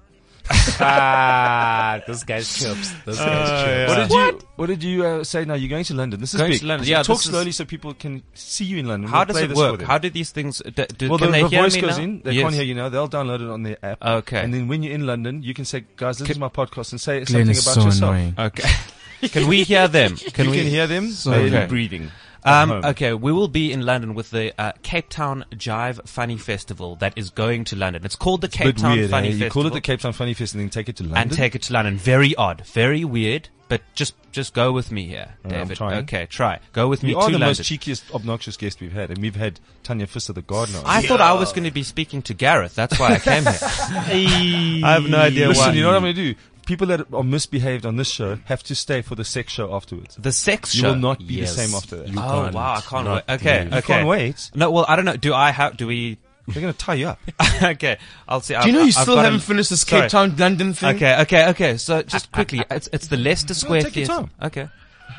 [SPEAKER 3] Ah, this guy's chips. This guy's chips.
[SPEAKER 2] What did you What did you uh, say? Now you're going to London. This is
[SPEAKER 6] Going
[SPEAKER 2] big.
[SPEAKER 6] to London,
[SPEAKER 2] So
[SPEAKER 6] yeah,
[SPEAKER 2] talk
[SPEAKER 6] this is-
[SPEAKER 2] slowly so people can see you in London.
[SPEAKER 6] how
[SPEAKER 2] We'll
[SPEAKER 6] does
[SPEAKER 2] play
[SPEAKER 6] it
[SPEAKER 2] this for
[SPEAKER 6] work?
[SPEAKER 2] them.
[SPEAKER 6] How do these things? Do, do,
[SPEAKER 2] well,
[SPEAKER 6] can
[SPEAKER 2] the,
[SPEAKER 6] they
[SPEAKER 2] the
[SPEAKER 6] hear
[SPEAKER 2] voice
[SPEAKER 6] me
[SPEAKER 2] goes
[SPEAKER 6] now?
[SPEAKER 2] in. They
[SPEAKER 6] Yes.
[SPEAKER 2] can't hear you now. They'll download it on their app.
[SPEAKER 6] Okay.
[SPEAKER 2] And then when you're in London, you can say, "Guys, listen to my podcast and say
[SPEAKER 7] Glenn
[SPEAKER 2] something
[SPEAKER 7] is
[SPEAKER 2] about
[SPEAKER 7] so
[SPEAKER 2] yourself."
[SPEAKER 7] annoying.
[SPEAKER 6] Okay. Can we hear them? Can
[SPEAKER 2] you
[SPEAKER 6] we
[SPEAKER 2] can hear them.
[SPEAKER 7] Okay.
[SPEAKER 2] They're breathing.
[SPEAKER 6] Um,
[SPEAKER 2] home.
[SPEAKER 6] okay, we will be in London with the uh, Cape Town Jive Funny Festival that is going to London. It's called the Cape
[SPEAKER 2] Bit
[SPEAKER 6] Town
[SPEAKER 2] weird.
[SPEAKER 6] Funny
[SPEAKER 2] eh?
[SPEAKER 6] Festival.
[SPEAKER 2] You call it the Cape Town Funny Fest and then take it to London.
[SPEAKER 6] and take it to London. Very odd, very weird, but just just go with me here,
[SPEAKER 2] I'm
[SPEAKER 6] David.
[SPEAKER 2] trying.
[SPEAKER 6] okay, try. Go with me
[SPEAKER 2] you
[SPEAKER 6] to
[SPEAKER 2] are the
[SPEAKER 6] London.
[SPEAKER 2] most cheekiest, obnoxious guest we've had, and we've had Tanya Fisser, the gardener. on.
[SPEAKER 6] I thought I was going to be speaking to Gareth. That's why I came here. I have no idea
[SPEAKER 2] Listen,
[SPEAKER 6] why.
[SPEAKER 2] you know what I'm going to do? People that are misbehaved on this show have to stay for the sex show afterwards.
[SPEAKER 6] the sex
[SPEAKER 2] You
[SPEAKER 6] show.
[SPEAKER 2] will not be
[SPEAKER 3] Yes.
[SPEAKER 2] the same after that.
[SPEAKER 3] You
[SPEAKER 6] oh
[SPEAKER 3] can't
[SPEAKER 6] wow, I can't
[SPEAKER 3] not
[SPEAKER 6] wait. Okay,
[SPEAKER 3] leave.
[SPEAKER 6] okay.
[SPEAKER 2] can't wait.
[SPEAKER 6] No, well, I don't know. Do I have? Do we?
[SPEAKER 2] They're going to tie you up.
[SPEAKER 6] okay, I'll see.
[SPEAKER 7] Do you know you still haven't finished this Cape
[SPEAKER 6] sorry.
[SPEAKER 7] Town London thing?
[SPEAKER 6] Okay, okay, okay. So just quickly, it's it's the Leicester Square
[SPEAKER 2] take your
[SPEAKER 6] Theatre.
[SPEAKER 2] time.
[SPEAKER 6] Okay,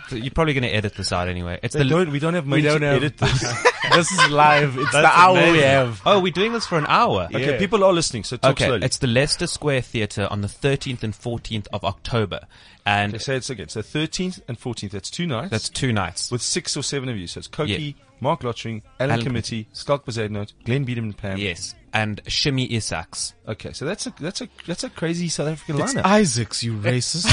[SPEAKER 6] so you're probably going to edit this out anyway. It's
[SPEAKER 2] They
[SPEAKER 6] the
[SPEAKER 2] don't, we don't have money
[SPEAKER 8] don't
[SPEAKER 2] to
[SPEAKER 8] have-
[SPEAKER 2] edit this.
[SPEAKER 8] this is live. It's
[SPEAKER 6] That's
[SPEAKER 8] the hour we
[SPEAKER 6] amazing.
[SPEAKER 8] have.
[SPEAKER 6] Oh, we're doing this for an hour.
[SPEAKER 2] Okay, people are listening, so talk
[SPEAKER 6] Okay,
[SPEAKER 2] slowly.
[SPEAKER 6] it's the Leicester Square Theatre on the 13th and 14th of October, and
[SPEAKER 2] They say it's again. So 13th and 14th, that's two nights.
[SPEAKER 6] that's two nights.
[SPEAKER 2] with six or seven of you. So it's Cokie,
[SPEAKER 6] Yeah.
[SPEAKER 2] Mark Lottering, Alan,
[SPEAKER 6] Alan
[SPEAKER 2] Committee, Skulk Bazadnot, Glenn Beadham and Pam.
[SPEAKER 6] Yes, and Shimmy Isaks.
[SPEAKER 2] Okay, so that's a that's a that's a crazy South African
[SPEAKER 7] It's
[SPEAKER 2] lineup.
[SPEAKER 7] Isaacs, you racist.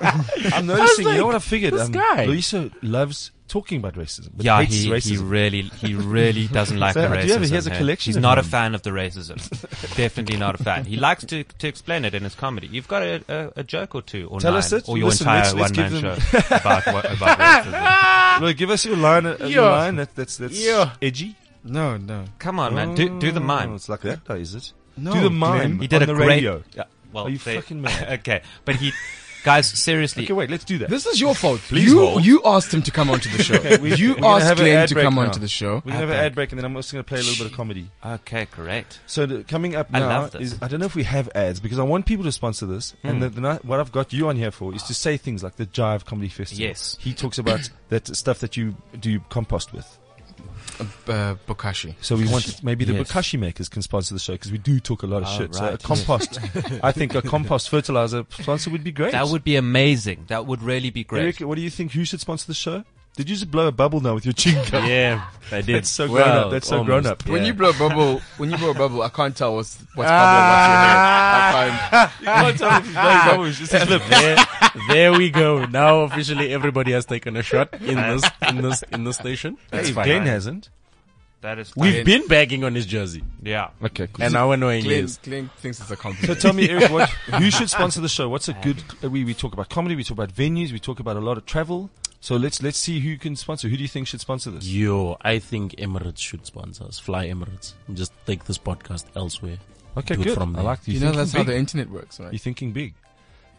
[SPEAKER 2] I'm noticing. you know what I figured?
[SPEAKER 8] this guy.
[SPEAKER 2] Luisa loves talking about racism. But
[SPEAKER 6] Yeah,
[SPEAKER 2] hates
[SPEAKER 6] he, he
[SPEAKER 2] racism.
[SPEAKER 6] really he really doesn't like
[SPEAKER 2] So,
[SPEAKER 6] the
[SPEAKER 2] do you have-
[SPEAKER 6] racism.
[SPEAKER 2] he has a
[SPEAKER 6] hey?
[SPEAKER 2] collection
[SPEAKER 6] He's
[SPEAKER 2] of
[SPEAKER 6] not a
[SPEAKER 2] them.
[SPEAKER 6] fan of the racism. Definitely not a fan. He likes to to explain it in his comedy. You've got a, a, a joke or two, or
[SPEAKER 2] Tell
[SPEAKER 6] nine,
[SPEAKER 2] us it.
[SPEAKER 6] or your
[SPEAKER 2] Listen,
[SPEAKER 6] entire
[SPEAKER 2] let's- let's
[SPEAKER 6] one man
[SPEAKER 2] give them-
[SPEAKER 6] show about what- about racism.
[SPEAKER 2] Well, give us your line. A, a
[SPEAKER 7] Yeah.
[SPEAKER 2] line that, that's that's
[SPEAKER 7] Yeah.
[SPEAKER 2] edgy.
[SPEAKER 7] no, no.
[SPEAKER 6] Come on, man, do do the
[SPEAKER 2] Oh,
[SPEAKER 6] mime.
[SPEAKER 2] it's like that guy, is it?
[SPEAKER 7] No,
[SPEAKER 2] Do the mime.
[SPEAKER 7] Glenn.
[SPEAKER 6] He did
[SPEAKER 2] on
[SPEAKER 6] a
[SPEAKER 2] the
[SPEAKER 6] great-
[SPEAKER 2] radio.
[SPEAKER 6] Yeah, Well,
[SPEAKER 2] Are you
[SPEAKER 6] they-
[SPEAKER 2] fucking mad?
[SPEAKER 6] okay, but he, guys, seriously,
[SPEAKER 2] Okay, wait. Let's do that.
[SPEAKER 7] This is your fault.
[SPEAKER 2] Please
[SPEAKER 7] you
[SPEAKER 2] hold.
[SPEAKER 7] you asked him to come onto the show. you
[SPEAKER 2] we're gonna
[SPEAKER 7] asked
[SPEAKER 2] have an
[SPEAKER 7] Glenn
[SPEAKER 2] ad
[SPEAKER 7] to
[SPEAKER 2] break
[SPEAKER 7] come
[SPEAKER 2] now.
[SPEAKER 7] onto the show.
[SPEAKER 2] We're gonna have an ad break, and then I'm also gonna play a little bit of comedy.
[SPEAKER 6] okay, correct.
[SPEAKER 2] So the, coming up
[SPEAKER 6] I
[SPEAKER 2] now
[SPEAKER 6] love this. Hmm.
[SPEAKER 2] is I don't know if we have ads because I want people to sponsor this, and the, the, night- what I've got you on here for is to say things like the Jive Comedy Festival.
[SPEAKER 6] Yes.
[SPEAKER 2] he talks about that stuff that you do compost with.
[SPEAKER 7] Uh, Bokashi.
[SPEAKER 2] So we want maybe the
[SPEAKER 6] Yes.
[SPEAKER 2] bokashi makers can sponsor the show because we do talk a lot of
[SPEAKER 6] Oh,
[SPEAKER 2] shit. So a
[SPEAKER 6] right, yes.
[SPEAKER 2] compost, I think a compost fertilizer sponsor would be great.
[SPEAKER 6] That would be amazing. That would really be
[SPEAKER 2] Eric,
[SPEAKER 6] great.
[SPEAKER 2] what do you think? Who should sponsor the show? Did you just blow a bubble now with your chinka?
[SPEAKER 8] Yeah, they did.
[SPEAKER 2] That's so grown up. That's so grown up.
[SPEAKER 7] When you blow a bubble, when you blow a bubble, I can't tell what's what's bubble and what's your head. I
[SPEAKER 3] there, there we go. Now officially everybody has taken a shot in this in this in this station.
[SPEAKER 2] Hey, Glenn hasn't.
[SPEAKER 6] That is fine.
[SPEAKER 3] We've been bagging on his jersey,
[SPEAKER 6] yeah.
[SPEAKER 2] Okay, cool.
[SPEAKER 3] and how annoying he
[SPEAKER 7] Glenn,
[SPEAKER 3] is.
[SPEAKER 7] Glenn thinks it's a
[SPEAKER 2] So
[SPEAKER 7] compliment.
[SPEAKER 2] tell me, Eric, what, who should sponsor the show? What's a good? uh, We, we talk about comedy, we talk about venues, we talk about a lot of travel. So let's let's see who can sponsor. Who do you think should sponsor this?
[SPEAKER 3] Yo, I think Emirates should sponsor us. Fly Emirates. Just take this podcast elsewhere.
[SPEAKER 2] Okay,
[SPEAKER 3] Do it
[SPEAKER 2] good.
[SPEAKER 3] from
[SPEAKER 2] I
[SPEAKER 3] there.
[SPEAKER 2] like you.
[SPEAKER 7] you know
[SPEAKER 2] thinking
[SPEAKER 7] that's how
[SPEAKER 2] big.
[SPEAKER 7] the internet works, right?
[SPEAKER 2] You're thinking big.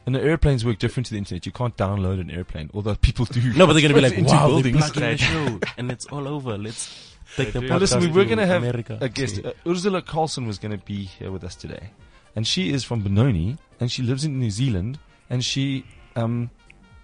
[SPEAKER 2] And the airplanes work different to the internet. You can't download an airplane, although people do.
[SPEAKER 3] No, but they're gonna be like,
[SPEAKER 2] Into
[SPEAKER 3] wow,
[SPEAKER 2] buildings.
[SPEAKER 3] buildings. they plug in the show, and it's all over. Let's take the podcast.
[SPEAKER 2] Now listen, we were
[SPEAKER 3] to
[SPEAKER 2] going to have
[SPEAKER 3] America.
[SPEAKER 2] a guest. Uh, Ursula Carlson was going to be here with us today, and she is from Benoni, and she lives in New Zealand, and she um,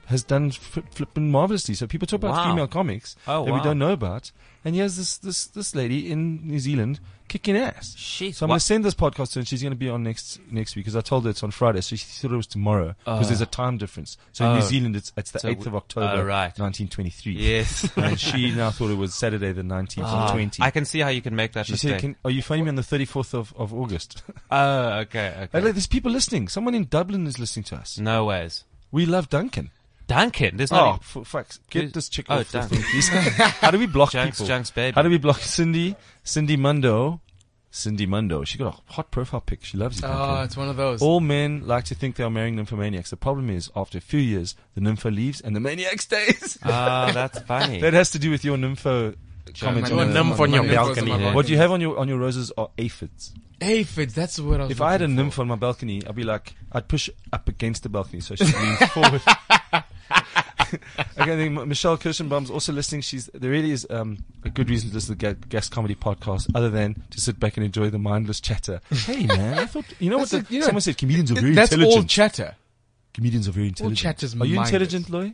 [SPEAKER 2] has done fl- flipping marvelously. So people talk about
[SPEAKER 6] Wow.
[SPEAKER 2] female comics
[SPEAKER 6] Oh,
[SPEAKER 2] that we
[SPEAKER 6] wow.
[SPEAKER 2] don't know about, and here's this this this lady in New Zealand kicking ass.
[SPEAKER 6] Shit.
[SPEAKER 2] So I'm going to send this podcast to her, and she's going to be on next next week because I told her it's on Friday, so she thought it was tomorrow because there's a time difference. So in New
[SPEAKER 6] Uh. Oh.
[SPEAKER 2] Zealand, it's it's the
[SPEAKER 6] So
[SPEAKER 2] 8th of
[SPEAKER 6] we-
[SPEAKER 2] October,
[SPEAKER 6] Oh, right.
[SPEAKER 2] 1923.
[SPEAKER 6] Yes.
[SPEAKER 2] And she now thought it was Saturday the 19th
[SPEAKER 6] Ah,
[SPEAKER 2] and 20th.
[SPEAKER 6] I can see how you can make that
[SPEAKER 2] She
[SPEAKER 6] mistake.
[SPEAKER 2] said, can, "Are you phoning me on the 34th of, of August?"
[SPEAKER 6] oh, okay,
[SPEAKER 2] Like,
[SPEAKER 6] okay.
[SPEAKER 2] there's people listening. Someone in Dublin is listening to us.
[SPEAKER 6] No ways.
[SPEAKER 2] We love Duncan.
[SPEAKER 6] Duncan, there's
[SPEAKER 2] Oh,
[SPEAKER 6] no
[SPEAKER 2] for fuck's get this chick
[SPEAKER 6] Oh,
[SPEAKER 2] off. the
[SPEAKER 6] Duncan.
[SPEAKER 2] thing, please. How do we block
[SPEAKER 6] Junks,
[SPEAKER 2] people?
[SPEAKER 6] Junks, baby.
[SPEAKER 2] How do we block Cindy? Cindy Mundo. Cindy Mundo. She got a hot profile pic. She loves you.
[SPEAKER 7] Oh,
[SPEAKER 2] Duncan.
[SPEAKER 7] it's one of those.
[SPEAKER 2] All men like to think they are marrying nymphomaniacs. The problem is, after a few years, the nympho leaves and the maniac stays.
[SPEAKER 6] Ah, that's funny.
[SPEAKER 2] that has to do with your nympho comment.
[SPEAKER 7] My
[SPEAKER 2] on
[SPEAKER 7] nympho-
[SPEAKER 2] it.
[SPEAKER 3] nymph on
[SPEAKER 7] my
[SPEAKER 3] your
[SPEAKER 7] nympho's on
[SPEAKER 3] balcony.
[SPEAKER 7] my
[SPEAKER 2] What you have on your on your roses are aphids.
[SPEAKER 7] Aphids, that's the word I was
[SPEAKER 2] If I had a
[SPEAKER 7] looking for.
[SPEAKER 2] nymph on my balcony, I'd be like, I'd push up against the balcony so she leans forward. okay, then M- Michelle Kirschenbaum's also listening. She's there really is um, a good reason to listen to the Ga- guest comedy podcast, other than to sit back and enjoy the mindless chatter. Hey man, I thought you know what
[SPEAKER 7] That's
[SPEAKER 2] the-
[SPEAKER 7] it, you know,
[SPEAKER 2] someone said. Comedians are
[SPEAKER 7] Th-
[SPEAKER 2] very
[SPEAKER 7] That's all
[SPEAKER 2] intelligent.
[SPEAKER 7] chatter.
[SPEAKER 2] comedians are very intelligent.
[SPEAKER 7] chatter's
[SPEAKER 2] are you
[SPEAKER 7] mindless.
[SPEAKER 2] intelligent, Loy?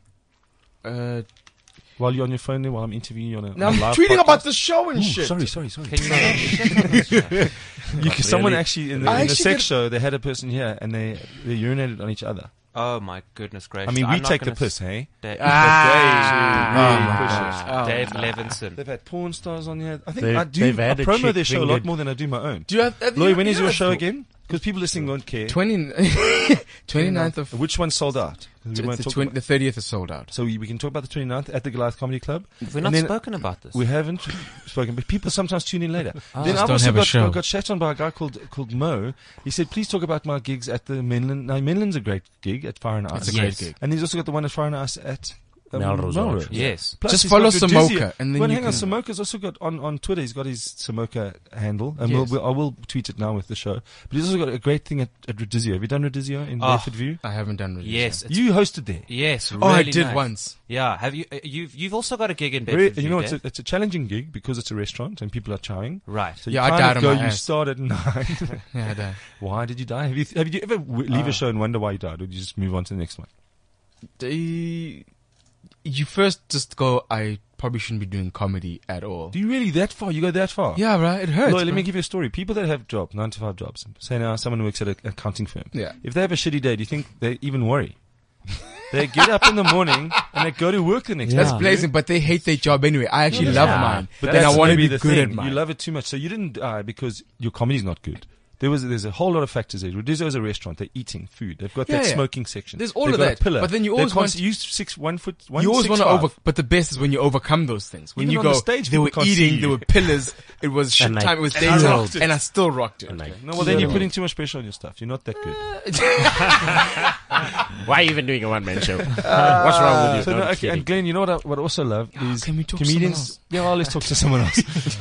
[SPEAKER 7] Uh,
[SPEAKER 2] While you're on your phone, there, while I'm interviewing you on a,
[SPEAKER 7] now
[SPEAKER 2] on
[SPEAKER 7] I'm
[SPEAKER 2] a live
[SPEAKER 7] tweeting
[SPEAKER 2] podcast?
[SPEAKER 7] about the show and
[SPEAKER 2] Ooh,
[SPEAKER 7] shit.
[SPEAKER 2] Sorry, sorry, sorry.
[SPEAKER 6] Can you
[SPEAKER 2] You can- someone
[SPEAKER 3] really?
[SPEAKER 2] actually in the,
[SPEAKER 7] I
[SPEAKER 2] in the
[SPEAKER 7] actually
[SPEAKER 2] sex
[SPEAKER 7] get-
[SPEAKER 2] show, they had a person here and they they urinated on each other.
[SPEAKER 6] oh my goodness gracious!
[SPEAKER 2] I mean,
[SPEAKER 6] I'm
[SPEAKER 2] we
[SPEAKER 6] not
[SPEAKER 2] take the
[SPEAKER 6] gonna
[SPEAKER 2] piss, hey?
[SPEAKER 6] Dave,
[SPEAKER 2] Ah,
[SPEAKER 6] Dave Levinson.
[SPEAKER 2] They've had porn stars on here. I think
[SPEAKER 8] They've-
[SPEAKER 2] I do.
[SPEAKER 8] they've
[SPEAKER 2] I
[SPEAKER 8] had a
[SPEAKER 2] promo
[SPEAKER 8] chick
[SPEAKER 2] their show a lot
[SPEAKER 8] fingered.
[SPEAKER 2] more than I do my own.
[SPEAKER 7] Do you have, have
[SPEAKER 2] Lloyd,
[SPEAKER 7] you-
[SPEAKER 2] when
[SPEAKER 7] you
[SPEAKER 2] is
[SPEAKER 7] know
[SPEAKER 2] your
[SPEAKER 7] that-
[SPEAKER 2] show again? Because people listening won't care.
[SPEAKER 7] 20, 29th of
[SPEAKER 2] Which one sold out? We
[SPEAKER 7] it's
[SPEAKER 2] won't
[SPEAKER 7] the,
[SPEAKER 2] talk
[SPEAKER 7] twen-
[SPEAKER 2] about-
[SPEAKER 7] the 30th is sold out.
[SPEAKER 2] so we we can talk about the 29th at the Goliath Comedy Club.
[SPEAKER 6] We've
[SPEAKER 2] And
[SPEAKER 6] not
[SPEAKER 2] then-
[SPEAKER 6] spoken about this.
[SPEAKER 2] We haven't spoken, but people sometimes tune in later. then
[SPEAKER 7] Ah. Just
[SPEAKER 2] I've
[SPEAKER 7] don't
[SPEAKER 2] also
[SPEAKER 7] have a
[SPEAKER 2] got,
[SPEAKER 7] show.
[SPEAKER 2] I got shat on by a guy called called Mo. He said, "Please talk about my gigs at the Menland." Now Menland's a great gig at Fire and Ice.
[SPEAKER 7] It's a great Yes. gig.
[SPEAKER 2] And he's also got the one at Fire and Ice at um,
[SPEAKER 3] Melrose Arch. Yes.
[SPEAKER 2] Plus,
[SPEAKER 7] Just
[SPEAKER 2] he's
[SPEAKER 7] follow
[SPEAKER 2] got good
[SPEAKER 7] Samoka
[SPEAKER 2] Jizzy-
[SPEAKER 7] and then
[SPEAKER 2] Well,
[SPEAKER 7] you
[SPEAKER 2] hang on,
[SPEAKER 7] can-
[SPEAKER 2] Samoka's also got on, on Twitter. He's got his Samoka handle, and we'll,
[SPEAKER 7] Yes.
[SPEAKER 2] we'll, I will tweet it now with the show. But he's also got a great thing at, at Radizio. Have you done Radizio in
[SPEAKER 6] Ah.
[SPEAKER 2] Bedford View?
[SPEAKER 7] I haven't done really.
[SPEAKER 6] Yes. It's,
[SPEAKER 2] You hosted there.
[SPEAKER 6] yes.
[SPEAKER 7] Oh, I
[SPEAKER 6] really
[SPEAKER 7] did
[SPEAKER 6] nice.
[SPEAKER 7] once.
[SPEAKER 6] Yeah. Have you? uh, You've you've also got a gig in
[SPEAKER 2] Very-
[SPEAKER 6] Bedford.
[SPEAKER 2] you know, it's
[SPEAKER 6] Dave?
[SPEAKER 2] a, it's a challenging gig because it's a restaurant and people are chowing.
[SPEAKER 6] right.
[SPEAKER 2] So you
[SPEAKER 7] Yeah, I
[SPEAKER 2] kind
[SPEAKER 7] died
[SPEAKER 2] of
[SPEAKER 7] on
[SPEAKER 2] go,
[SPEAKER 7] my
[SPEAKER 2] you
[SPEAKER 7] ass.
[SPEAKER 2] start at nine.
[SPEAKER 7] Yeah, I done.
[SPEAKER 2] why did you die? Have you, have you ever w-
[SPEAKER 7] Ah.
[SPEAKER 2] leave a show and wonder why you died, or do you just move on to the next one?
[SPEAKER 7] They- You first just go. I probably shouldn't be doing comedy at all.
[SPEAKER 2] Do you really that far? You go that far?
[SPEAKER 7] Yeah, right. It hurts.
[SPEAKER 2] Lloyd, let
[SPEAKER 7] bro.
[SPEAKER 2] me give you a story. People that have job, nine to five jobs, say now someone who works at a an accounting firm.
[SPEAKER 7] Yeah.
[SPEAKER 2] If they have a shitty day, do you think they even worry? they get up in the morning and they go to work the next
[SPEAKER 7] That's
[SPEAKER 2] day.
[SPEAKER 7] blazing, but they hate their job anyway. I actually
[SPEAKER 2] Yeah.
[SPEAKER 7] love mine, but then I
[SPEAKER 2] that's
[SPEAKER 7] want to
[SPEAKER 2] maybe
[SPEAKER 7] be
[SPEAKER 2] the
[SPEAKER 7] good
[SPEAKER 2] thing.
[SPEAKER 7] at mine.
[SPEAKER 2] You love it too much, so you didn't die because your comedy's not good. There was there's a whole lot of factors there. Rodizio is a restaurant. They're eating food. They've got
[SPEAKER 7] Yeah,
[SPEAKER 2] that
[SPEAKER 7] yeah.
[SPEAKER 2] smoking section.
[SPEAKER 7] There's all
[SPEAKER 2] They've
[SPEAKER 7] of
[SPEAKER 2] got a
[SPEAKER 7] that,
[SPEAKER 2] pillar.
[SPEAKER 7] but then you
[SPEAKER 2] They
[SPEAKER 7] always
[SPEAKER 2] can't
[SPEAKER 7] want-
[SPEAKER 2] use six one foot. One,
[SPEAKER 7] you always
[SPEAKER 2] want
[SPEAKER 7] to over, but the best is when you overcome those things. When
[SPEAKER 2] Even
[SPEAKER 7] you
[SPEAKER 2] on the
[SPEAKER 7] go,
[SPEAKER 2] stage,
[SPEAKER 7] they
[SPEAKER 2] people
[SPEAKER 7] were
[SPEAKER 2] can't see
[SPEAKER 7] eating,
[SPEAKER 2] you.
[SPEAKER 7] there were pillars. It was shit
[SPEAKER 6] And I
[SPEAKER 7] time. It was
[SPEAKER 2] I rocked
[SPEAKER 7] dangerous,
[SPEAKER 2] it.
[SPEAKER 7] and I still rocked it.
[SPEAKER 2] No, well then you're putting too much pressure on your stuff. You're not that good.
[SPEAKER 3] Why are you even doing a one man show? What's wrong with you?
[SPEAKER 2] So
[SPEAKER 3] No,
[SPEAKER 2] no, okay,
[SPEAKER 3] I'm
[SPEAKER 2] and
[SPEAKER 3] kidding.
[SPEAKER 2] Glenn, you know what I, what I also love is
[SPEAKER 7] can we talk to
[SPEAKER 2] comedians. Yeah, well, let's talk to someone else.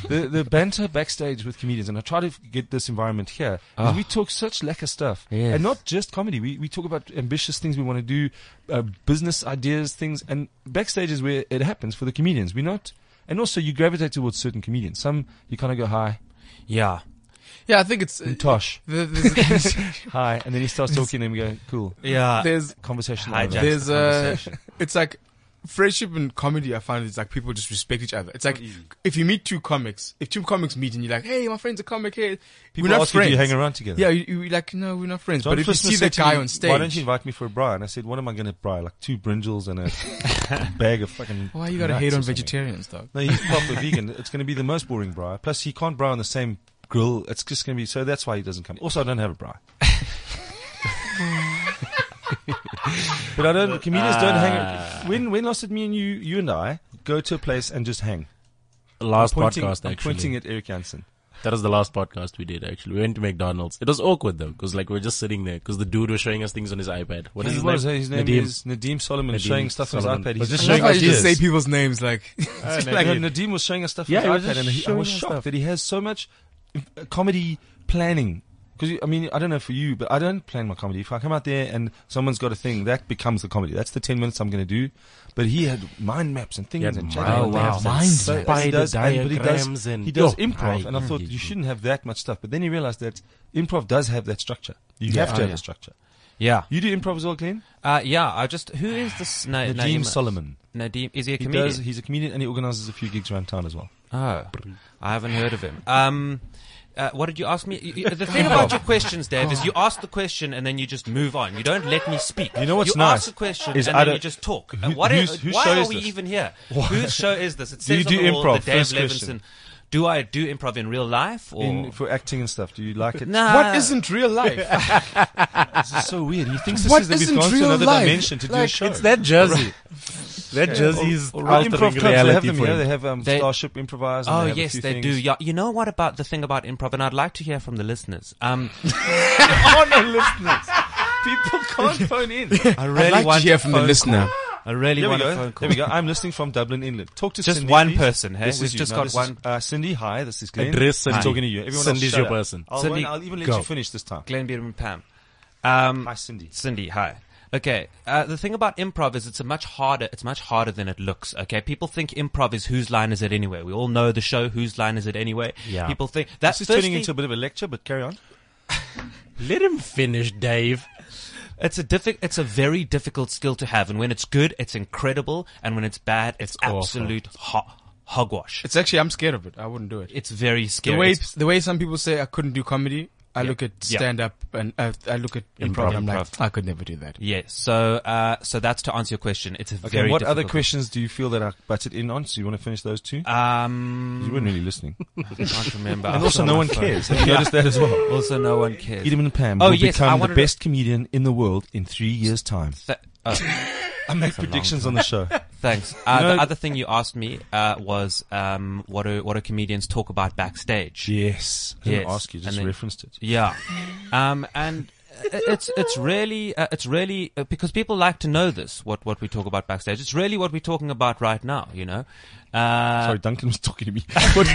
[SPEAKER 2] the, the banter backstage with comedians, and I try to get this environment here. is we talk such lacquer stuff,
[SPEAKER 3] Ah. Yes.
[SPEAKER 2] and not just comedy. We we talk about ambitious things we want to do, uh, business ideas, things, and backstage is where it happens for the comedians. We're not, and also you gravitate towards certain comedians. Some you kind of go hi,
[SPEAKER 6] Yeah.
[SPEAKER 7] Yeah, I think it's. Uh,
[SPEAKER 2] Tosh,
[SPEAKER 7] there- there's,
[SPEAKER 2] hi, and then he starts talking, and we go cool
[SPEAKER 6] Yeah.
[SPEAKER 7] there's,
[SPEAKER 2] conversation.
[SPEAKER 6] Hi,
[SPEAKER 2] over.
[SPEAKER 6] Jack.
[SPEAKER 7] there's a. It's like friendship and comedy. I find it's like people just respect each other. It's like if you meet two comics, if two comics meet and you're like, "Hey, my friend's a comic. Hey,
[SPEAKER 2] People
[SPEAKER 7] we're not
[SPEAKER 2] ask you,
[SPEAKER 7] friends.
[SPEAKER 2] do you hang around together?
[SPEAKER 7] Yeah, you, you like no, we're not friends.
[SPEAKER 2] John
[SPEAKER 7] but if you
[SPEAKER 2] Fistner
[SPEAKER 7] see the
[SPEAKER 2] said to
[SPEAKER 7] guy
[SPEAKER 2] me,
[SPEAKER 7] on stage,
[SPEAKER 2] Why don't you invite me for a bri? And I said, What am I going to bri? Like two brinjals and a bag of fucking.
[SPEAKER 7] why you gotta
[SPEAKER 2] nuts
[SPEAKER 7] hate
[SPEAKER 2] or
[SPEAKER 7] on
[SPEAKER 2] something.
[SPEAKER 7] vegetarians, dog?
[SPEAKER 2] No, he's proper vegan. It's going to be the most boring bri. Plus, he can't bri on the same grill. It's just going to be. So that's why he doesn't come. Also, I don't have a bri. but I don't. Comedians don't hang. When when last did me and you you and I go to a place and just hang?
[SPEAKER 3] last
[SPEAKER 2] Pointing,
[SPEAKER 3] podcast
[SPEAKER 2] I'm
[SPEAKER 3] actually.
[SPEAKER 2] pointing at Eric Jansen.
[SPEAKER 3] That was the last podcast we did actually. We went to McDonald's. It was awkward though, because like we were just sitting there, because the dude was showing us things on his iPad. What is
[SPEAKER 2] He
[SPEAKER 3] his
[SPEAKER 2] was,
[SPEAKER 3] name?
[SPEAKER 2] eh, his name
[SPEAKER 3] Nadeem.
[SPEAKER 2] is Nadeem Solomon
[SPEAKER 3] Nadeem
[SPEAKER 2] showing stuff on
[SPEAKER 3] Solomon.
[SPEAKER 2] his iPad.
[SPEAKER 3] Was
[SPEAKER 2] He's
[SPEAKER 3] just
[SPEAKER 2] showing
[SPEAKER 7] That's why you
[SPEAKER 2] ideas.
[SPEAKER 7] just say people's names like.
[SPEAKER 2] Like, no, Nadeem was showing us stuff. Yeah,
[SPEAKER 3] Yeah, he was
[SPEAKER 2] iPad
[SPEAKER 3] just
[SPEAKER 2] and he, I
[SPEAKER 3] showing
[SPEAKER 2] was
[SPEAKER 3] us
[SPEAKER 2] shocked
[SPEAKER 3] stuff.
[SPEAKER 2] that he has so much uh, comedy planning. Because I mean, I don't know for you, but I don't plan my comedy. If I come out there and someone's got a thing, that becomes the comedy. That's the ten minutes I'm going to do. But he had mind maps and things
[SPEAKER 3] had
[SPEAKER 2] and
[SPEAKER 3] mind
[SPEAKER 2] chatting and
[SPEAKER 3] maps
[SPEAKER 2] things.
[SPEAKER 3] and Mind
[SPEAKER 2] So- and he
[SPEAKER 3] spider
[SPEAKER 2] does, and- but he
[SPEAKER 3] diagrams
[SPEAKER 2] does,
[SPEAKER 3] and-
[SPEAKER 2] he does
[SPEAKER 3] Yo,
[SPEAKER 2] improv,
[SPEAKER 3] I-
[SPEAKER 2] and I thought you shouldn't have that much stuff. But then he realized that improv does have that structure. You have to have a structure.
[SPEAKER 6] Yeah.
[SPEAKER 2] You do improv as well, Glenn.
[SPEAKER 6] Uh, yeah. I just. Who is this? Na-
[SPEAKER 2] Nadeem
[SPEAKER 6] Nadeem
[SPEAKER 2] Solomon.
[SPEAKER 6] Nadeem. Is he a
[SPEAKER 2] He
[SPEAKER 6] comedian?
[SPEAKER 2] does. He's a comedian, and he organizes a few gigs around town as well.
[SPEAKER 6] Oh, I haven't heard of him. Um, uh, what did you ask me? You- you- The thing about your questions, Dave, is you ask the question and then you just move on. You don't let me speak.
[SPEAKER 2] You know what's
[SPEAKER 6] you
[SPEAKER 2] nice
[SPEAKER 6] ask the question
[SPEAKER 2] is
[SPEAKER 6] and
[SPEAKER 2] I
[SPEAKER 6] then you
[SPEAKER 2] don't-
[SPEAKER 6] just talk.
[SPEAKER 2] Who-
[SPEAKER 6] Uh, what is-
[SPEAKER 2] whose- whose
[SPEAKER 6] why
[SPEAKER 2] show
[SPEAKER 6] are
[SPEAKER 2] is
[SPEAKER 6] we
[SPEAKER 2] this?
[SPEAKER 6] even here? Whose show is this? It
[SPEAKER 2] Do you
[SPEAKER 6] says
[SPEAKER 2] do
[SPEAKER 6] on the wall,
[SPEAKER 2] improv?
[SPEAKER 6] The Dave
[SPEAKER 2] First question.
[SPEAKER 6] Levinson. Do I do improv in real life or?
[SPEAKER 2] In, for acting and stuff, do you like it?
[SPEAKER 6] Nah.
[SPEAKER 7] What isn't real life?
[SPEAKER 2] This is so weird. He thinks this
[SPEAKER 7] What
[SPEAKER 2] is that we've
[SPEAKER 7] isn't
[SPEAKER 2] gone to
[SPEAKER 7] real
[SPEAKER 2] another
[SPEAKER 7] life?
[SPEAKER 2] dimension to do a
[SPEAKER 7] Like,
[SPEAKER 2] show.
[SPEAKER 3] It's that jersey. that jersey is
[SPEAKER 2] Or
[SPEAKER 3] altering
[SPEAKER 2] improv clubs, they have
[SPEAKER 3] reality
[SPEAKER 2] them
[SPEAKER 3] for
[SPEAKER 2] here.
[SPEAKER 3] him.
[SPEAKER 2] They have um,
[SPEAKER 6] They-
[SPEAKER 2] Starship Improvise. And
[SPEAKER 6] Oh
[SPEAKER 2] they have a
[SPEAKER 6] yes,
[SPEAKER 2] few
[SPEAKER 6] they
[SPEAKER 2] things.
[SPEAKER 6] do. Yeah, you know what about the thing about improv, and I'd like to hear from the listeners. Um,
[SPEAKER 2] Oh no, listeners, people can't phone in.
[SPEAKER 6] I
[SPEAKER 7] I'd
[SPEAKER 6] really
[SPEAKER 7] like
[SPEAKER 6] want
[SPEAKER 7] to hear
[SPEAKER 6] a
[SPEAKER 7] from the
[SPEAKER 6] phone
[SPEAKER 7] listener.
[SPEAKER 6] call. I really
[SPEAKER 2] There we
[SPEAKER 6] want a
[SPEAKER 2] go.
[SPEAKER 6] phone
[SPEAKER 2] There
[SPEAKER 6] call.
[SPEAKER 2] we go. I'm listening from Dublin, England. Talk to
[SPEAKER 6] Just
[SPEAKER 2] Cindy,
[SPEAKER 6] one
[SPEAKER 2] please.
[SPEAKER 6] person, hey?
[SPEAKER 2] This
[SPEAKER 6] We've
[SPEAKER 2] is you.
[SPEAKER 6] just
[SPEAKER 2] No,
[SPEAKER 6] got
[SPEAKER 2] this is-
[SPEAKER 6] one-
[SPEAKER 2] uh, Cindy, hi. This is Glenn.
[SPEAKER 3] Address Cindy.
[SPEAKER 2] I'm talking to you. Everyone
[SPEAKER 3] Cindy's
[SPEAKER 2] else, shut
[SPEAKER 3] your
[SPEAKER 2] up.
[SPEAKER 3] person.
[SPEAKER 2] I'll,
[SPEAKER 6] Cindy,
[SPEAKER 2] I'll even let
[SPEAKER 3] go.
[SPEAKER 2] you finish this time.
[SPEAKER 6] Glenn Beard and Pam. Um,
[SPEAKER 2] Hi, Cindy.
[SPEAKER 6] Cindy, hi. Okay, uh, the thing about improv is it's a much harder. It's much harder than it looks. Okay, people think improv is whose line is it anyway. We all know the show. Whose line is it anyway?
[SPEAKER 3] Yeah.
[SPEAKER 6] People think that's
[SPEAKER 2] This is turning into a bit of a lecture, but carry on.
[SPEAKER 3] Let him finish, Dave.
[SPEAKER 6] It's a diffi- It's a very difficult skill to have, and when it's good, it's incredible, and when it's bad, it's,
[SPEAKER 3] awful.
[SPEAKER 6] absolute ho- hogwash.
[SPEAKER 7] It's
[SPEAKER 6] It's,
[SPEAKER 7] actually I'm scared of it. I wouldn't do it.
[SPEAKER 6] very
[SPEAKER 7] the
[SPEAKER 6] scary.
[SPEAKER 7] way
[SPEAKER 6] It's-
[SPEAKER 7] the way some people say I couldn't do comedy, I look at
[SPEAKER 6] Yeah.
[SPEAKER 7] stand up and uh, I look at improv.
[SPEAKER 3] Improv.
[SPEAKER 7] and I'm
[SPEAKER 6] Improv.
[SPEAKER 7] like, I could never do that.
[SPEAKER 6] yeah. So, uh, so that's to answer your question. It's a
[SPEAKER 2] Okay,
[SPEAKER 6] very.
[SPEAKER 2] what other
[SPEAKER 6] difficult-
[SPEAKER 2] questions do you feel that I butted in on? So you want to finish those two? you
[SPEAKER 6] Um,
[SPEAKER 2] weren't really listening.
[SPEAKER 6] I can't remember.
[SPEAKER 2] And also, no one cares. Have you noticed that as well?
[SPEAKER 6] Also, no one cares.
[SPEAKER 2] Edom and Pam
[SPEAKER 6] Oh,
[SPEAKER 2] will
[SPEAKER 6] yes, I
[SPEAKER 2] become the
[SPEAKER 6] wanted to-
[SPEAKER 2] best comedian in the world in three years' time.
[SPEAKER 6] Th- oh,
[SPEAKER 2] I make predictions on the show.
[SPEAKER 6] thanks. Uh,
[SPEAKER 2] No.
[SPEAKER 6] The other thing you asked me uh, was um, what do what do comedians talk about backstage?
[SPEAKER 2] yes. I didn't
[SPEAKER 6] Yes,
[SPEAKER 2] ask you,
[SPEAKER 6] and
[SPEAKER 2] just
[SPEAKER 6] then-
[SPEAKER 2] referenced it.
[SPEAKER 6] Yeah. Um, and it's it's really uh, it's really uh, because people like to know this what what we talk about backstage. It's really what we're talking about right now. You know, uh,
[SPEAKER 2] Sorry, Duncan was talking to me. What-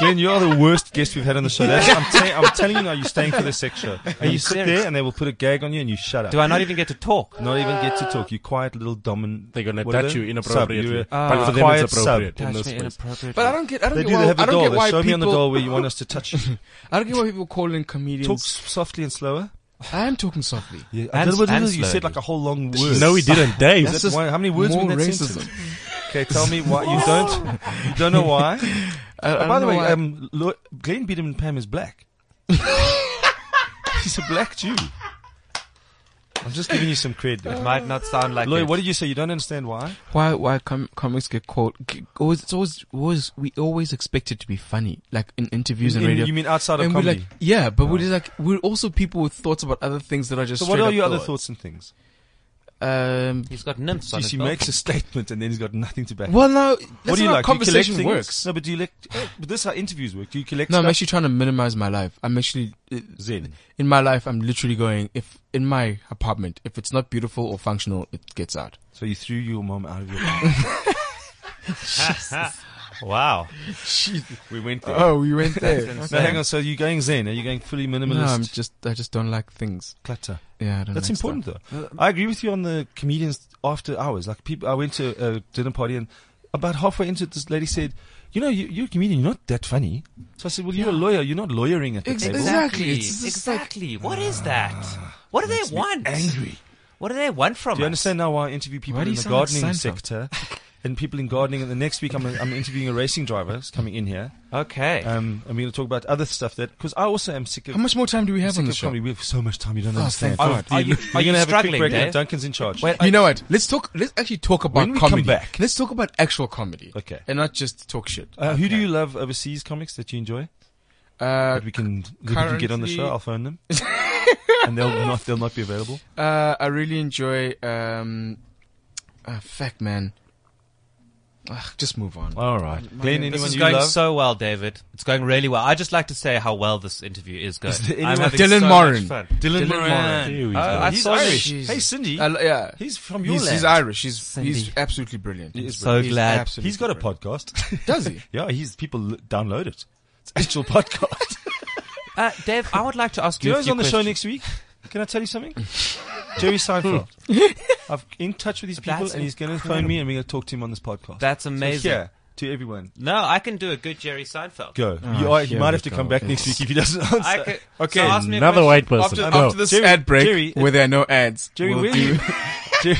[SPEAKER 2] Glenn, you are the worst guest we've had on the show. That's, I'm, tell- I'm telling you now, you're staying for this section. And you sit there and they will put a gag on you and you shut up.
[SPEAKER 6] do I not even get to talk?
[SPEAKER 2] Not even get to talk. You quiet little dominant.
[SPEAKER 3] They're gonna
[SPEAKER 2] what are
[SPEAKER 3] touch
[SPEAKER 2] they?
[SPEAKER 3] you inappropriately.
[SPEAKER 2] Sub. You're a-
[SPEAKER 3] But
[SPEAKER 2] you're
[SPEAKER 3] for
[SPEAKER 2] a
[SPEAKER 3] them
[SPEAKER 2] quiet
[SPEAKER 3] it's
[SPEAKER 2] sub.
[SPEAKER 3] appropriate in
[SPEAKER 6] Touch
[SPEAKER 3] this
[SPEAKER 6] me
[SPEAKER 3] place.
[SPEAKER 6] inappropriately.
[SPEAKER 7] But I don't get. I don't
[SPEAKER 2] They
[SPEAKER 7] get
[SPEAKER 2] do.
[SPEAKER 7] why.
[SPEAKER 2] They have
[SPEAKER 7] I
[SPEAKER 2] a
[SPEAKER 7] don't
[SPEAKER 2] door.
[SPEAKER 7] get
[SPEAKER 2] They
[SPEAKER 7] why
[SPEAKER 2] show
[SPEAKER 7] people.
[SPEAKER 2] me on the door where you want us to touch you.
[SPEAKER 7] I don't get why people call in comedians.
[SPEAKER 2] Talk s- softly and slower.
[SPEAKER 7] I am talking softly.
[SPEAKER 2] Yeah,
[SPEAKER 6] And-
[SPEAKER 2] and,
[SPEAKER 6] and
[SPEAKER 2] you said
[SPEAKER 6] slowly.
[SPEAKER 2] like a whole long word.
[SPEAKER 3] No, he didn't, Dave.
[SPEAKER 2] Is that why- how many words were in
[SPEAKER 7] more
[SPEAKER 2] that
[SPEAKER 7] racism.
[SPEAKER 2] sentence? Okay, tell me why you don't. You don't know why.
[SPEAKER 7] I- I
[SPEAKER 2] Oh, by
[SPEAKER 7] don't
[SPEAKER 2] the
[SPEAKER 7] know
[SPEAKER 2] way,
[SPEAKER 7] why.
[SPEAKER 2] um, Lo- Glenn Biederman Pam is black. He's a black Jew. I'm just giving you some credit.
[SPEAKER 6] might not sound like
[SPEAKER 2] Lloyd,
[SPEAKER 6] it.
[SPEAKER 2] what did you say? You don't understand why?
[SPEAKER 7] why why com- comics get called? g- Always, it's always always we always expect it to be funny, like in interviews and
[SPEAKER 2] In-
[SPEAKER 7] radio.
[SPEAKER 2] you mean outside of
[SPEAKER 7] and we're
[SPEAKER 2] comedy?
[SPEAKER 7] like, yeah, but we're just like we're also people with thoughts about other things that are just.
[SPEAKER 2] so what
[SPEAKER 7] straight
[SPEAKER 2] are
[SPEAKER 7] up
[SPEAKER 2] your other
[SPEAKER 7] thoughts?
[SPEAKER 2] thoughts and things?
[SPEAKER 7] Um,
[SPEAKER 6] He's got nymphs on
[SPEAKER 2] Jeez,
[SPEAKER 6] his
[SPEAKER 2] he
[SPEAKER 6] balcony.
[SPEAKER 2] makes a statement and then he's got nothing to back. it.
[SPEAKER 7] well, no, that's
[SPEAKER 2] what do you
[SPEAKER 7] not
[SPEAKER 2] like?
[SPEAKER 7] how conversation
[SPEAKER 2] do you collect things?
[SPEAKER 7] works.
[SPEAKER 2] No, but do you like? But this is how interviews work. Do you collect?
[SPEAKER 7] No, I'm
[SPEAKER 2] stuff?
[SPEAKER 7] actually trying to minimize my life. I'm actually uh,
[SPEAKER 2] Zen.
[SPEAKER 7] in my life. I'm literally going if in my apartment if it's not beautiful or functional, it gets out.
[SPEAKER 2] So you threw your mom out of your.
[SPEAKER 6] Wow.
[SPEAKER 2] we went there.
[SPEAKER 7] Oh, we went there.
[SPEAKER 2] No, hang on. So you're going Zen? Are you going fully
[SPEAKER 7] no,
[SPEAKER 2] minimalist?
[SPEAKER 7] I'm just I just don't like things.
[SPEAKER 2] clutter.
[SPEAKER 7] Yeah, I don't.
[SPEAKER 2] That's
[SPEAKER 7] like
[SPEAKER 2] important
[SPEAKER 7] stuff.
[SPEAKER 2] though. I agree with you on the comedians after hours. Like people, I went to a dinner party and about halfway into it, this lady said, "You know, you, you're a comedian. You're not that funny." So I said, "Well, you're a lawyer. You're not lawyering at the
[SPEAKER 7] Ex-
[SPEAKER 2] table."
[SPEAKER 7] Exactly.
[SPEAKER 6] Exactly.
[SPEAKER 7] It's just
[SPEAKER 6] Exactly. what is that? What do they want?
[SPEAKER 2] Angry.
[SPEAKER 6] What do they want from
[SPEAKER 2] Do you
[SPEAKER 6] us?
[SPEAKER 2] understand now why I interview people
[SPEAKER 7] Why do
[SPEAKER 2] in
[SPEAKER 7] you
[SPEAKER 2] the
[SPEAKER 7] sound like
[SPEAKER 2] gardening
[SPEAKER 7] Seinfeld?
[SPEAKER 2] sector? And people in gardening, and the next week I'm, I'm interviewing a racing driver who's coming in here.
[SPEAKER 6] Okay.
[SPEAKER 2] Um, and we're going to talk about other stuff that, because I also am sick of.
[SPEAKER 7] How much more time do we have
[SPEAKER 2] sick
[SPEAKER 7] on the
[SPEAKER 2] of
[SPEAKER 7] show?
[SPEAKER 2] comedy. We have so much time, you don't
[SPEAKER 7] Oh,
[SPEAKER 2] understand.
[SPEAKER 7] thank God.
[SPEAKER 6] Are you,
[SPEAKER 2] We're
[SPEAKER 6] are you
[SPEAKER 2] gonna have a
[SPEAKER 6] struggling,
[SPEAKER 2] quick break now.
[SPEAKER 6] Dave?
[SPEAKER 2] Duncan's in charge.
[SPEAKER 7] you know what? Let's talk. Let's actually talk about
[SPEAKER 2] When we come
[SPEAKER 7] comedy.
[SPEAKER 2] back-
[SPEAKER 7] Let's talk about actual comedy.
[SPEAKER 2] Okay.
[SPEAKER 7] And not just talk shit.
[SPEAKER 2] Uh, Who do you love overseas comics that you enjoy?
[SPEAKER 7] Uh,
[SPEAKER 2] That we can that we can get on the show.
[SPEAKER 7] currently-
[SPEAKER 2] I'll phone them, and they'll not they'll not be available.
[SPEAKER 7] uh, I really enjoy. Um, uh, fuck, man. Ugh, just move on.
[SPEAKER 2] All right, Glenn.
[SPEAKER 6] This
[SPEAKER 2] Anyone
[SPEAKER 6] is
[SPEAKER 2] you
[SPEAKER 6] going
[SPEAKER 2] love?
[SPEAKER 6] so well, David. It's going really well. I just like to say how well this interview is going.
[SPEAKER 2] Is there
[SPEAKER 6] I'm
[SPEAKER 2] anyone-
[SPEAKER 6] having
[SPEAKER 7] Dylan
[SPEAKER 6] so
[SPEAKER 7] Moran.
[SPEAKER 6] much fun.
[SPEAKER 2] Dylan,
[SPEAKER 7] Moran.
[SPEAKER 3] Here we
[SPEAKER 6] Uh,
[SPEAKER 3] go.
[SPEAKER 6] I
[SPEAKER 2] He's
[SPEAKER 6] saw you.
[SPEAKER 2] Irish.
[SPEAKER 7] Jeez.
[SPEAKER 2] Hey, Cindy.
[SPEAKER 7] I lo- Uh, yeah.
[SPEAKER 2] he's from your
[SPEAKER 7] He's,
[SPEAKER 2] land.
[SPEAKER 7] he's Irish. He's
[SPEAKER 6] Cindy.
[SPEAKER 7] he's absolutely brilliant.
[SPEAKER 2] He is
[SPEAKER 7] He's
[SPEAKER 6] So
[SPEAKER 7] brilliant.
[SPEAKER 6] glad.
[SPEAKER 7] He's absolutely
[SPEAKER 2] He's got a
[SPEAKER 7] brilliant.
[SPEAKER 2] podcast.
[SPEAKER 7] Does he?
[SPEAKER 2] yeah, he's people l- download it. It's actual podcast.
[SPEAKER 6] Uh, Dave, I would like to ask
[SPEAKER 2] Do you
[SPEAKER 6] you.
[SPEAKER 2] know
[SPEAKER 6] a
[SPEAKER 2] who's
[SPEAKER 6] few
[SPEAKER 2] on the show
[SPEAKER 6] questions.
[SPEAKER 2] next week? Can I tell you something? Jerry Seinfeld. I'm in touch with these people,
[SPEAKER 6] That's
[SPEAKER 2] and he's going to phone me, and we're going to talk to him on this podcast.
[SPEAKER 6] That's
[SPEAKER 2] So
[SPEAKER 6] amazing.
[SPEAKER 2] here, to everyone,
[SPEAKER 6] No, I can do a good Jerry Seinfeld.
[SPEAKER 2] go. you are, he
[SPEAKER 7] here
[SPEAKER 2] might
[SPEAKER 7] we
[SPEAKER 2] have to
[SPEAKER 7] go.
[SPEAKER 2] come back next week if he doesn't answer.
[SPEAKER 6] I could,
[SPEAKER 7] Okay,
[SPEAKER 6] So ask me a
[SPEAKER 3] Another
[SPEAKER 6] question.
[SPEAKER 3] white person.
[SPEAKER 7] After,
[SPEAKER 3] Go.
[SPEAKER 7] after this
[SPEAKER 2] Jerry-
[SPEAKER 7] ad break,
[SPEAKER 2] Jerry- uh,
[SPEAKER 7] where there are no ads,
[SPEAKER 2] Jerry,
[SPEAKER 7] we'll
[SPEAKER 2] where are
[SPEAKER 7] do-
[SPEAKER 2] you? Jerry,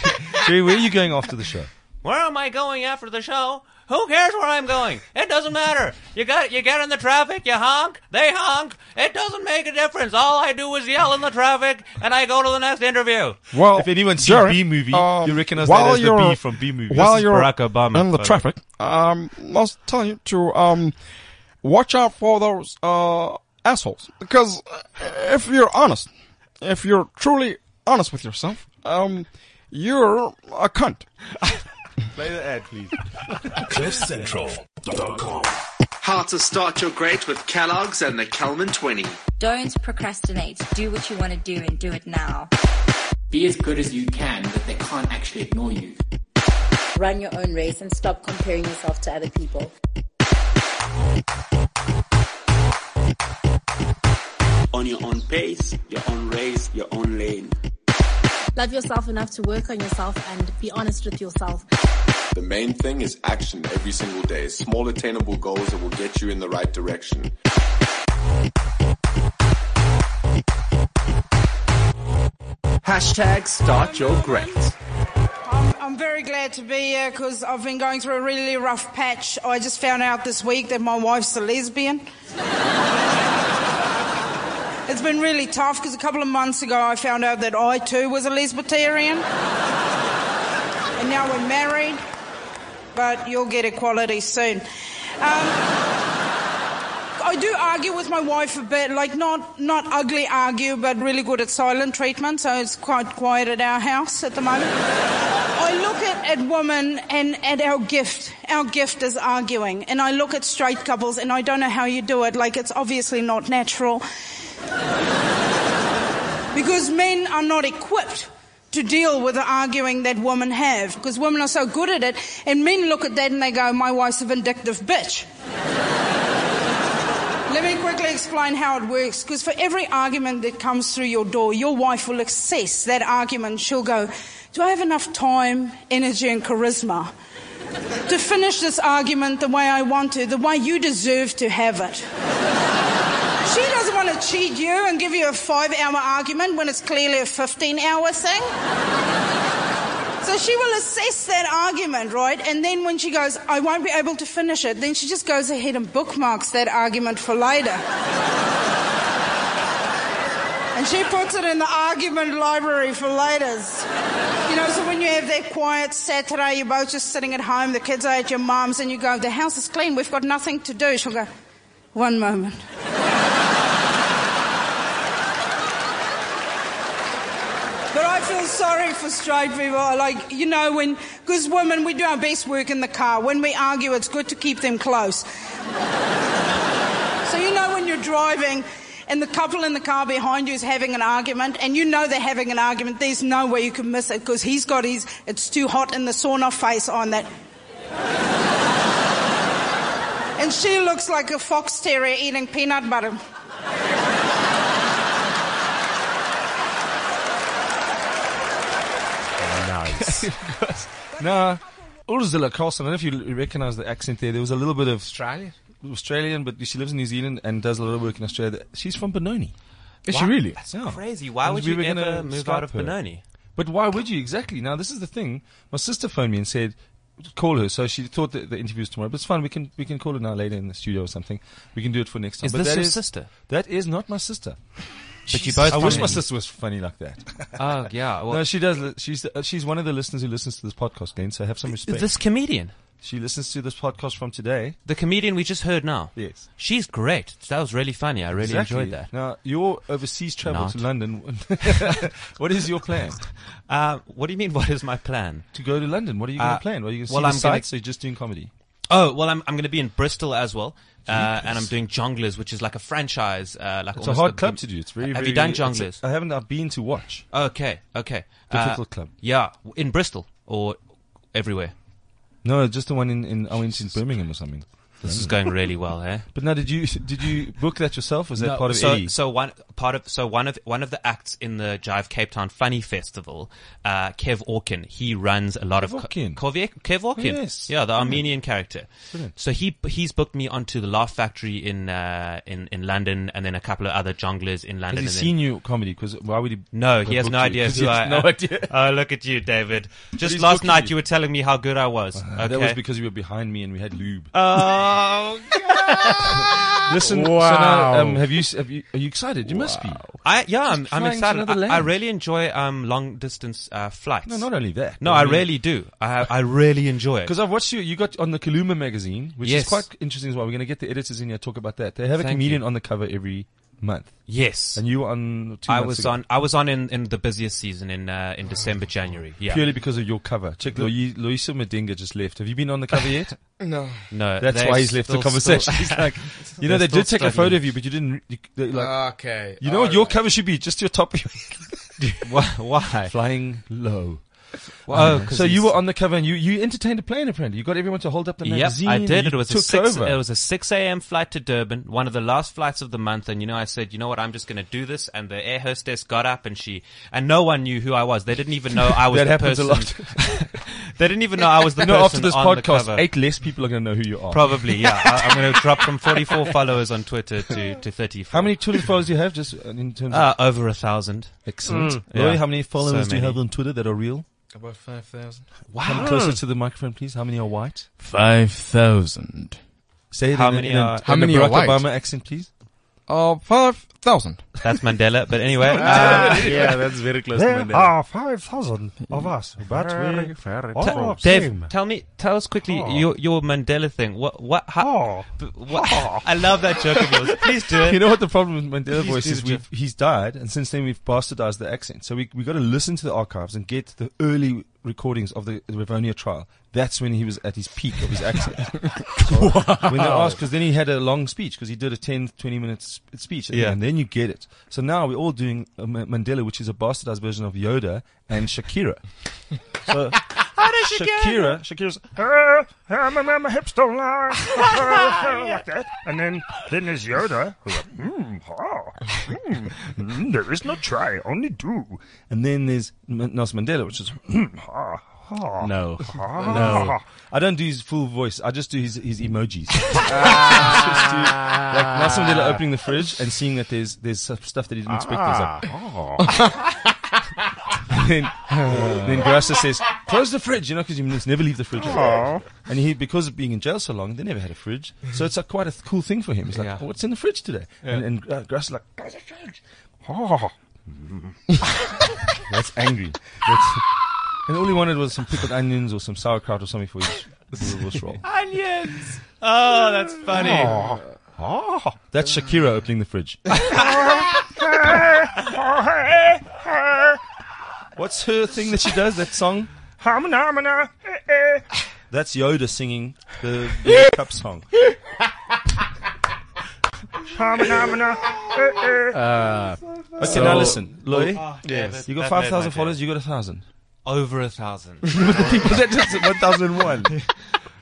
[SPEAKER 2] Jerry, where are you going after the show?
[SPEAKER 6] Where am I going after the show? Who cares where I'm going? It doesn't matter. You got you get in the traffic, you honk, they honk. It doesn't make a difference. All I do is yell in the traffic, and I go to the next interview.
[SPEAKER 7] Oh,
[SPEAKER 9] Well,
[SPEAKER 2] if anyone sees
[SPEAKER 9] Jared,
[SPEAKER 2] B movie,
[SPEAKER 9] um,
[SPEAKER 2] you recognize that
[SPEAKER 9] while
[SPEAKER 2] as the
[SPEAKER 9] you're-
[SPEAKER 2] B from B movie.
[SPEAKER 9] While you're
[SPEAKER 6] Barack Obama,
[SPEAKER 9] in the
[SPEAKER 6] by the
[SPEAKER 9] traffic, um, I was telling you to um, watch out for those uh, assholes because uh, if you're honest, if you're truly honest with yourself, um, you're a cunt.
[SPEAKER 1] CliffCentral.com.
[SPEAKER 10] How to start your great with Kellogg's and the Kelman 20.
[SPEAKER 11] Don't procrastinate. Do what you want to do and do it now.
[SPEAKER 12] Be as good as you can, but they can't actually ignore you.
[SPEAKER 13] Run your own race and stop comparing yourself to other people.
[SPEAKER 10] On your own pace, your own race, your own lane.
[SPEAKER 13] Love yourself enough to work on yourself and be honest with yourself.
[SPEAKER 12] The main thing is action every single day. Small attainable goals that will get you in the right direction.
[SPEAKER 10] Hashtag start your great.
[SPEAKER 13] I'm, I'm very glad to be here because I've been going through a really rough patch. I just found out this week that my wife's a lesbian. it's been really tough because a couple of months ago I found out that I too was a lesbitarian. and now we're married, but you'll get equality soon. Um, I do argue with my wife a bit, like not not ugly argue, but really good at silent treatment. So it's quite quiet at our house at the moment. I look at, at women and at our gift. Our gift is arguing. And I look at straight couples and I don't know how you do it. Like, it's obviously not natural. because men are not equipped to deal with the arguing that women have because women are so good at it and men look at that and they go, my wife's a vindictive bitch. Let me quickly explain how it works because for every argument that comes through your door, your wife will assess that argument. She'll go, do I have enough time, energy and charisma to finish this argument the way I want to, the way you deserve to have it? She doesn't want to cheat you and give you a five hour argument when it's clearly a 15 hour thing. So she will assess that argument, right? And then when she goes, I won't be able to finish it, then she just goes ahead and bookmarks that argument for later. And she puts it in the argument library for laters. You know, so when you have that quiet Saturday, you're both just sitting at home, the kids are at your mum's, and you go, The house is clean, we've got nothing to do. She'll go, One moment. But I feel sorry for straight people. Like, you know, when, because women, we do our best work in the car. When we argue, it's good to keep them close. so, you know, when you're driving and the couple in the car behind you is having an argument and you know they're having an argument, there's no way you can miss it because he's got his, it's too hot in the sauna face on that. and she looks like a fox terrier eating peanut butter.
[SPEAKER 2] Nice. nah, Ursula Carlson. I don't know if you recognize the accent there. There was a little bit of Australian, Australian, but she lives in New Zealand and does a lot of work in Australia. She's from Benoni.
[SPEAKER 7] Is she really?
[SPEAKER 6] That's crazy. Why would you
[SPEAKER 2] gonna
[SPEAKER 6] ever move
[SPEAKER 2] Skype
[SPEAKER 6] out of
[SPEAKER 2] her.
[SPEAKER 6] Benoni?
[SPEAKER 2] But why would you exactly? Now this is the thing. My sister phoned me and said, "Call her." So she thought that the interview was tomorrow, but it's fine. We can we can call her now later in the studio or something. We can do it for next time.
[SPEAKER 6] Is
[SPEAKER 2] but
[SPEAKER 6] this
[SPEAKER 2] that
[SPEAKER 6] your sister?
[SPEAKER 2] That is not my sister.
[SPEAKER 6] But you both
[SPEAKER 2] I wish
[SPEAKER 6] phoned
[SPEAKER 2] my
[SPEAKER 6] me.
[SPEAKER 2] sister was funny like that.
[SPEAKER 6] Oh, yeah, well-
[SPEAKER 2] no, she does. li- She's uh, she's one of the listeners who listens to this podcast, Glenn. So have some respect.
[SPEAKER 6] This comedian.
[SPEAKER 2] She listens to this podcast from today.
[SPEAKER 6] The comedian we just heard now.
[SPEAKER 2] Yes.
[SPEAKER 6] She's great. That was really funny. I really
[SPEAKER 2] Exactly.
[SPEAKER 6] enjoyed that.
[SPEAKER 2] Now, your overseas travel
[SPEAKER 6] Not.
[SPEAKER 2] to London, what is your plan?
[SPEAKER 6] Uh, what do you mean, what is my plan?
[SPEAKER 2] To go to London, what are you going to
[SPEAKER 6] Uh,
[SPEAKER 2] plan? Are you going to
[SPEAKER 6] well,
[SPEAKER 2] see
[SPEAKER 6] I'm
[SPEAKER 2] the
[SPEAKER 6] gonna-
[SPEAKER 2] sights or you're just doing comedy?
[SPEAKER 6] Oh, well, I'm, I'm going to be in Bristol as well. Uh, and I'm doing Jonglers, which is like a franchise. Uh, like
[SPEAKER 2] It's a
[SPEAKER 6] almost
[SPEAKER 2] hard
[SPEAKER 6] the-
[SPEAKER 2] club to do. It's very,
[SPEAKER 6] Have
[SPEAKER 2] very,
[SPEAKER 6] you done
[SPEAKER 2] it's a-
[SPEAKER 6] Jonglers?
[SPEAKER 2] I haven't. I've been to watch.
[SPEAKER 6] Okay, okay. Uh,
[SPEAKER 2] Difficult club.
[SPEAKER 6] Yeah, in Bristol or everywhere.
[SPEAKER 2] No, just the one in, in I went in Birmingham or something.
[SPEAKER 6] This is going really well, eh?
[SPEAKER 2] But now, did you did you book that yourself? Was that
[SPEAKER 6] No,
[SPEAKER 2] part of
[SPEAKER 6] so,
[SPEAKER 2] Eddie?
[SPEAKER 6] So one part of so one of one of the acts in the Jive Cape Town Funny Festival, uh, Kev Orkin, he runs a lot of Orkin. Kev Orkin,
[SPEAKER 2] Yes.
[SPEAKER 6] yeah, the
[SPEAKER 2] Brilliant.
[SPEAKER 6] Armenian character.
[SPEAKER 2] Brilliant.
[SPEAKER 6] So he he's booked me onto the Laugh Factory in uh, in in London, and then a couple of other jonglers
[SPEAKER 2] Has
[SPEAKER 6] in London.
[SPEAKER 2] he
[SPEAKER 6] and then-
[SPEAKER 2] seen you comedy? Because why would he?
[SPEAKER 6] No, he has
[SPEAKER 2] book
[SPEAKER 6] no
[SPEAKER 2] you?
[SPEAKER 6] idea
[SPEAKER 2] 'Cause
[SPEAKER 6] who
[SPEAKER 2] he has
[SPEAKER 6] I
[SPEAKER 2] No
[SPEAKER 6] am.
[SPEAKER 2] idea.
[SPEAKER 6] Oh, look at you, David. Just
[SPEAKER 2] he's
[SPEAKER 6] last
[SPEAKER 2] booking
[SPEAKER 6] night
[SPEAKER 2] you.
[SPEAKER 6] you. were telling me how good I was.
[SPEAKER 2] Uh,
[SPEAKER 6] okay. Uh,
[SPEAKER 2] That was because you were behind me and we had lube.
[SPEAKER 6] Oh,
[SPEAKER 2] Listen, so
[SPEAKER 6] Wow.
[SPEAKER 2] now, um, have you? s- Have you? Are you excited? You must be.
[SPEAKER 6] I yeah, I'm,
[SPEAKER 2] Just
[SPEAKER 6] I'm
[SPEAKER 2] flying to
[SPEAKER 6] excited.
[SPEAKER 2] another
[SPEAKER 6] I, I
[SPEAKER 2] land.
[SPEAKER 6] really enjoy um, long distance uh, flights.
[SPEAKER 2] No, not only that.
[SPEAKER 6] No,
[SPEAKER 2] but
[SPEAKER 6] I
[SPEAKER 2] I mean-
[SPEAKER 6] really do. I I really enjoy it.
[SPEAKER 2] Because I've watched you. You got on the Kaluma magazine, which
[SPEAKER 6] Yes.
[SPEAKER 2] is quite interesting as well. We're going to get the editors in here to talk about that. They have a
[SPEAKER 6] Thank
[SPEAKER 2] comedian on the cover every month.
[SPEAKER 6] Yes.
[SPEAKER 2] and you were on. Two
[SPEAKER 6] I
[SPEAKER 2] months
[SPEAKER 6] was
[SPEAKER 2] ago.
[SPEAKER 6] on I was on in, in the busiest season in uh, in December January. Yeah.
[SPEAKER 2] purely because of your cover. Check Lois, Loisa Madinga just left. Have you been on the cover yet?
[SPEAKER 7] No.
[SPEAKER 6] No,
[SPEAKER 2] that's
[SPEAKER 6] they're
[SPEAKER 2] why he's left the
[SPEAKER 6] still-
[SPEAKER 2] conversation.
[SPEAKER 6] still-
[SPEAKER 2] he's like, you know,
[SPEAKER 6] They're
[SPEAKER 2] they did
[SPEAKER 6] still
[SPEAKER 2] take a
[SPEAKER 6] struggling.
[SPEAKER 2] photo of you, but you didn't. You, they,
[SPEAKER 7] Uh,
[SPEAKER 2] like,
[SPEAKER 7] Okay, uh,
[SPEAKER 2] You know what your cover should be? Just your top.
[SPEAKER 6] why? why?
[SPEAKER 2] Flying low.
[SPEAKER 6] Well,
[SPEAKER 2] Um,
[SPEAKER 6] 'cause
[SPEAKER 2] so you
[SPEAKER 6] he's-
[SPEAKER 2] were on the cover and you, you entertained a plane apparently. You got everyone to hold up the
[SPEAKER 6] Yep,
[SPEAKER 2] magazine.
[SPEAKER 6] I
[SPEAKER 2] and
[SPEAKER 6] did.
[SPEAKER 2] you
[SPEAKER 6] It was a
[SPEAKER 2] took
[SPEAKER 6] six.
[SPEAKER 2] over.
[SPEAKER 6] It was a six a.m. flight to Durban, one of the last flights of the month. And you know, I said, you know what, I'm just going to do this. And the air hostess got up, and she, and no one knew who I was. They didn't even know I was
[SPEAKER 2] That
[SPEAKER 6] the
[SPEAKER 2] happens a
[SPEAKER 6] person.
[SPEAKER 2] lot.
[SPEAKER 6] they didn't even know I was the
[SPEAKER 2] no,
[SPEAKER 6] person
[SPEAKER 2] after this
[SPEAKER 6] on the
[SPEAKER 2] podcast,
[SPEAKER 6] cover.
[SPEAKER 2] eight less people are going to know who you are.
[SPEAKER 6] Probably, yeah. I, I'm going to drop from 44 followers on Twitter to to 30.
[SPEAKER 2] How many Twitter followers do you have? Just uh, in terms
[SPEAKER 6] Uh,
[SPEAKER 2] of
[SPEAKER 6] over a thousand.
[SPEAKER 2] excellent.
[SPEAKER 6] Mm.
[SPEAKER 2] Roy,
[SPEAKER 6] Yeah.
[SPEAKER 2] how many followers
[SPEAKER 6] So
[SPEAKER 2] do you
[SPEAKER 6] many.
[SPEAKER 2] have on Twitter that are real?
[SPEAKER 7] About 5,000.
[SPEAKER 2] Come closer to the microphone, please. How many are white?
[SPEAKER 7] 5,000.
[SPEAKER 2] Say it
[SPEAKER 6] How
[SPEAKER 2] in a-
[SPEAKER 6] many
[SPEAKER 2] in a-
[SPEAKER 6] are-
[SPEAKER 2] in
[SPEAKER 7] How
[SPEAKER 2] a
[SPEAKER 7] many are
[SPEAKER 2] Barack
[SPEAKER 7] white?
[SPEAKER 2] Obama accent, please?
[SPEAKER 7] Uh, 5,000.
[SPEAKER 6] That's Mandela. But anyway,
[SPEAKER 2] Ah,
[SPEAKER 6] uh,
[SPEAKER 14] yeah, that's very close
[SPEAKER 15] There
[SPEAKER 14] to Mandela.
[SPEAKER 15] are 5,000 of us, but we
[SPEAKER 2] oh,
[SPEAKER 15] all
[SPEAKER 6] Dave,
[SPEAKER 15] same.
[SPEAKER 6] tell me, tell us quickly
[SPEAKER 15] Oh.
[SPEAKER 6] your your Mandela thing. What what?
[SPEAKER 2] Oh.
[SPEAKER 6] How, b- what I love that joke of yours. Please do it.
[SPEAKER 2] You know what the problem with Mandela
[SPEAKER 6] Please
[SPEAKER 2] voice
[SPEAKER 6] do
[SPEAKER 2] is?
[SPEAKER 6] the
[SPEAKER 2] We've, he's died, and since then we've bastardized the accent. So we we got to listen to the archives and get the early recordings of the Rivonia trial, that's when he was at his peak of his accent. When they asked, because then he had a long speech, because he did a 10, 20 minute sp- speech.
[SPEAKER 6] Yeah.
[SPEAKER 2] And then you get it. So now we're all doing uh, Ma- Mandela, which is a bastardized version of Yoda and Shakira. so Shakira, Shakira's,
[SPEAKER 15] Uh, uh, my, my, my hips don't lie. Uh, like that. And then, then there's Yoda. who,
[SPEAKER 2] "Hmm,
[SPEAKER 15] Mm, ha, mm, mm, there is no try, only do.
[SPEAKER 2] and then there's M- Nelson Mandela, which is, "Hmm,
[SPEAKER 15] Mm, ha, ha.
[SPEAKER 2] No.
[SPEAKER 15] ha.
[SPEAKER 2] No. I don't do his full voice. I just do his, his emojis. Just do, like Nelson Mandela opening the fridge and seeing that there's there's stuff stuff that he didn't expect. He's like, then then Grasa says, "Close the fridge," you know, because you must never leave the fridge.
[SPEAKER 15] Aw.
[SPEAKER 2] open. And he, because of being in jail so long, they never had a fridge, so it's like quite a th- cool thing for him. He's like, oh, "What's in the fridge today?" And, and uh, Grass is like, "Close the fridge."
[SPEAKER 15] Ha.
[SPEAKER 2] That's angry. That's, and all he wanted was some pickled onions or some sauerkraut or something for his roast roll.
[SPEAKER 6] Onions. Oh, that's funny.
[SPEAKER 2] Oh. That's Shakira opening the fridge. What's her thing that she does? That song?
[SPEAKER 15] Hamana, hamana.
[SPEAKER 2] That's Yoda singing the, the cup song.
[SPEAKER 15] Hamana, hamana.
[SPEAKER 2] Uh, okay, now listen, Louis.
[SPEAKER 6] uh, Yes.
[SPEAKER 2] You got
[SPEAKER 6] That made
[SPEAKER 2] five thousand
[SPEAKER 6] my day.
[SPEAKER 2] followers. You got a thousand.
[SPEAKER 6] Over a thousand.
[SPEAKER 2] one thousand one.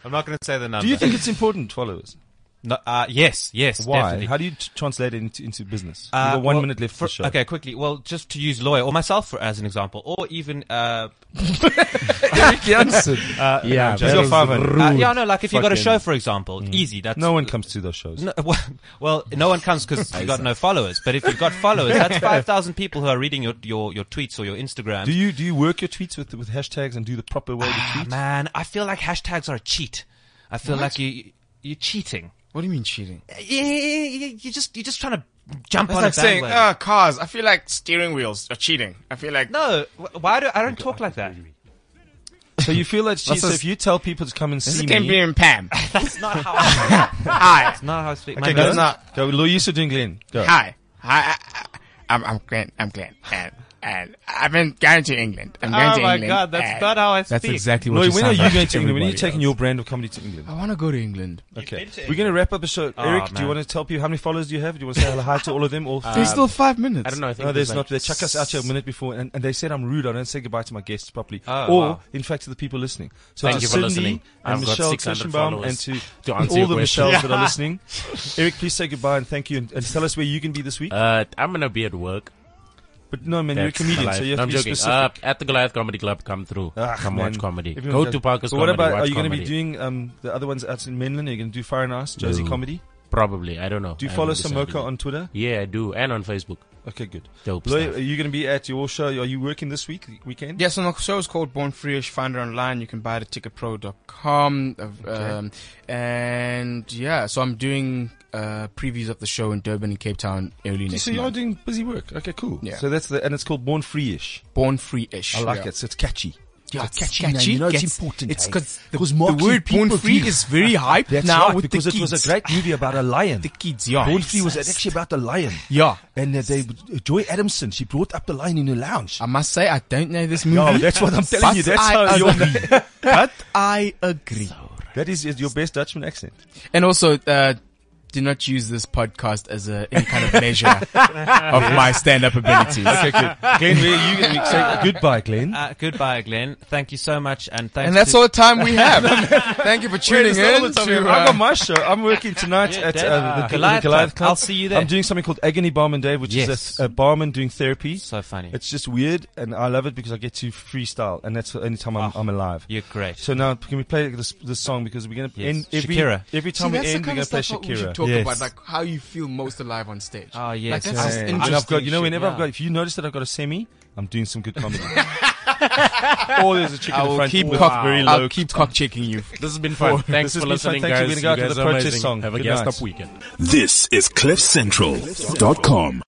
[SPEAKER 6] I'm not going to say the number.
[SPEAKER 2] Do you think it's important followers?
[SPEAKER 6] No, uh, yes, yes.
[SPEAKER 2] Why?
[SPEAKER 6] Definitely.
[SPEAKER 2] How do you t- translate it into, into business?
[SPEAKER 6] Uh,
[SPEAKER 2] you got one
[SPEAKER 6] well,
[SPEAKER 2] minute left for,
[SPEAKER 6] for-
[SPEAKER 2] the show.
[SPEAKER 6] Okay, quickly. Well, just to use lawyer or myself for, as an example, or even uh,
[SPEAKER 2] Eric Jansen.
[SPEAKER 6] Uh,
[SPEAKER 2] Yeah,
[SPEAKER 6] no,
[SPEAKER 2] Ah, that
[SPEAKER 6] joking.
[SPEAKER 2] is rude.
[SPEAKER 6] Uh, yeah, no. Like if you got a
[SPEAKER 2] Fucking- Mm.
[SPEAKER 6] show, for example, easy. That's
[SPEAKER 2] no one comes to those shows.
[SPEAKER 6] No, well, well, no one comes because you got no followers. But if you've got followers, that's five thousand people who are reading your, your, your tweets or your Instagram.
[SPEAKER 2] Do you do you work your tweets with with hashtags and do the proper way to tweet?
[SPEAKER 6] Ah, Man, I feel like hashtags are a cheat. I feel
[SPEAKER 2] What?
[SPEAKER 6] like you you're cheating.
[SPEAKER 7] What do you mean cheating?
[SPEAKER 6] Yeah, you just you're just trying to jump
[SPEAKER 7] That's
[SPEAKER 6] on
[SPEAKER 7] like
[SPEAKER 6] a
[SPEAKER 7] saying,
[SPEAKER 6] bandwagon.
[SPEAKER 7] uh, cars. I feel like steering wheels are cheating. I feel like
[SPEAKER 6] no. wh- Why do I don't talk like that?
[SPEAKER 2] So you feel like
[SPEAKER 7] That's
[SPEAKER 2] so
[SPEAKER 7] just-
[SPEAKER 2] if you tell people to come and
[SPEAKER 7] This
[SPEAKER 2] see
[SPEAKER 7] is Ken
[SPEAKER 2] me,
[SPEAKER 7] Beer and Pam.
[SPEAKER 6] That's not how. I
[SPEAKER 7] Hi.
[SPEAKER 6] That's not how I speak.
[SPEAKER 2] Okay,
[SPEAKER 6] My
[SPEAKER 2] go.
[SPEAKER 6] nose-
[SPEAKER 2] Go, Lou, you should do Glenn. Go.
[SPEAKER 7] Hi. Hi. I, I, I'm, I'm Glenn. I'm Glenn. And, and I've been going to England. I'm going
[SPEAKER 6] Oh
[SPEAKER 7] to
[SPEAKER 6] my
[SPEAKER 7] England.
[SPEAKER 6] God, that's
[SPEAKER 7] and-
[SPEAKER 6] not how I
[SPEAKER 7] That's speak. exactly what
[SPEAKER 2] Lou,
[SPEAKER 7] you
[SPEAKER 2] when
[SPEAKER 7] sound
[SPEAKER 2] are you
[SPEAKER 7] like
[SPEAKER 2] going
[SPEAKER 7] to
[SPEAKER 2] to England? When are you
[SPEAKER 7] everybody
[SPEAKER 2] taking your brand of comedy to England?
[SPEAKER 7] I want to go to England.
[SPEAKER 2] Okay, we're going to wrap up the show.
[SPEAKER 6] Ah,
[SPEAKER 7] Oh,
[SPEAKER 2] Eric, do you
[SPEAKER 7] man.
[SPEAKER 2] want to tell people how many followers do you have? Do you want to say hi to all of them?
[SPEAKER 6] Uh,
[SPEAKER 2] Or
[SPEAKER 7] There's still five minutes. I don't know, I think
[SPEAKER 2] no, there's
[SPEAKER 7] there's
[SPEAKER 2] not. They
[SPEAKER 7] like
[SPEAKER 2] chuck us out here a minute before, and, and they said I'm rude. I don't say goodbye to my guests properly,
[SPEAKER 6] Oh,
[SPEAKER 2] or
[SPEAKER 6] wow.
[SPEAKER 2] in fact to the people listening. So
[SPEAKER 6] Thank
[SPEAKER 2] to
[SPEAKER 6] you for
[SPEAKER 2] Sydney
[SPEAKER 6] listening.
[SPEAKER 2] and
[SPEAKER 6] I've got
[SPEAKER 2] Michelle
[SPEAKER 6] 600
[SPEAKER 2] Kirschenbaum and
[SPEAKER 6] followers
[SPEAKER 2] to,
[SPEAKER 6] to
[SPEAKER 2] all
[SPEAKER 6] answer
[SPEAKER 2] the
[SPEAKER 6] your question.
[SPEAKER 2] Michelles that are
[SPEAKER 6] Yeah.
[SPEAKER 2] listening. Eric, please say goodbye and thank you, and, and tell us where you can be this week.
[SPEAKER 3] Uh, I'm gonna be at work.
[SPEAKER 2] But no, man, you're a
[SPEAKER 3] That's
[SPEAKER 2] comedian,
[SPEAKER 3] my life.
[SPEAKER 2] so you have to
[SPEAKER 3] No, I'm
[SPEAKER 2] be
[SPEAKER 3] joking.
[SPEAKER 2] specific. Ah,
[SPEAKER 3] Uh, at the Goliath Comedy Club, come through. come watch comedy. Go to Parker's
[SPEAKER 2] But what
[SPEAKER 3] Comedy,
[SPEAKER 2] about?
[SPEAKER 3] watch
[SPEAKER 2] Are you going to be
[SPEAKER 3] comedy.
[SPEAKER 2] doing um, the other ones out in Mainland? Are you going to do Fire and Ice, Josie
[SPEAKER 3] No.
[SPEAKER 2] Comedy?
[SPEAKER 3] Probably. I don't know.
[SPEAKER 2] Do you
[SPEAKER 3] I
[SPEAKER 2] follow
[SPEAKER 3] haven't decided
[SPEAKER 2] Samoka
[SPEAKER 3] yet.
[SPEAKER 2] on Twitter?
[SPEAKER 3] Yeah, I do, and on Facebook.
[SPEAKER 2] Okay, good.
[SPEAKER 3] Dope
[SPEAKER 2] Loy,
[SPEAKER 3] stuff.
[SPEAKER 2] are you going to be at your show? Are you working this week weekend?
[SPEAKER 7] Yes, and the show is called Born Freeish. Find it online. You can buy it at ticketpro.com. Uh, Um, and yeah, so I'm doing uh, previews of the show in Durban and Cape Town early next
[SPEAKER 2] so
[SPEAKER 7] month.
[SPEAKER 2] you are doing busy work. Okay, cool.
[SPEAKER 7] Yeah.
[SPEAKER 2] So that's the and it's called Born Free-ish.
[SPEAKER 7] Born Free-ish.
[SPEAKER 2] I like
[SPEAKER 7] Yeah.
[SPEAKER 2] it. So it's catchy.
[SPEAKER 7] Yeah,
[SPEAKER 2] It's
[SPEAKER 7] it's catchy. Gets- it's 'cause the- the
[SPEAKER 2] marquee
[SPEAKER 7] word Born
[SPEAKER 2] people
[SPEAKER 7] Free
[SPEAKER 2] feel-
[SPEAKER 7] is very hyped
[SPEAKER 2] That's
[SPEAKER 7] now
[SPEAKER 2] right,
[SPEAKER 7] with the
[SPEAKER 2] because it was
[SPEAKER 7] kids.
[SPEAKER 2] a great movie about a lion. The
[SPEAKER 7] kids, yeah.
[SPEAKER 2] Born Free was actually about the lion.
[SPEAKER 7] Yeah.
[SPEAKER 2] And uh, they Joy Adamson, she brought up the lion in her lounge.
[SPEAKER 7] I must say, I don't know this movie.
[SPEAKER 2] No, that's what I'm telling you.
[SPEAKER 7] But
[SPEAKER 2] That's
[SPEAKER 7] I
[SPEAKER 2] how you're.
[SPEAKER 7] agree. but I agree.
[SPEAKER 2] That is, is your best Dutchman accent.
[SPEAKER 7] And also, uh, do not use this podcast as a, any kind of measure of my stand-up abilities.
[SPEAKER 6] Okay, good.
[SPEAKER 2] Glenn, where are you going to say goodbye, Glenn?
[SPEAKER 6] Uh, goodbye, Glenn. Thank you so much, and thanks.
[SPEAKER 7] And that's
[SPEAKER 6] to-
[SPEAKER 7] all the time we have. Thank you for tuning
[SPEAKER 2] Wait, it's
[SPEAKER 7] in.
[SPEAKER 2] not all the
[SPEAKER 7] to,
[SPEAKER 2] time. I've
[SPEAKER 7] uh,
[SPEAKER 2] got my show. I'm working tonight
[SPEAKER 6] Yeah,
[SPEAKER 2] at
[SPEAKER 6] Dave.
[SPEAKER 2] uh, the, the Goliath,
[SPEAKER 6] Goliath
[SPEAKER 2] Club.
[SPEAKER 6] Club. I'll see you there.
[SPEAKER 2] I'm doing something called Agony Barman and Dave, which
[SPEAKER 6] Yes.
[SPEAKER 2] is a, a barman doing therapy.
[SPEAKER 6] So funny.
[SPEAKER 2] It's just weird, and I love it because I get to freestyle, and that's the only time I'm, I'm alive.
[SPEAKER 6] You're great.
[SPEAKER 2] So now, can we play this this song because we're gonna
[SPEAKER 6] Yes.
[SPEAKER 2] end every
[SPEAKER 6] Shakira.
[SPEAKER 2] every
[SPEAKER 7] See,
[SPEAKER 2] time we
[SPEAKER 7] that's the
[SPEAKER 2] end, we're
[SPEAKER 7] kind
[SPEAKER 2] gonna
[SPEAKER 7] of
[SPEAKER 2] play
[SPEAKER 7] stuff
[SPEAKER 2] Shakira.
[SPEAKER 7] we should talk about, like how you feel most alive on stage.
[SPEAKER 6] Oh, yes,
[SPEAKER 7] like, that's
[SPEAKER 6] yes,
[SPEAKER 7] just
[SPEAKER 6] yes.
[SPEAKER 2] And
[SPEAKER 7] interesting.
[SPEAKER 2] I've got, you know,
[SPEAKER 7] shit.
[SPEAKER 2] whenever I've
[SPEAKER 7] Yeah.
[SPEAKER 2] got, if you notice that I've got a semi, I'm doing some good comedy. or there's a chick
[SPEAKER 7] I
[SPEAKER 2] in the
[SPEAKER 7] will
[SPEAKER 2] front
[SPEAKER 7] keep
[SPEAKER 2] with
[SPEAKER 7] cock-
[SPEAKER 2] very
[SPEAKER 7] I'll
[SPEAKER 2] low
[SPEAKER 7] keep cock checking you.
[SPEAKER 3] This has been fun. Thanks
[SPEAKER 2] This has
[SPEAKER 3] for
[SPEAKER 2] been
[SPEAKER 3] listening,
[SPEAKER 2] fun. Thanks. We're gonna
[SPEAKER 3] guys.
[SPEAKER 2] go
[SPEAKER 3] You
[SPEAKER 2] out to
[SPEAKER 3] guys
[SPEAKER 2] the
[SPEAKER 3] are
[SPEAKER 2] protest
[SPEAKER 3] amazing.
[SPEAKER 2] song.
[SPEAKER 3] Have a
[SPEAKER 2] Good
[SPEAKER 3] gassed
[SPEAKER 2] night.
[SPEAKER 3] up weekend.
[SPEAKER 1] This is CliffCentral.com.